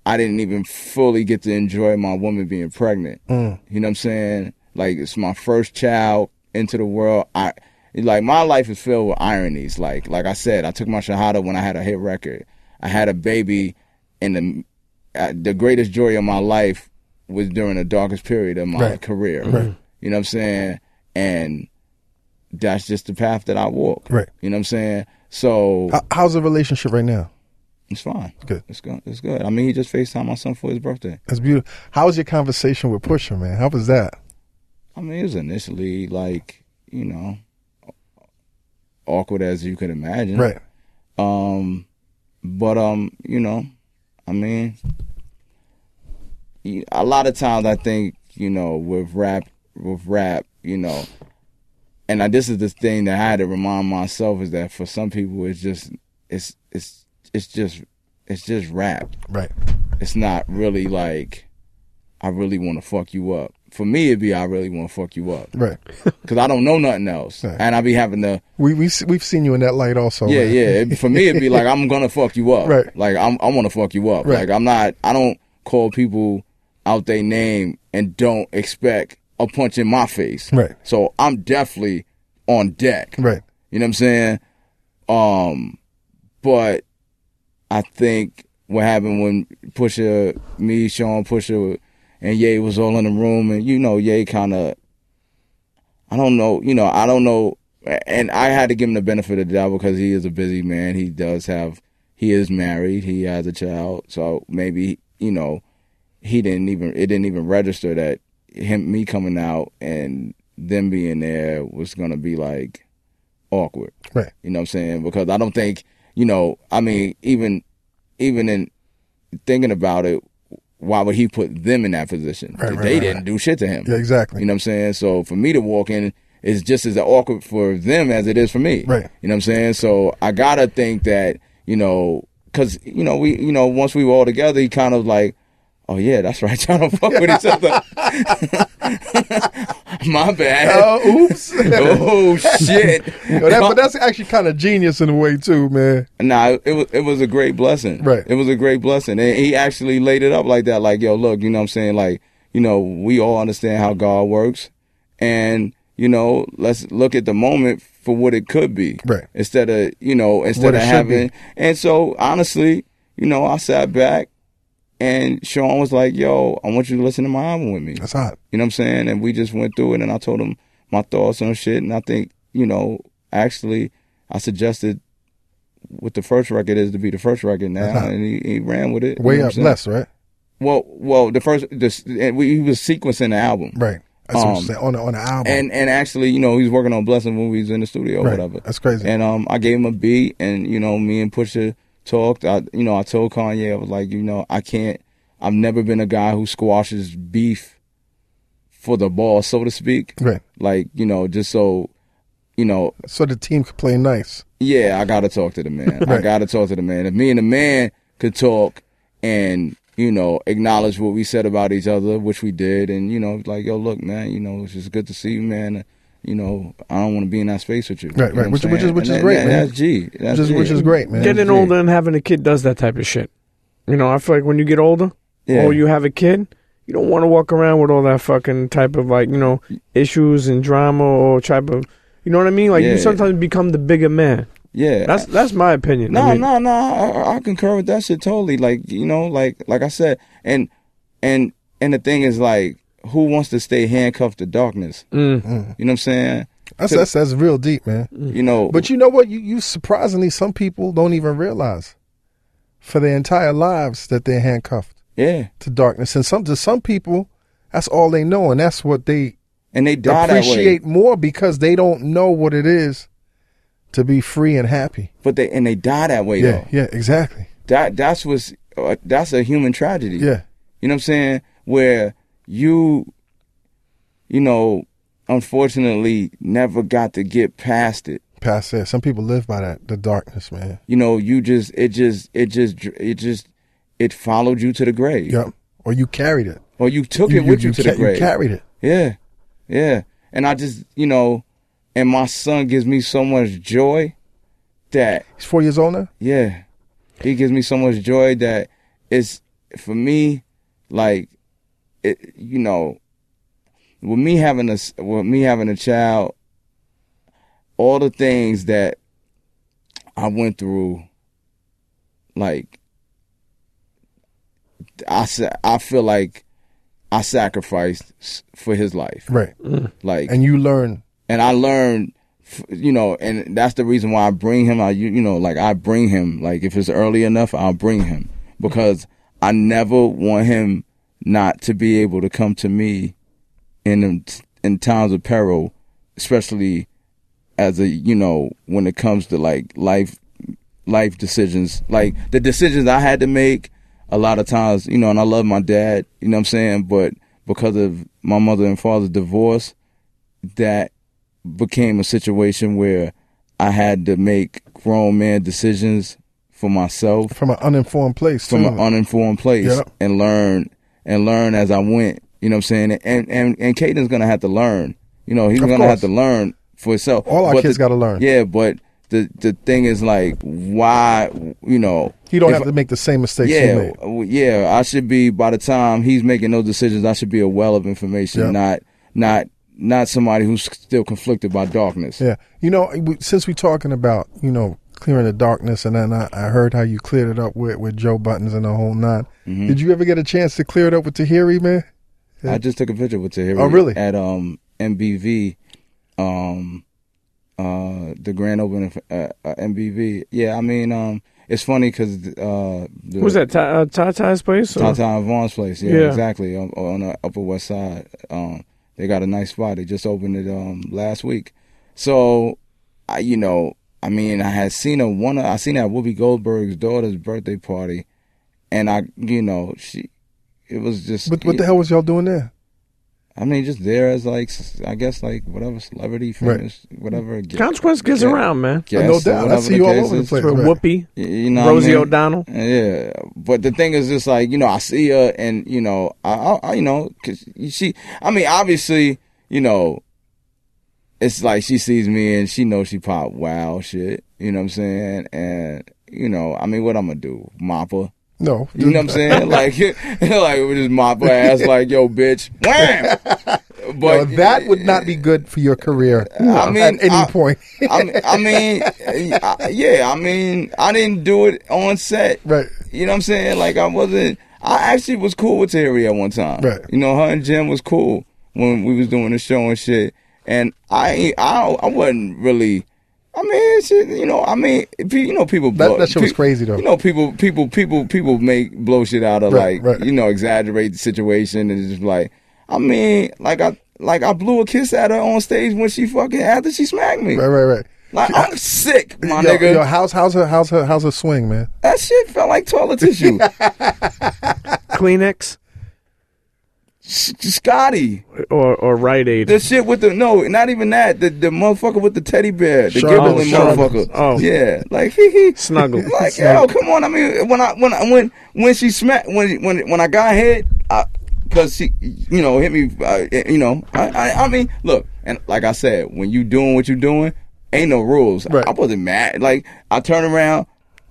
Speaker 5: i didn't even fully get to enjoy my woman being pregnant
Speaker 1: Mm.
Speaker 5: you know what I'm saying? Like it's my first child into the world. I like my life is filled with ironies. Like like I said, I took my shahada when I had a hit record. I had a baby and the uh, the greatest joy of my life was during the darkest period of my
Speaker 1: Right.
Speaker 5: career.
Speaker 1: Right.
Speaker 5: You know what I'm saying? And that's just the path that I walk.
Speaker 1: Right.
Speaker 5: You know what I'm saying? So
Speaker 1: How, how's the relationship right now?
Speaker 5: it's fine.
Speaker 1: Good.
Speaker 5: It's good. It's good. I mean, he just FaceTimed my son for his birthday.
Speaker 1: That's beautiful. How was your conversation with Pusha, man? How was that?
Speaker 5: I mean, it was initially like you know awkward as you could imagine.
Speaker 1: Right.
Speaker 5: Um, but um, you know, I mean, you- a lot of times I think you know with rap, with rap, you know, and I, this is the thing that I had to remind myself is that for some people it's just it's it's it's just it's just rap.
Speaker 1: Right.
Speaker 5: It's not really like I really want to fuck you up. For me, it'd be I really want to fuck you up
Speaker 1: Right.
Speaker 5: because I don't know nothing else,
Speaker 1: Right.
Speaker 5: and I be having to
Speaker 1: We we s- we've seen you in that light also.
Speaker 5: yeah,
Speaker 1: man.
Speaker 5: yeah. It- For me, it'd be like I'm gonna fuck you up.
Speaker 1: Right.
Speaker 5: Like I'm, I want to fuck you up.
Speaker 1: Right.
Speaker 5: Like I'm not. I don't call people out their name and don't expect a punch in my face.
Speaker 1: Right.
Speaker 5: So I'm definitely on deck.
Speaker 1: Right.
Speaker 5: You know what I'm saying? Um, but I think what happened when Pusha, me, Sean, Pusha, and Ye was all in the room, and you know, Ye kind of, I don't know, you know, I don't know, and I had to give him the benefit of the doubt because he is a busy man. He does have, he is married, he has a child, so maybe you know, he didn't even it didn't even register that him me coming out and them being there was gonna be like awkward.
Speaker 1: Right.
Speaker 5: You know what I'm saying? Because I don't think, you know, I mean, even even in thinking about it, why would he put them in that position?
Speaker 1: Right, right,
Speaker 5: they
Speaker 1: right,
Speaker 5: didn't do shit to him.
Speaker 1: Yeah, exactly.
Speaker 5: You know what I'm saying? So for me to walk in is just as awkward for them as it is for me.
Speaker 1: Right.
Speaker 5: You know what I'm saying? So I gotta think that, you know, cause, you know, we, you know, once we were all together, he kind of like, oh yeah, that's right, y'all don't fuck with each other. My bad.
Speaker 1: Oh, oops.
Speaker 5: Oh shit!
Speaker 1: Yo, that- but that's actually kind of genius in a way too, man.
Speaker 5: Nah, it was it was a great blessing.
Speaker 1: Right.
Speaker 5: It was a great blessing, and he actually laid it up like that. Like, yo, look, you know, what I'm saying, like, you know, we all understand how God works, and you know, let's look at the moment for what it could be.
Speaker 1: Right.
Speaker 5: Instead of you know,
Speaker 1: What
Speaker 5: instead
Speaker 1: it
Speaker 5: of
Speaker 1: should
Speaker 5: having,
Speaker 1: be.
Speaker 5: and so honestly, you know, I sat back, and Sean was like, "Yo, I want you to listen to my album with me."
Speaker 1: That's hot.
Speaker 5: You know what I'm saying? And we just went through it and I told him my thoughts on shit. And I think, you know, actually, I suggested what the first record is to be the first record now.
Speaker 1: Uh-huh.
Speaker 5: And he, he ran with it.
Speaker 1: Way
Speaker 5: you
Speaker 1: up,
Speaker 5: know what I'm saying?
Speaker 1: less, right?
Speaker 5: Well, well, the first, this, and we, he was sequencing the album.
Speaker 1: Right. That's what I'm
Speaker 5: Um,
Speaker 1: saying. On the, on the album.
Speaker 5: And, and actually, you know, he was working on Blessing when we was in the studio or
Speaker 1: Right.
Speaker 5: whatever.
Speaker 1: That's crazy.
Speaker 5: And um, I gave him a beat, and you know, me and Pusha talked. I, you know, I told Kanye, I was like, you know, I can't. I've never been a guy who squashes beef for the ball, so to speak.
Speaker 1: right.
Speaker 5: Like, you know, just so, you know,
Speaker 1: So the team could play nice.
Speaker 5: yeah, I gotta talk to the man. I
Speaker 1: Right.
Speaker 5: gotta talk to the man. If me and the man could talk and, you know, acknowledge what we said about each other, which we did, and, you know, like, yo, look, man, you know, it's just good to see you, man. You know, I don't want to be in that space with you.
Speaker 1: Right,
Speaker 5: You know
Speaker 1: right,
Speaker 5: what
Speaker 1: which-
Speaker 5: I'm
Speaker 1: which is-
Speaker 5: saying?
Speaker 1: which
Speaker 5: And
Speaker 1: is
Speaker 5: that-
Speaker 1: great,
Speaker 5: that-
Speaker 1: man.
Speaker 5: That's G.
Speaker 1: Which
Speaker 5: That's
Speaker 1: is,
Speaker 5: G.
Speaker 1: which is great, man.
Speaker 4: Getting
Speaker 5: Yeah.
Speaker 4: older and having a kid does that type of shit. You know, I feel like when you get older
Speaker 5: Yeah.
Speaker 4: or you have a kid, you don't want to walk around with all that fucking type of like, you know, issues and drama or type of, you know what I mean? Like
Speaker 5: Yeah.
Speaker 4: you sometimes become the bigger man.
Speaker 5: Yeah.
Speaker 4: That's that's my opinion.
Speaker 5: No,
Speaker 4: I mean,
Speaker 5: no, no. I, I concur with that shit totally. Like you know, like like I said, and and and the thing is, like, who wants to stay handcuffed to darkness?
Speaker 4: Mm,
Speaker 5: You know what I'm saying?
Speaker 1: That's, that's that's real deep, man.
Speaker 5: You know,
Speaker 1: But you know what? You you surprisingly, some people don't even realize for their entire lives that they're handcuffed
Speaker 5: yeah,
Speaker 1: to darkness, and some to some people, that's all they know, and that's what they
Speaker 5: and they die that way.
Speaker 1: appreciate more because they don't know what it is to be free and happy.
Speaker 5: But they and they die that way
Speaker 1: yeah,
Speaker 5: though.
Speaker 1: yeah, exactly.
Speaker 5: That that's what's uh, that's a human tragedy.
Speaker 1: Yeah,
Speaker 5: You know what I'm saying? Where you, you know, unfortunately, never got to get past it.
Speaker 1: past that. Some people live by that, the darkness, man.
Speaker 5: You know, you just it just it just it just it followed you to the grave.
Speaker 1: Yep. Or you carried it.
Speaker 5: Or you took it with you, to
Speaker 1: ca-
Speaker 5: the grave.
Speaker 1: You carried it.
Speaker 5: Yeah. Yeah. And I just, you know, and my son gives me so much joy that,
Speaker 1: He's four years old now.
Speaker 5: yeah, he gives me so much joy that it's, for me, like, it, you know, with me having a, s- with me having a child, all the things that I went through, like, I sa- I feel like I sacrificed s- for his life.
Speaker 1: Right.
Speaker 5: Like
Speaker 1: And you learn.
Speaker 5: and I learned, f- you know, and that's the reason why I bring him. I, you, you know, like I bring him. Like if it's early enough, I'll bring him because I never want him not to be able to come to me in in times of peril, especially as a you know when it comes to like life life decisions like the decisions i had to make a lot of times you know and i love my dad you know what i'm saying but because of my mother and father's divorce that became a situation where i had to make grown man decisions for myself
Speaker 1: From an uninformed place.
Speaker 5: from
Speaker 1: too.
Speaker 5: an uninformed place
Speaker 1: Mm. Yep.
Speaker 5: and learn and learn as I went. You know what I'm saying? And and and Caden's gonna have to learn. You know, he's
Speaker 1: Of
Speaker 5: gonna
Speaker 1: course.
Speaker 5: have to learn for himself.
Speaker 1: All our
Speaker 5: But
Speaker 1: kids
Speaker 5: the-
Speaker 1: gotta learn.
Speaker 5: Yeah, but the the thing is like why you know
Speaker 1: he don't
Speaker 5: if-
Speaker 1: have to make the same mistakes you
Speaker 5: yeah,
Speaker 1: made.
Speaker 5: w- yeah. I should be by the time he's making those decisions. I should be a well of information,
Speaker 1: Yep.
Speaker 5: not not not somebody who's still conflicted by darkness.
Speaker 1: Yeah. You know, we, since we're talking about, you know, clearing the darkness, and then I, I heard how you cleared it up with, with Joe Buttons and the whole 9
Speaker 5: Mm-hmm.
Speaker 1: Did you ever get a chance to clear it up with Tahiri, man?
Speaker 5: I just took a picture with Tahiri.
Speaker 1: Oh, really?
Speaker 5: At um MBV, um, uh, the grand opening for, uh, uh, MBV. Yeah, I mean, um, it's funny because uh, the
Speaker 4: What was that Ta- uh, Tata's place? or-
Speaker 5: Tata and Vaughn's place. Yeah,
Speaker 4: Yeah.
Speaker 5: exactly. On, on the Upper West Side, um, they got a nice spot. They just opened it um last week. So, I you know, I mean, I had seen a one. of- I seen at Whoopi Goldberg's daughter's birthday party, and I, you know, she. It was just
Speaker 1: What, what the hell was y'all doing there?
Speaker 5: I mean, just there as like s- I guess like whatever celebrity, famous, whatever. Get,
Speaker 4: Consequence gets
Speaker 5: Yeah.
Speaker 4: around, man.
Speaker 5: guess,
Speaker 1: No
Speaker 5: or
Speaker 1: doubt. I
Speaker 5: whatever
Speaker 1: see you all
Speaker 5: case
Speaker 1: over the
Speaker 5: is.
Speaker 1: place.
Speaker 4: For
Speaker 1: Right.
Speaker 4: Whoopie,
Speaker 5: Y- You know, what I
Speaker 4: Rosie
Speaker 5: mean? Uh,
Speaker 4: O'Donnell.
Speaker 5: Yeah, but the thing is, just like you know, I see her, and you know, I, I, I you know, cause she. I mean, obviously, you know, it's like she sees me and she knows she pop wow shit. You know what I'm saying? And you know, I mean, what I'm gonna do, mop her?
Speaker 1: No.
Speaker 5: You know what I'm saying? Like, like we just mop her ass, like yo, bitch, wham.
Speaker 1: Yo, uh, that would not be good for your career
Speaker 5: I mean,
Speaker 1: at any
Speaker 5: I-
Speaker 1: point.
Speaker 5: I mean, I mean, I- yeah, I mean, I didn't do it on set.
Speaker 1: Right.
Speaker 5: You know what I'm saying? Like I wasn't. I actually was cool with Terry at one time.
Speaker 1: Right.
Speaker 5: You know, her and Jim was cool when we was doing the show and shit. And I, I, I wasn't really. I mean, shit, you know, I mean, pe- you know, people.
Speaker 1: That- that shit was
Speaker 5: pe-
Speaker 1: crazy, though.
Speaker 5: You know, people, people, people, people make blow shit out of
Speaker 1: Right,
Speaker 5: like,
Speaker 1: right.
Speaker 5: you know, exaggerate the situation and just like, I mean, like I, like I blew a kiss at her on stage when she fucking after she smacked me.
Speaker 1: Right, right, right.
Speaker 5: Like I'm sick, my
Speaker 1: yo,
Speaker 5: nigga.
Speaker 1: yo, how's how's her how's her how's her swing, man?
Speaker 5: that shit felt like toilet tissue.
Speaker 4: Kleenex
Speaker 5: S- Scotty,
Speaker 4: or or Rite Aid.
Speaker 5: the shit with the no, not even that. The the motherfucker with the teddy bear, the
Speaker 1: Sure.
Speaker 5: giggling
Speaker 4: Oh, sure.
Speaker 5: motherfucker.
Speaker 4: Oh.
Speaker 5: yeah, like he he.
Speaker 4: Snuggle.
Speaker 5: Like yo, come on. I mean, when I when I, when when she smacked when when when I got hit, I, cause she you know hit me. Uh, you know, I, I I mean, look, and like I said, when you doing what you doing, ain't no rules.
Speaker 1: Right.
Speaker 5: I wasn't mad. Like I turned around.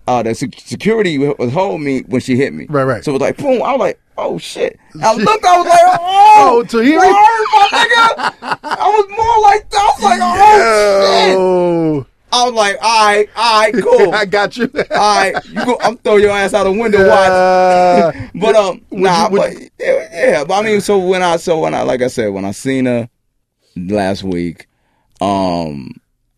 Speaker 5: Uh, the sec- security was holding me when she hit me.
Speaker 1: Right, right.
Speaker 5: So it was like boom. I was like, oh shit. I looked. I was like, oh,
Speaker 1: Oh, to hear it?
Speaker 5: word, my nigga. I was more like, I was like, oh shit.
Speaker 1: Oh,
Speaker 5: I was like, all right, all right, cool.
Speaker 1: I
Speaker 5: All
Speaker 1: got you.
Speaker 5: right, you go. I'm throw your ass out the window. Watch.
Speaker 1: Uh,
Speaker 5: But um,
Speaker 1: would
Speaker 5: nah,
Speaker 1: you- would-
Speaker 5: but yeah, yeah, but I mean, so when I so when I like I said when I seen her last week, um,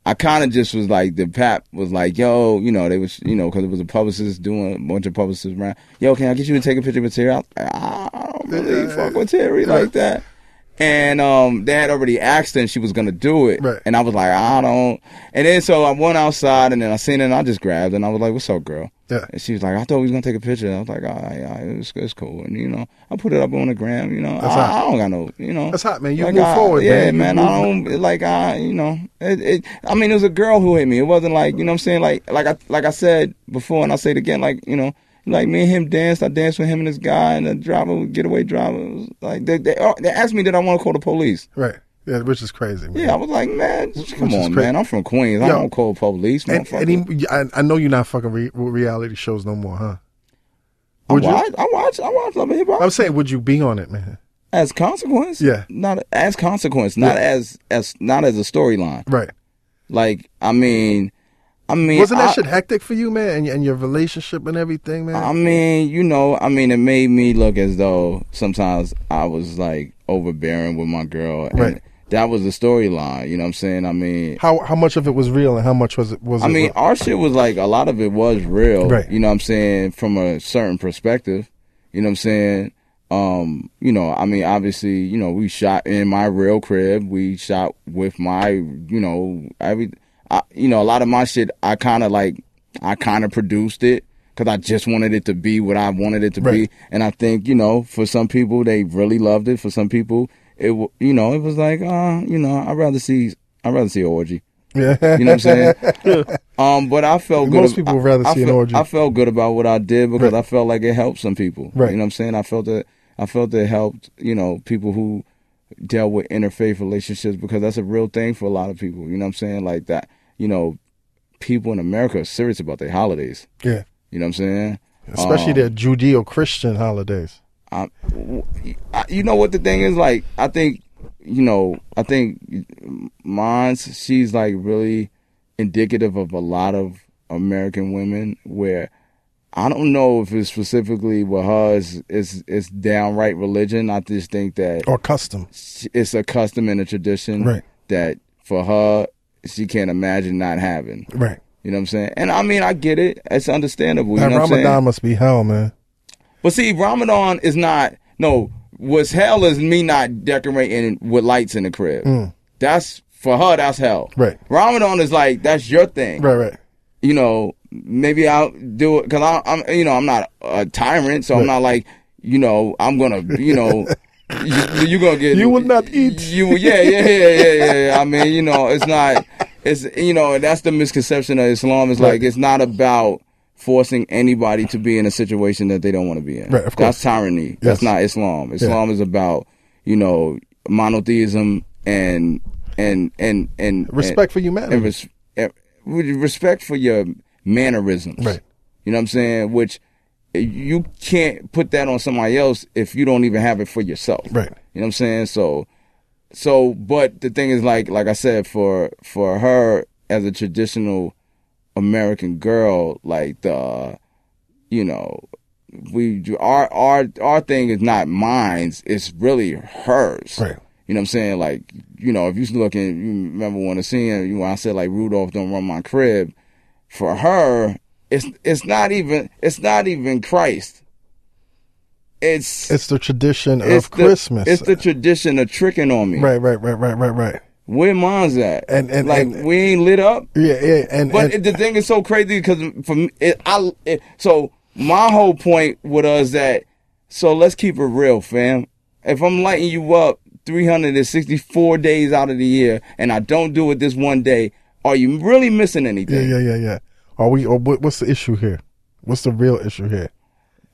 Speaker 5: I kind of just was like the pap was like, yo, you know, they was you know because it was a publicist doing a bunch of publicists around. Yo, can I get you to take a picture with Terry? I, was like, "Ah, I don't really fuck with Terry like that. And um, they had already asked her and she was gonna do it,
Speaker 1: Right.
Speaker 5: and I was like, I don't. And then so I went outside and then I seen it and I just grabbed it and I was like, what's up, girl?
Speaker 1: yeah.
Speaker 5: And she was like, I thought we was gonna take a picture. And I was like, all right, all right it's, it's cool. And you know, I put it up on the gram. You know,
Speaker 1: hot.
Speaker 5: I, I don't got no, you know,
Speaker 1: That's hot, man. You
Speaker 5: Like,
Speaker 1: move
Speaker 5: I-
Speaker 1: forward,
Speaker 5: yeah,
Speaker 1: man. You
Speaker 5: I don't like, I, you know, it, it. I mean, it was a girl who hit me. It wasn't like, you know, what I'm saying, like, like I, like I said before, and I will say it again, like, you know, like me and him danced. I danced with him and this guy, and the driver, getaway driver, it was like they, they, oh, they asked me did I want to call the police.
Speaker 1: Right. Yeah, which is crazy. Man.
Speaker 5: Yeah, I was like, man, come
Speaker 1: is
Speaker 5: on,
Speaker 1: crazy.
Speaker 5: man. I'm from Queens. I
Speaker 1: Yo.
Speaker 5: don't call police.
Speaker 1: And,
Speaker 5: motherfucker.
Speaker 1: and he, I, I know you're not fucking re- with reality shows no more, huh?
Speaker 5: I
Speaker 1: Would you?
Speaker 5: watch, I watch, I watch Love and Hip Hop.
Speaker 1: I'm saying, would you be on it, man?
Speaker 5: As consequence,
Speaker 1: Yeah.
Speaker 5: not as consequence, not as as not as a storyline.
Speaker 1: Right.
Speaker 5: Like I mean, I mean,
Speaker 1: Wasn't that
Speaker 5: I- Uh,
Speaker 1: shit hectic for you, man? And, and your relationship and everything, man.
Speaker 5: I mean, you know, I mean, it made me look as though sometimes I was like overbearing with my girl, and
Speaker 1: Right.
Speaker 5: that was the storyline. You know what I'm saying? I mean,
Speaker 1: how how much of it was real and how much was it was
Speaker 5: I
Speaker 1: it
Speaker 5: mean,
Speaker 1: real?
Speaker 5: our shit was like a lot of it was real.
Speaker 1: Right.
Speaker 5: You know what I'm saying? From a certain perspective. You know what I'm saying? Um, you know, I mean, obviously, you know, we shot in my real crib. We shot with my, you know, every, I, you know, a lot of my shit, I kind of like, I kind of produced it because I just wanted it to be what I wanted it to
Speaker 1: Right.
Speaker 5: be. And I think, you know, for some people, they really loved it. For some people, it, wa- you know, it was like, uh, you know, I'd rather see, I'd rather see an orgy.
Speaker 1: yeah.
Speaker 5: You know what I'm saying? um, but I felt good.
Speaker 1: Most
Speaker 5: ab-
Speaker 1: people would
Speaker 5: I-
Speaker 1: rather
Speaker 5: I
Speaker 1: see an
Speaker 5: felt-
Speaker 1: orgy.
Speaker 5: I felt good about what I did because
Speaker 1: Right.
Speaker 5: I felt like it helped some people.
Speaker 1: Right.
Speaker 5: You know what I'm saying? I felt that I felt it helped you know people who dealt with interfaith relationships because that's a real thing for a lot of people. You know what I'm saying? Like that. You know, people in America are serious about their holidays.
Speaker 1: yeah.
Speaker 5: You know what I'm saying?
Speaker 1: Especially
Speaker 5: Um,
Speaker 1: their Judeo Christian holidays.
Speaker 5: I, Uh, I- you know what the thing is like i think you know i think mine's she's like really indicative of a lot of american women where i don't know if it's specifically with her it's it's, it's downright religion i just think that
Speaker 1: Or custom.
Speaker 5: it's a custom and a tradition
Speaker 1: Oh. Right.
Speaker 5: that for her she can't imagine not having
Speaker 1: Right.
Speaker 5: you know what i'm saying and i mean i get it it's understandable you
Speaker 1: That
Speaker 5: know what I'm saying?
Speaker 1: Ramadan must be hell, man.
Speaker 5: But see, Ramadan is not no. What's hell is me not decorating with lights in the crib. That's for her. That's hell.
Speaker 1: Right.
Speaker 5: Ramadan is like that's your thing.
Speaker 1: Right, right.
Speaker 5: You know, maybe I'll do it because I'm, you know, I'm not a tyrant, so I'm not like, you know, I'm gonna, you know. You, you're gonna get
Speaker 1: You will not eat.
Speaker 5: you yeah yeah yeah yeah yeah, yeah i mean you know it's not it's you know that's the misconception of islam it's like
Speaker 1: Right.
Speaker 5: it's not about forcing anybody to be in a situation that they don't want to be in
Speaker 1: Right, of
Speaker 5: that's tyranny
Speaker 1: Yes.
Speaker 5: that's not islam islam is about you know monotheism and and and and
Speaker 1: Respect
Speaker 5: and,
Speaker 1: for humanity.
Speaker 5: and res- and with respect for your mannerisms
Speaker 1: Right.
Speaker 5: you know what i'm saying which you can't put that on somebody else if you don't even have it for yourself
Speaker 1: Right.
Speaker 5: you know what I'm saying? So, so, but the thing is, like, like I said, for for her as a traditional American girl, like the, you know, we do- our our our thing is not mine's; it's really hers.
Speaker 1: Right.
Speaker 5: You know what I'm saying? Like, you know, if you looking, you remember when I seen you know, I said like Rudolph don't run my crib. For her, it's it's not even it's not even Christ. It's
Speaker 1: It's the tradition
Speaker 5: it's
Speaker 1: of
Speaker 5: the-
Speaker 1: Christmas.
Speaker 5: It's the tradition of tricking on me.
Speaker 1: right, right, right, right, right, right.
Speaker 5: Where mine's at?
Speaker 1: And- and-
Speaker 5: like
Speaker 1: and-
Speaker 5: we ain't lit up.
Speaker 1: Yeah, yeah. And,
Speaker 5: But
Speaker 1: and-
Speaker 5: it- the thing is so crazy because for me, it, I it, so my whole point with us that so let's keep it real, fam. If I'm lighting you up 364 days out of the year and I don't do it this one day, are you really missing
Speaker 1: yeah,
Speaker 5: anything?
Speaker 1: yeah, yeah, yeah. Are we, or what, what's the issue here? What's the real issue here?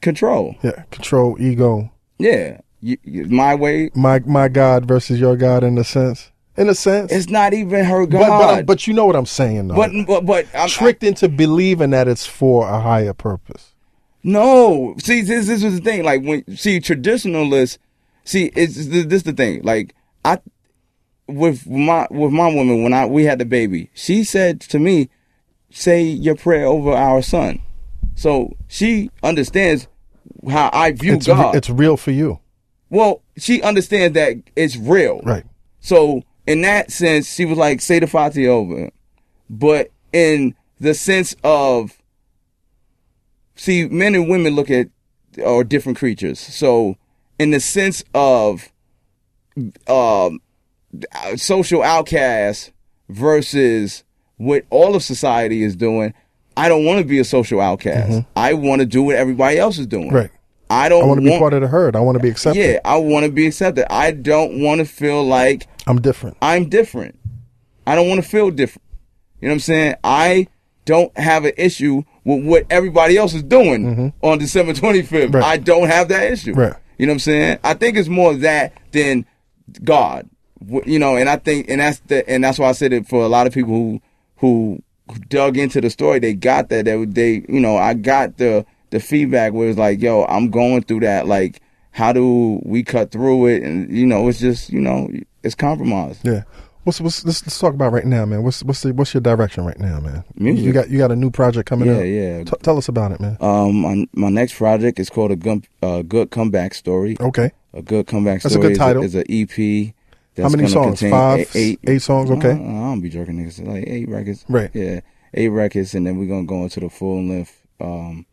Speaker 5: Control.
Speaker 1: Yeah. Control, ego,
Speaker 5: Yeah, you, you- my way.
Speaker 1: my, my God versus your God in a sense. In a sense.
Speaker 5: It's not even her
Speaker 1: But, but,
Speaker 5: God.
Speaker 1: but you know what I'm saying, though.
Speaker 5: but but, but I'm,
Speaker 1: tricked into believing that it's for a higher purpose.
Speaker 5: No, see, this this was the thing. Like when see traditionalists, see, it's it's- this the thing. Like I, with my with my woman, when I we had the baby, she said to me, "Say your prayer over our son." So she understands how I view
Speaker 1: it's,
Speaker 5: God.
Speaker 1: it's real for you.
Speaker 5: well, she understands that it's real.
Speaker 1: Right.
Speaker 5: So in that sense, she was like say the Fati over, but in the sense of see, men and women look at are different creatures. So in the sense of um, social outcast versus what all of society is doing, I don't want to be a social outcast. I want to do what everybody else is doing.
Speaker 1: Mm-hmm. Right.
Speaker 5: I don't
Speaker 1: I want to be
Speaker 5: want-
Speaker 1: part of the herd. I want to be accepted.
Speaker 5: yeah, I want to be accepted. I don't want to feel like
Speaker 1: I'm different.
Speaker 5: I'm different. I don't want to feel different. You know what I'm saying? I don't have an issue with what everybody else is doing on December 25th.
Speaker 1: Mm-hmm. Right.
Speaker 5: I don't have that issue.
Speaker 1: Right.
Speaker 5: You know what I'm saying? I think it's more that than God. Wh- You know, and I think, and that's the, and that's why I said it for a lot of people who who dug into the story. They got that. They, they you know, I got the the feedback where it's like, yo, I'm going through that. Like, how do we cut through it? And you know, it's just, you know, it's compromise.
Speaker 1: Yeah.
Speaker 6: What's, what's let's, let's talk about right now, man. What's what's the, what's your direction right now, man?
Speaker 5: Music.
Speaker 6: You got you got a new project coming
Speaker 5: Yeah,
Speaker 6: out.
Speaker 5: yeah.
Speaker 6: T- tell us about it, man.
Speaker 5: Um, my, my next project is called a Gump, uh, good comeback story.
Speaker 6: Okay.
Speaker 5: A good comeback
Speaker 6: That's a
Speaker 5: story
Speaker 6: good title.
Speaker 5: is, a, is a EP.
Speaker 6: How many
Speaker 5: gonna
Speaker 6: songs?
Speaker 5: contain
Speaker 6: Five,
Speaker 5: eight- eight-
Speaker 6: eight songs?
Speaker 5: I
Speaker 6: Okay.
Speaker 5: don't- I don't be jerking niggas. It's Like eight records.
Speaker 6: Right.
Speaker 5: Yeah, eight records, and then we're gonna go into the full length. Um,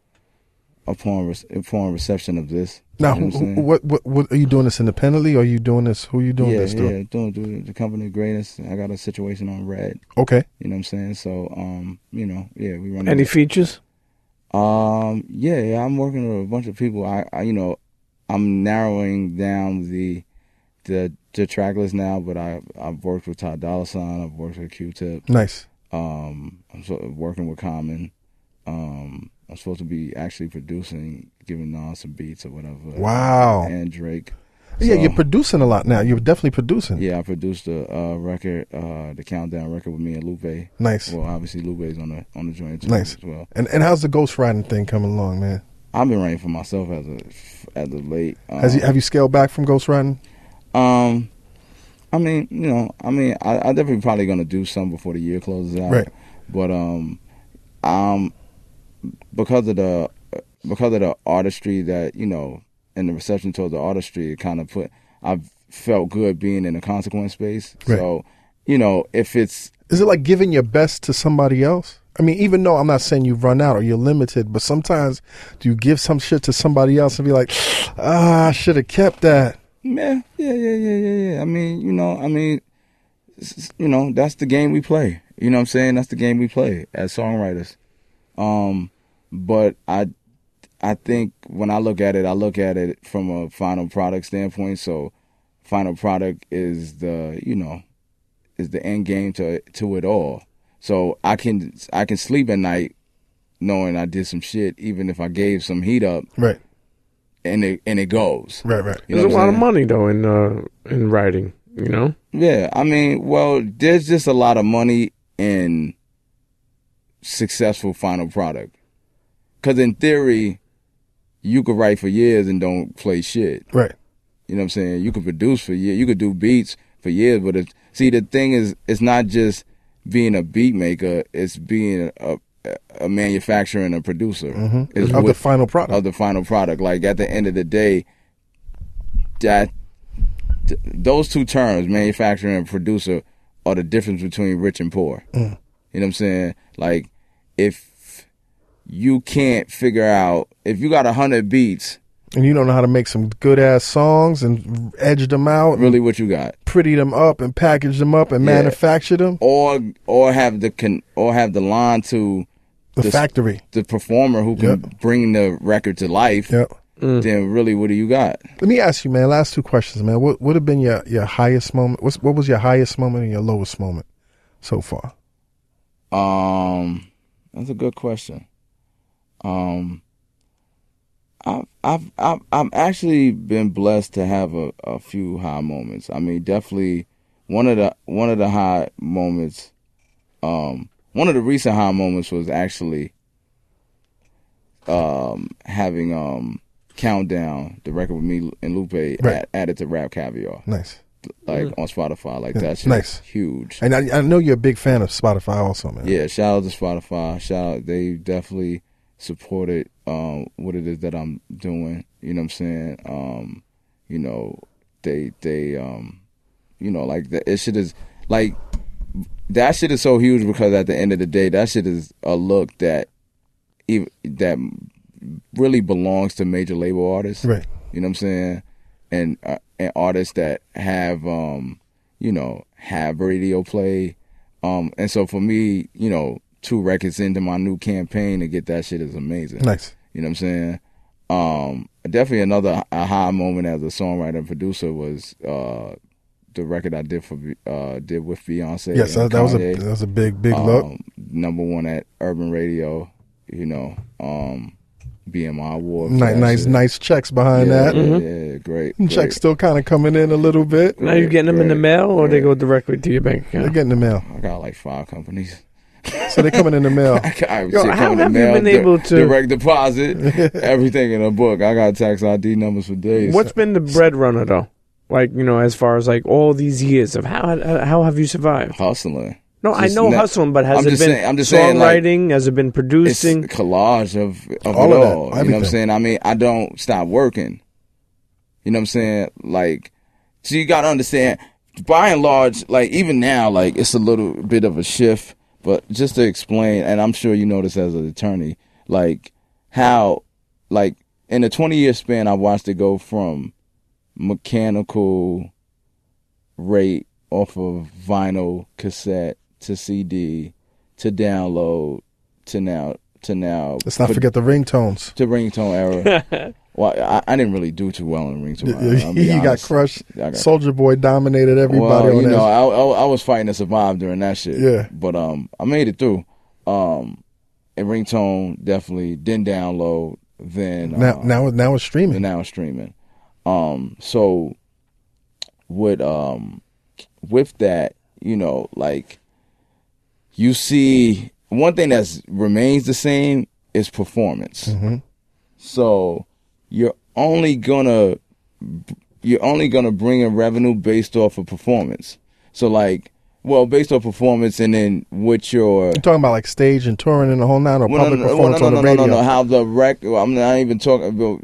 Speaker 5: upon re- upon reception of this.
Speaker 6: Now,
Speaker 5: You know
Speaker 6: who,
Speaker 5: what I'm
Speaker 6: who, what, what what are you doing this independently? Or are you doing this? Who are you doing
Speaker 5: yeah,
Speaker 6: this through?
Speaker 5: yeah, doing, doing the company greatest. I got a situation on red.
Speaker 6: Okay.
Speaker 5: You know what I'm saying? So, um, you know, yeah, we run.
Speaker 4: Any features?
Speaker 5: Um, yeah, yeah, I'm working with a bunch of people. I, I, you know, I'm narrowing down the, the, the track list now, but I, I've worked with Ty Dolla Sign. I've worked with Q-Tip.
Speaker 6: Nice.
Speaker 5: Um, I'm sort of working with Common. Um, I'm supposed to be actually producing, giving Nas some beats or whatever.
Speaker 6: Wow.
Speaker 5: And Drake.
Speaker 6: yeah,
Speaker 5: So,
Speaker 6: you're producing a lot now. You're definitely producing.
Speaker 5: Yeah, I produced a, uh record, uh, the Countdown record with me and Lupe.
Speaker 6: Nice.
Speaker 5: Well, obviously Lupe's on the on the joint too
Speaker 6: Nice.
Speaker 5: as well.
Speaker 6: And and how's the ghostwriting thing coming along, man?
Speaker 5: I've been writing for myself as a as of late. Um,
Speaker 6: Has you, have you scaled back from ghostwriting?
Speaker 5: Um, I mean, you know, I mean, I, I definitely probably gonna do some before the year closes out.
Speaker 6: Right.
Speaker 5: But um, um, because of the because of the artistry that you know, and the reception towards the artistry, it kind of put I've felt good being in the consequence space.
Speaker 6: Right.
Speaker 5: So, you know, if it's
Speaker 6: Is it like giving your best to somebody else? I mean, even though I'm not saying you run out or you're limited, but sometimes do you give some shit to somebody else and be like, ah, I should have kept that.
Speaker 5: Yeah, yeah, yeah, yeah, yeah, yeah. I mean, you know, I mean, s- s- you know, that's the game we play. You know what I'm saying? That's the game we play as songwriters. Um, but I, I think when I look at it, I look at it from a final product standpoint. So, final product is the, you know, is the end game to to it all. So I can I can sleep at night knowing I did some shit, even if I gave some heat up,
Speaker 6: Right,
Speaker 5: and it and it goes.
Speaker 6: right, right.
Speaker 5: You know
Speaker 4: There's a
Speaker 5: what I'm
Speaker 4: lot of
Speaker 5: saying?
Speaker 4: money though in uh, in writing. You know,
Speaker 5: Yeah, I mean, well, there's just a lot of money in successful final product. Cause in theory, you could write for years and don't play shit.
Speaker 6: Right.
Speaker 5: You know what I'm saying? You could produce for years, you could do beats for years, but if, see, the thing is, it's not just being a beat maker, it's being a, a manufacturer and a producer. It's
Speaker 6: Mm-hmm. Of the
Speaker 5: what-
Speaker 6: final product.
Speaker 5: of the final product. Like at the end of the day, that th- those two terms, manufacturer and producer, are the difference between rich and poor. You know what I'm saying? Like if you can't figure out if you got a hundred beats,
Speaker 6: and you don't know how to make some good ass songs and edge them out, and
Speaker 5: really what you got,
Speaker 6: pretty them up and package them up and
Speaker 5: Mm. Yeah.
Speaker 6: manufacture them.
Speaker 5: or or have the con, or have the line to
Speaker 6: The
Speaker 5: This-
Speaker 6: factory.
Speaker 5: the performer who can bring the record to life.
Speaker 6: Yep.
Speaker 5: Then really, what do you got?
Speaker 6: Let me ask you, man. Last two questions, man. What would have been your, your highest moment? What's, what was your highest moment and your lowest moment so far?
Speaker 5: Um, that's a good question. Um, I've I've I've, I've actually been blessed to have a, a few high moments. I mean, definitely one of the one of the high moments. Um, one of the recent high moments was actually um having um countdown the record with me and Lupe
Speaker 6: Right.
Speaker 5: a- added to Rap Caviar
Speaker 6: Nice.
Speaker 5: like on Spotify like
Speaker 6: Yeah,
Speaker 5: that's
Speaker 6: nice.
Speaker 5: huge.
Speaker 6: And I, I know you're a big fan of Spotify also, man.
Speaker 5: Yeah, shout out to Spotify. Shout out, they definitely supported um, what it is that I'm doing. You know what I'm saying? Um, you know, they they um, you know like that. It shit is like that shit is so huge because at the end of the day, that shit is a look that ev that really belongs to major label artists.
Speaker 6: Right.
Speaker 5: You know what I'm saying? And uh, and artists that have um, you know, have radio play. Um, and so for me, you know, two records into my new campaign to get that shit is amazing.
Speaker 6: Nice.
Speaker 5: You know what I'm saying? Um, definitely another a high moment as a songwriter and producer was uh the record I did for Be- uh did with Beyonce.
Speaker 6: Yes, that,
Speaker 5: and
Speaker 6: that was a
Speaker 5: Kanye.
Speaker 6: that was a big big look.
Speaker 5: Um, number one at Urban Radio, you know, um, BMI Award. for
Speaker 6: Nice
Speaker 5: that
Speaker 6: nice
Speaker 5: shit.
Speaker 6: nice checks behind
Speaker 5: yeah,
Speaker 6: that.
Speaker 5: Yeah, yeah, great. great.
Speaker 6: Checks still kind of coming in a little bit.
Speaker 4: Mm-hmm. now you're getting them in the
Speaker 5: Right,
Speaker 4: mail, or they
Speaker 5: right.
Speaker 4: go directly to your bank account.
Speaker 6: They're getting the mail,
Speaker 5: I got like five companies.
Speaker 6: so they're coming in the mail.
Speaker 5: I got I
Speaker 4: Yo,
Speaker 5: shit
Speaker 4: how
Speaker 5: coming in
Speaker 4: have you
Speaker 5: mail,
Speaker 4: been
Speaker 5: di-
Speaker 4: able to-
Speaker 5: direct deposit everything in a book? I got tax ID numbers for days.
Speaker 4: What's been the bread runner though? like you know as far as like all these years of how how have you survived?
Speaker 5: hustling.
Speaker 4: No, I
Speaker 5: Just
Speaker 4: know
Speaker 5: not-
Speaker 4: hustle, but has
Speaker 5: I'm
Speaker 4: it
Speaker 5: just
Speaker 4: been
Speaker 5: saying- I'm just saying, like,
Speaker 4: songwriting? has it been
Speaker 5: It's a
Speaker 4: producing?
Speaker 5: collage of, of
Speaker 6: All
Speaker 5: it
Speaker 6: of that,
Speaker 5: all. you know what I'm
Speaker 6: everything.
Speaker 5: saying? I mean, I don't stop working. You know what I'm saying? Like, so you gotta understand. By and large, like even now, like it's a little bit of a shift. But just to explain, and I'm sure you know this as an attorney, like how, like in a 20 year span, I watched it go from mechanical rate off of vinyl cassette to CD to download to now to now
Speaker 6: Let's not forget the ringtones.
Speaker 5: to ringtone era. well, I, I didn't really do too well in ringtone. Era, I'll be
Speaker 6: you got
Speaker 5: honest.
Speaker 6: crushed.
Speaker 5: I got-
Speaker 6: Soldier Boy dominated everybody
Speaker 5: well,
Speaker 6: on
Speaker 5: you
Speaker 6: that.
Speaker 5: know, I, I I was fighting to survive during that shit.
Speaker 6: Yeah.
Speaker 5: but um, I made it through. Um, and ringtone definitely then download then
Speaker 6: now,
Speaker 5: uh,
Speaker 6: now, now
Speaker 5: and
Speaker 6: it's streaming.
Speaker 5: now it's streaming. Um, so with um with that, you know, like you see one thing that's remains the same is performance.
Speaker 6: Mm-hmm.
Speaker 5: So you're only gonna you're only gonna bring in revenue based off of performance. So like, well, based off performance, and then what your
Speaker 6: You're talking about like stage and touring and the whole nine, or
Speaker 5: well,
Speaker 6: public
Speaker 5: no, no,
Speaker 6: performance
Speaker 5: no,
Speaker 6: on
Speaker 5: no,
Speaker 6: the
Speaker 5: no,
Speaker 6: radio.
Speaker 5: No, no, how the record. I'm not even talking about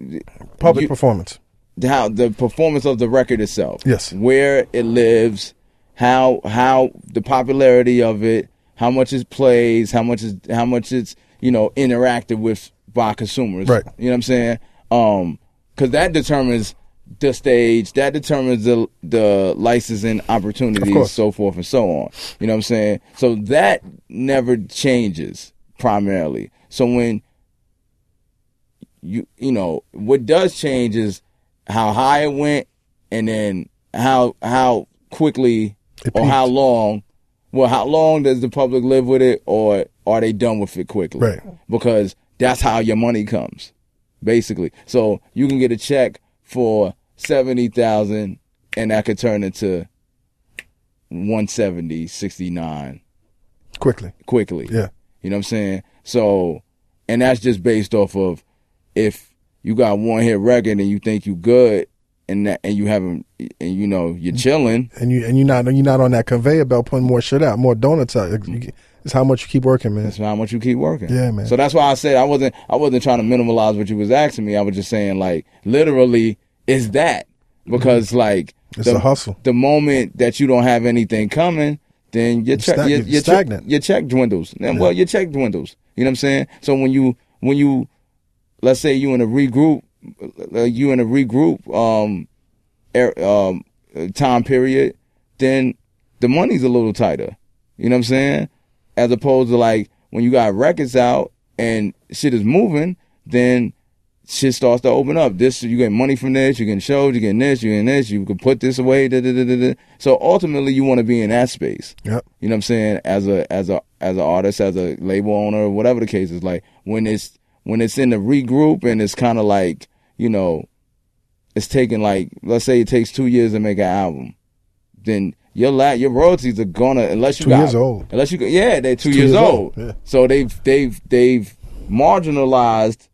Speaker 6: Public
Speaker 5: you-
Speaker 6: performance.
Speaker 5: how the performance of the record itself.
Speaker 6: Yes.
Speaker 5: Where it lives, how how the popularity of it, how much it plays, how much is how much it's you know interacted with by consumers.
Speaker 6: Right.
Speaker 5: You know what I'm saying? Um, because that determines the stage, that determines the the licensing
Speaker 6: Of
Speaker 5: opportunities,
Speaker 6: course.
Speaker 5: so forth and so on. You know what I'm saying? So that never changes primarily. So when you you know what does change is how high it went and then how how quickly
Speaker 6: It
Speaker 5: or
Speaker 6: peaked.
Speaker 5: how long well how long does the public live with it or are they done with it quickly
Speaker 6: Right.
Speaker 5: because that's how your money comes basically so you can get a check for 70,000 and that could turn into 170 69
Speaker 6: Quickly.
Speaker 5: quickly
Speaker 6: Yeah.
Speaker 5: you know what I'm saying? So, and that's just based off of if you got one hit record and you think you good and that, and you haven't, and you know,
Speaker 6: Mm-hmm.
Speaker 5: you're chilling.
Speaker 6: And you and you're not you're not on that conveyor belt putting more shit out, more donuts out. You- you- It's how much you keep working, man.
Speaker 5: Mm. That's how much you keep working.
Speaker 6: Yeah, man.
Speaker 5: So that's why I said I wasn't, I wasn't trying to minimalize what you was asking me. I was just saying like, literally, is that because like
Speaker 6: Mm-hmm. It's a hustle.
Speaker 5: The moment that you don't have anything coming, then your check,
Speaker 6: stag-
Speaker 5: your,
Speaker 6: you're
Speaker 5: your check-
Speaker 6: stagnant.
Speaker 5: your check dwindles. And, Well, your check dwindles. You know what I'm saying? So when you, when you, let's say you in a regroup, uh, you in a regroup, um, er, um, uh, time period, then the money's a little tighter. You know what I'm saying? As opposed to like when you got records out and shit is moving, then shit starts to open up. This you get money from this, you getting shows, you getting this, you getting this, you can put this away. Da, da, da, da, da. So ultimately, you want to be in that space.
Speaker 6: Yep.
Speaker 5: You know what I'm saying? As a as a as an artist, as a label owner, whatever the case is, like when it's when it's in the regroup and it's kind of like you know, it's taking like let's say it takes two years to make an album, then your la- your royalties are gonna unless you
Speaker 6: Two
Speaker 5: got,
Speaker 6: years old.
Speaker 5: unless you go- yeah they're two,
Speaker 6: two
Speaker 5: years,
Speaker 6: years
Speaker 5: old,
Speaker 6: old, yeah.
Speaker 5: so they've they've they've marginalized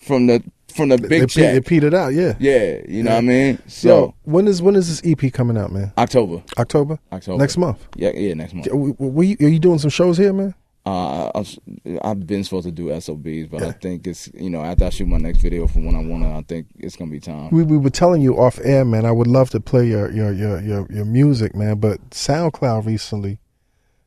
Speaker 5: from the from the big
Speaker 6: it, pe-
Speaker 5: check
Speaker 6: it petered out, yeah.
Speaker 5: yeah you know what I mean so
Speaker 6: Yo, when is when is this EP coming out, man?
Speaker 5: October
Speaker 6: October.
Speaker 5: October.
Speaker 6: Next month.
Speaker 5: yeah yeah next month
Speaker 6: Yeah, we- we- are you doing some shows here, man?
Speaker 5: Uh, I, I, have been supposed to do SOBs, but I think it's you know after I shoot my next video for when I wanna, I think it's gonna be time.
Speaker 6: We, we were telling you off air, man. I would love to play your your your your, your music, man. But SoundCloud recently,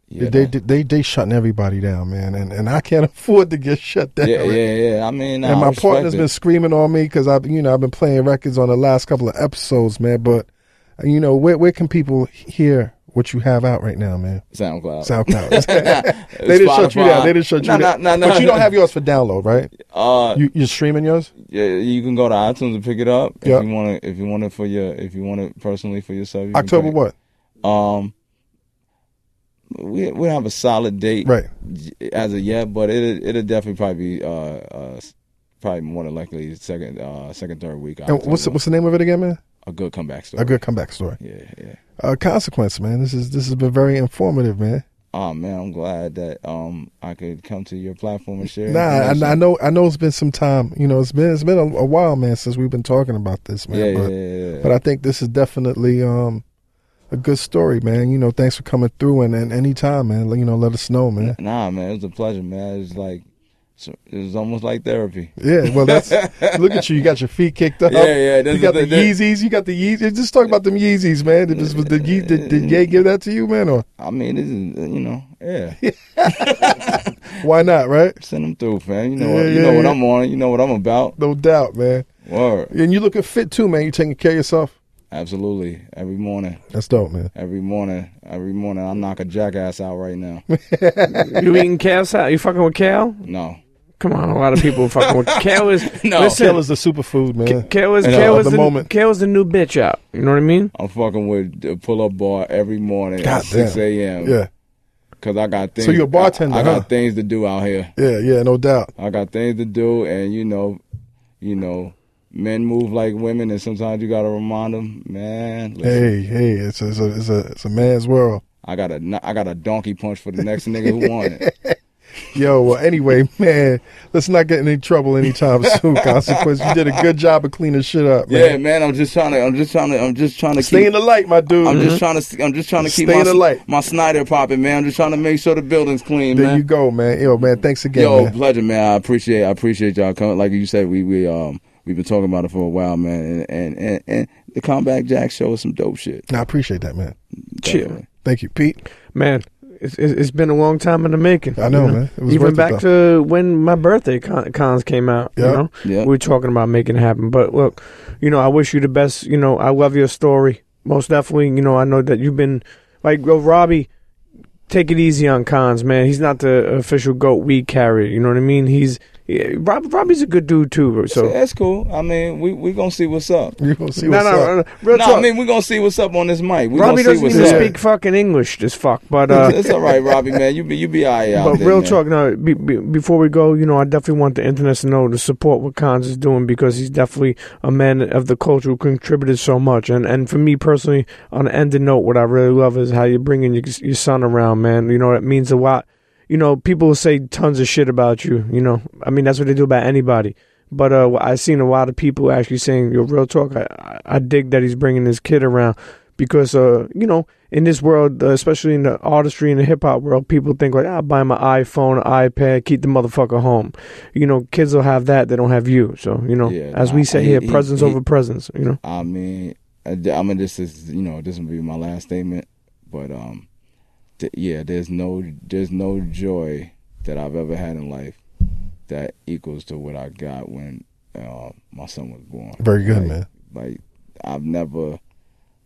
Speaker 5: Yeah,
Speaker 6: they,
Speaker 5: that-
Speaker 6: they they they shutting everybody down, man. And and I can't afford to get shut down.
Speaker 5: yeah, yeah, yeah. I mean, I
Speaker 6: and my
Speaker 5: respect
Speaker 6: partner's
Speaker 5: it.
Speaker 6: been screaming on me because I've you know I've been playing records on the last couple of episodes, man. But uh, you know where where can people hear what you have out right now, man?
Speaker 5: SoundCloud.
Speaker 6: SoundCloud. they didn't shut you down. They didn't shut you
Speaker 5: No,
Speaker 6: down.
Speaker 5: no, no, no.
Speaker 6: But you don't have yours for download, right?
Speaker 5: Uh,
Speaker 6: You you're streaming yours?
Speaker 5: yeah, you can go to iTunes and pick it up if
Speaker 6: Yeah.
Speaker 5: you want to. If you want it for your, if you want it personally for yourself. You can
Speaker 6: October
Speaker 5: pick
Speaker 6: what?
Speaker 5: it. Um, we we don't have a solid date
Speaker 6: Right.
Speaker 5: j- as of yet, but it it'll definitely probably be uh, uh s- probably more than likely second uh second third week.
Speaker 6: And what's the,
Speaker 5: October.
Speaker 6: what's the name of it again, man?
Speaker 5: a good comeback story?
Speaker 6: A good comeback story.
Speaker 5: Yeah, yeah.
Speaker 6: Uh, consequence, man. This is this has been very informative, man.
Speaker 5: oh man, I'm glad that um I could come to your platform and share.
Speaker 6: Nah, I, I
Speaker 5: information.
Speaker 6: know. I know it's been some time. You know, it's been it's been a, a while, man, since we've been talking about this, man.
Speaker 5: Yeah, yeah,
Speaker 6: but,
Speaker 5: yeah, yeah.
Speaker 6: but I think this is definitely um a good story, man. You know, thanks for coming through, and, and anytime, man. You know, let us know, man.
Speaker 5: Nah, man, it was a pleasure, man. It was like it was almost like therapy.
Speaker 6: Yeah, well, that's look at you. You got your feet kicked up.
Speaker 5: Yeah, yeah, that's
Speaker 6: You got
Speaker 5: the-
Speaker 6: the
Speaker 5: that-
Speaker 6: Yeezys. You got the Yeezys. Just talk about them Yeezys, man. Did, this, did, Ye, did, did Ye give that to you, man? Or
Speaker 5: I mean, this is you know, yeah.
Speaker 6: why not, right?
Speaker 5: Send them through, fam. You know,
Speaker 6: Yeah,
Speaker 5: what, you
Speaker 6: yeah,
Speaker 5: know what
Speaker 6: yeah.
Speaker 5: I'm on. You know what I'm about.
Speaker 6: No doubt, man.
Speaker 5: Word,
Speaker 6: And you looking fit too, man. You taking care of yourself.
Speaker 5: absolutely. Every morning,
Speaker 6: That's dope, man.
Speaker 5: every morning, every morning. I knock a jackass out right now.
Speaker 4: You eating kale salad? You fucking with kale?
Speaker 5: No,
Speaker 4: Come on, a lot of people fucking with kale is
Speaker 5: No.
Speaker 4: listen,
Speaker 6: Kale is the superfood, man.
Speaker 4: kale is
Speaker 5: And, uh,
Speaker 4: kale is
Speaker 6: the
Speaker 4: the,
Speaker 6: moment.
Speaker 4: kale is the new bitch out. You know what I mean?
Speaker 5: I'm fucking with the pull-up bar every morning
Speaker 6: God
Speaker 5: at 6
Speaker 6: damn.
Speaker 5: a.m.
Speaker 6: yeah,
Speaker 5: Cause I got things.
Speaker 6: you're a bartender,
Speaker 5: I, I
Speaker 6: huh?
Speaker 5: got things to do out here.
Speaker 6: yeah, yeah. No doubt.
Speaker 5: I got things to do, and you know, you know, men move like women, and sometimes you gotta remind them, man. Listen,
Speaker 6: Hey, hey, it's a, it's a, it's a, it's a man's world.
Speaker 5: I got a kn- I got a donkey punch for the next nigga who want it.
Speaker 6: Yo, well, anyway, man, let's not get in any trouble anytime soon. Consequence, you did a good job of cleaning shit up, man.
Speaker 5: Yeah, man. I'm just trying to. I'm just trying to. I'm just trying to
Speaker 6: Stay
Speaker 5: keep.
Speaker 6: in the light, my dude.
Speaker 5: I'm just trying to. I'm just trying to keep
Speaker 6: Stay
Speaker 5: my
Speaker 6: in the light.
Speaker 5: my Snyder popping, man. I'm just trying to make sure the building's clean,
Speaker 6: there
Speaker 5: man.
Speaker 6: you go, man. Yo, man, thanks again,
Speaker 5: Yo,
Speaker 6: man.
Speaker 5: pleasure, man. I appreciate I appreciate y'all coming. Like you said, we we um we've been talking about it for a while, man. And and and, and the Comeback Jack show is some dope shit.
Speaker 6: I appreciate that, man.
Speaker 4: Chill,
Speaker 6: Thank you, Pete.
Speaker 4: man. It's, it's it's been a long time in the making.
Speaker 6: I know, man. It was worth
Speaker 4: Even
Speaker 6: it,
Speaker 4: back to when my birthday con- cons came out.
Speaker 6: Yeah.
Speaker 4: You know,
Speaker 5: Yeah.
Speaker 4: we were talking about making it happen. But look, you know, I wish you the best. You know, I love your story most definitely. You know, I know that you've been like yo, Robbie. Take it easy on cons, man. He's not the official goat weed carrier. You know what I mean? He's yeah, Rob, Robbie's a good dude too.
Speaker 5: So
Speaker 4: So
Speaker 5: that's cool. I mean, we we gonna see what's up.
Speaker 6: You gonna see
Speaker 4: no,
Speaker 6: what's
Speaker 4: no,
Speaker 6: up?
Speaker 4: no, real
Speaker 5: no,
Speaker 4: talk.
Speaker 5: I mean we gonna see what's up on this mic. We
Speaker 4: Robbie
Speaker 5: gonna
Speaker 4: doesn't
Speaker 5: see what's
Speaker 4: even
Speaker 5: up.
Speaker 4: speak fucking English as fuck, but uh,
Speaker 5: it's all right, Robbie man. You be you be all right out
Speaker 4: but
Speaker 5: there,
Speaker 4: real
Speaker 5: man.
Speaker 4: talk, no. Be, be, before we go, you know, I definitely want the internet to know to support what Cons is doing because he's definitely a man of the culture who contributed so much. And and for me personally, on the ending note, what I really love is how you're bringing your your son around, man. You know, it means a lot. You know, people say tons of shit about you. You know, I mean, that's what they do about anybody. But uh, I've seen a lot of people actually saying, "Yo, real talk, I, I I dig that he's bringing his kid around." because uh you know in this world uh, especially in the artistry and the hip hop world people think like I'll buy my iPhone iPad keep the motherfucker home you know kids will have that they don't have you so you know
Speaker 5: Yeah,
Speaker 4: as
Speaker 5: nah,
Speaker 4: we say
Speaker 5: he-
Speaker 4: here
Speaker 5: he-
Speaker 4: presence
Speaker 5: he-
Speaker 4: over presence you know
Speaker 5: I mean, I, am gonna just is you know this will be my last statement, but um, th- yeah, there's no there's no joy that I've ever had in life that equals to what I got when uh, my son was born.
Speaker 6: Very good,
Speaker 5: Like-
Speaker 6: man.
Speaker 5: Like I've never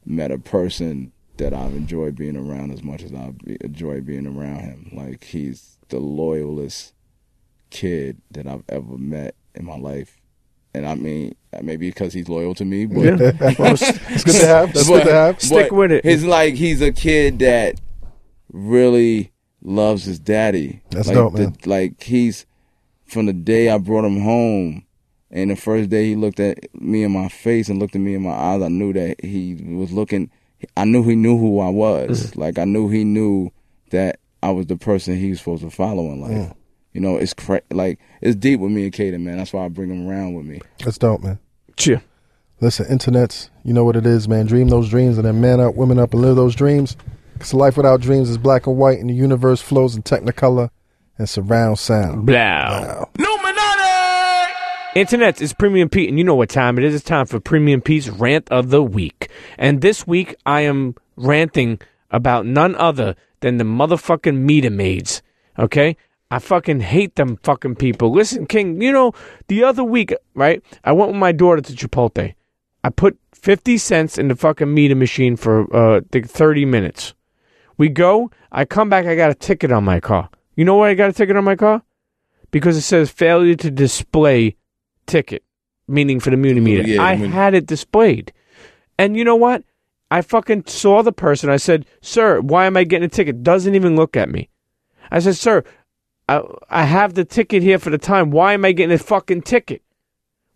Speaker 5: met a person that I've enjoyed being around as much as I be- enjoy being around him. Like he's the loyalest kid that I've ever met in my life. And I mean, maybe because he's loyal to me, but
Speaker 4: yeah
Speaker 6: It's good to have. That's good to have.
Speaker 4: Stick with it.
Speaker 5: He's like he's a kid that really loves his daddy.
Speaker 6: That's
Speaker 5: like,
Speaker 6: dope,
Speaker 5: the-
Speaker 6: man.
Speaker 5: like he's from the day I brought him home, and the first day he looked at me in my face and looked at me in my eyes, I knew that he was looking. I knew he knew who I
Speaker 4: Mm.
Speaker 5: was. Like I knew he knew that I was the person he was supposed to follow in life.
Speaker 6: Mm.
Speaker 5: You know, it's cra- like it's deep with me and Kaden, man. That's why I bring him around with me.
Speaker 6: That's dope, man.
Speaker 4: cheer
Speaker 6: Listen, internets, you know what it is, man. Dream those dreams and then man up, women up, and live those dreams. Because life without dreams is black and white, and the universe flows in technicolor and surround sound.
Speaker 4: blow Internet is Premium Pete, and you know what time it is. It's time for Premium Pete's rant of the week. And this week, I am ranting about none other than the motherfucking meter maids. Okay? I fucking hate them fucking people. Listen, King, you know, the other week, right? I went with my daughter to Chipotle. I put 50 cents in the fucking meter machine for uh, think 30 minutes. We go, I come back, I got a ticket on my car. You know why I got a ticket on my car? Because it says failure to display ticket, meaning for the Munimeter.
Speaker 5: Oh, yeah,
Speaker 4: I
Speaker 5: the muni-
Speaker 4: had it displayed. And you know what? I fucking saw the person. I said, Sir, why am I getting a ticket? Doesn't even look at me. I said, Sir, I, I have the ticket here for the time. Why am I getting a fucking ticket?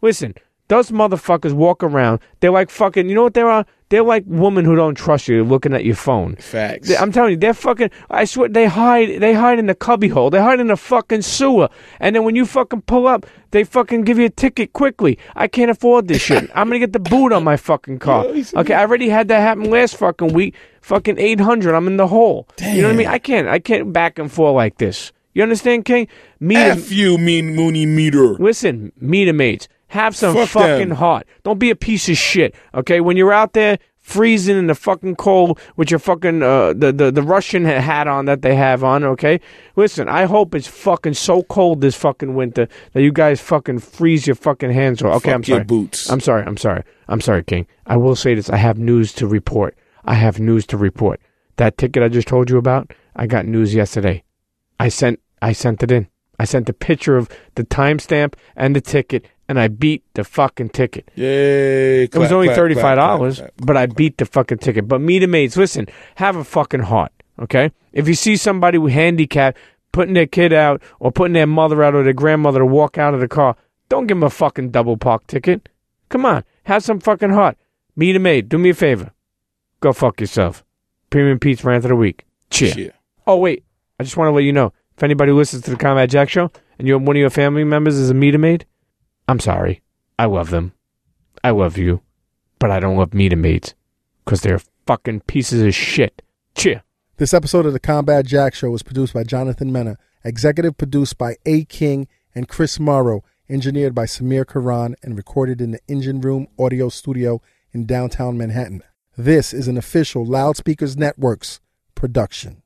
Speaker 4: Listen, Those motherfuckers walk around. They're like fucking. You know what they are? They're like women who don't trust you, looking at your phone.
Speaker 5: Facts.
Speaker 4: They- I'm telling you, they're fucking. I swear, they hide. They hide in the cubbyhole. They hide in the fucking sewer. And then when you fucking pull up, they fucking give you a ticket quickly. I can't afford this shit. I'm gonna get the boot on my fucking car. Okay, I already had that happen last fucking week. Fucking 800. I'm in the hole. You know what I mean? I can't. I can't back and forth like this. You understand, King? Me to-
Speaker 7: F you, mean Mooney meter.
Speaker 4: Listen, meet a mate. Have some
Speaker 7: Fuck
Speaker 4: fucking
Speaker 7: them.
Speaker 4: heart. Don't be a piece of shit. Okay, when you're out there freezing in the fucking cold with your fucking uh, the, the the Russian ha- hat on that they have on. Okay, listen. I hope it's fucking so cold this fucking winter that you guys fucking freeze your fucking hands off. Okay,
Speaker 7: Fuck
Speaker 4: I'm
Speaker 7: your
Speaker 4: sorry.
Speaker 7: boots.
Speaker 4: I'm sorry. I'm sorry. I'm sorry, King. I will say this. I have news to report. I have news to report. That ticket I just told you about. I got news yesterday. I sent I sent it in. I sent the picture of the timestamp and the ticket, and I beat the fucking ticket.
Speaker 7: Yay!
Speaker 4: It was only thirty five dollars, but I beat the fucking ticket. But meet the maids, listen, have a fucking heart, okay? If you see somebody with handicap putting their kid out or putting their mother out or their grandmother to walk out of the car, don't give them a fucking double park ticket. Come on, have some fucking heart. Meet a maid. Do me a favor. Go fuck yourself. Premium Pete's rant of the week. Cheers.
Speaker 7: Shit.
Speaker 4: Oh wait, I just want to let you know if anybody listens to the Combat Jack show and you one of your family members is a Meta maid, I'm sorry. I love them. I love you, but I don't love Meta maids because they're fucking pieces of shit. Cheer.
Speaker 1: This episode of the Combat Jack Show was produced by Jonathan Mena, executive produced by A. King and Chris Morrow, engineered by Samir Karan, and recorded in the Engine Room Audio Studio in downtown Manhattan. This is an official Loudspeakers Networks production.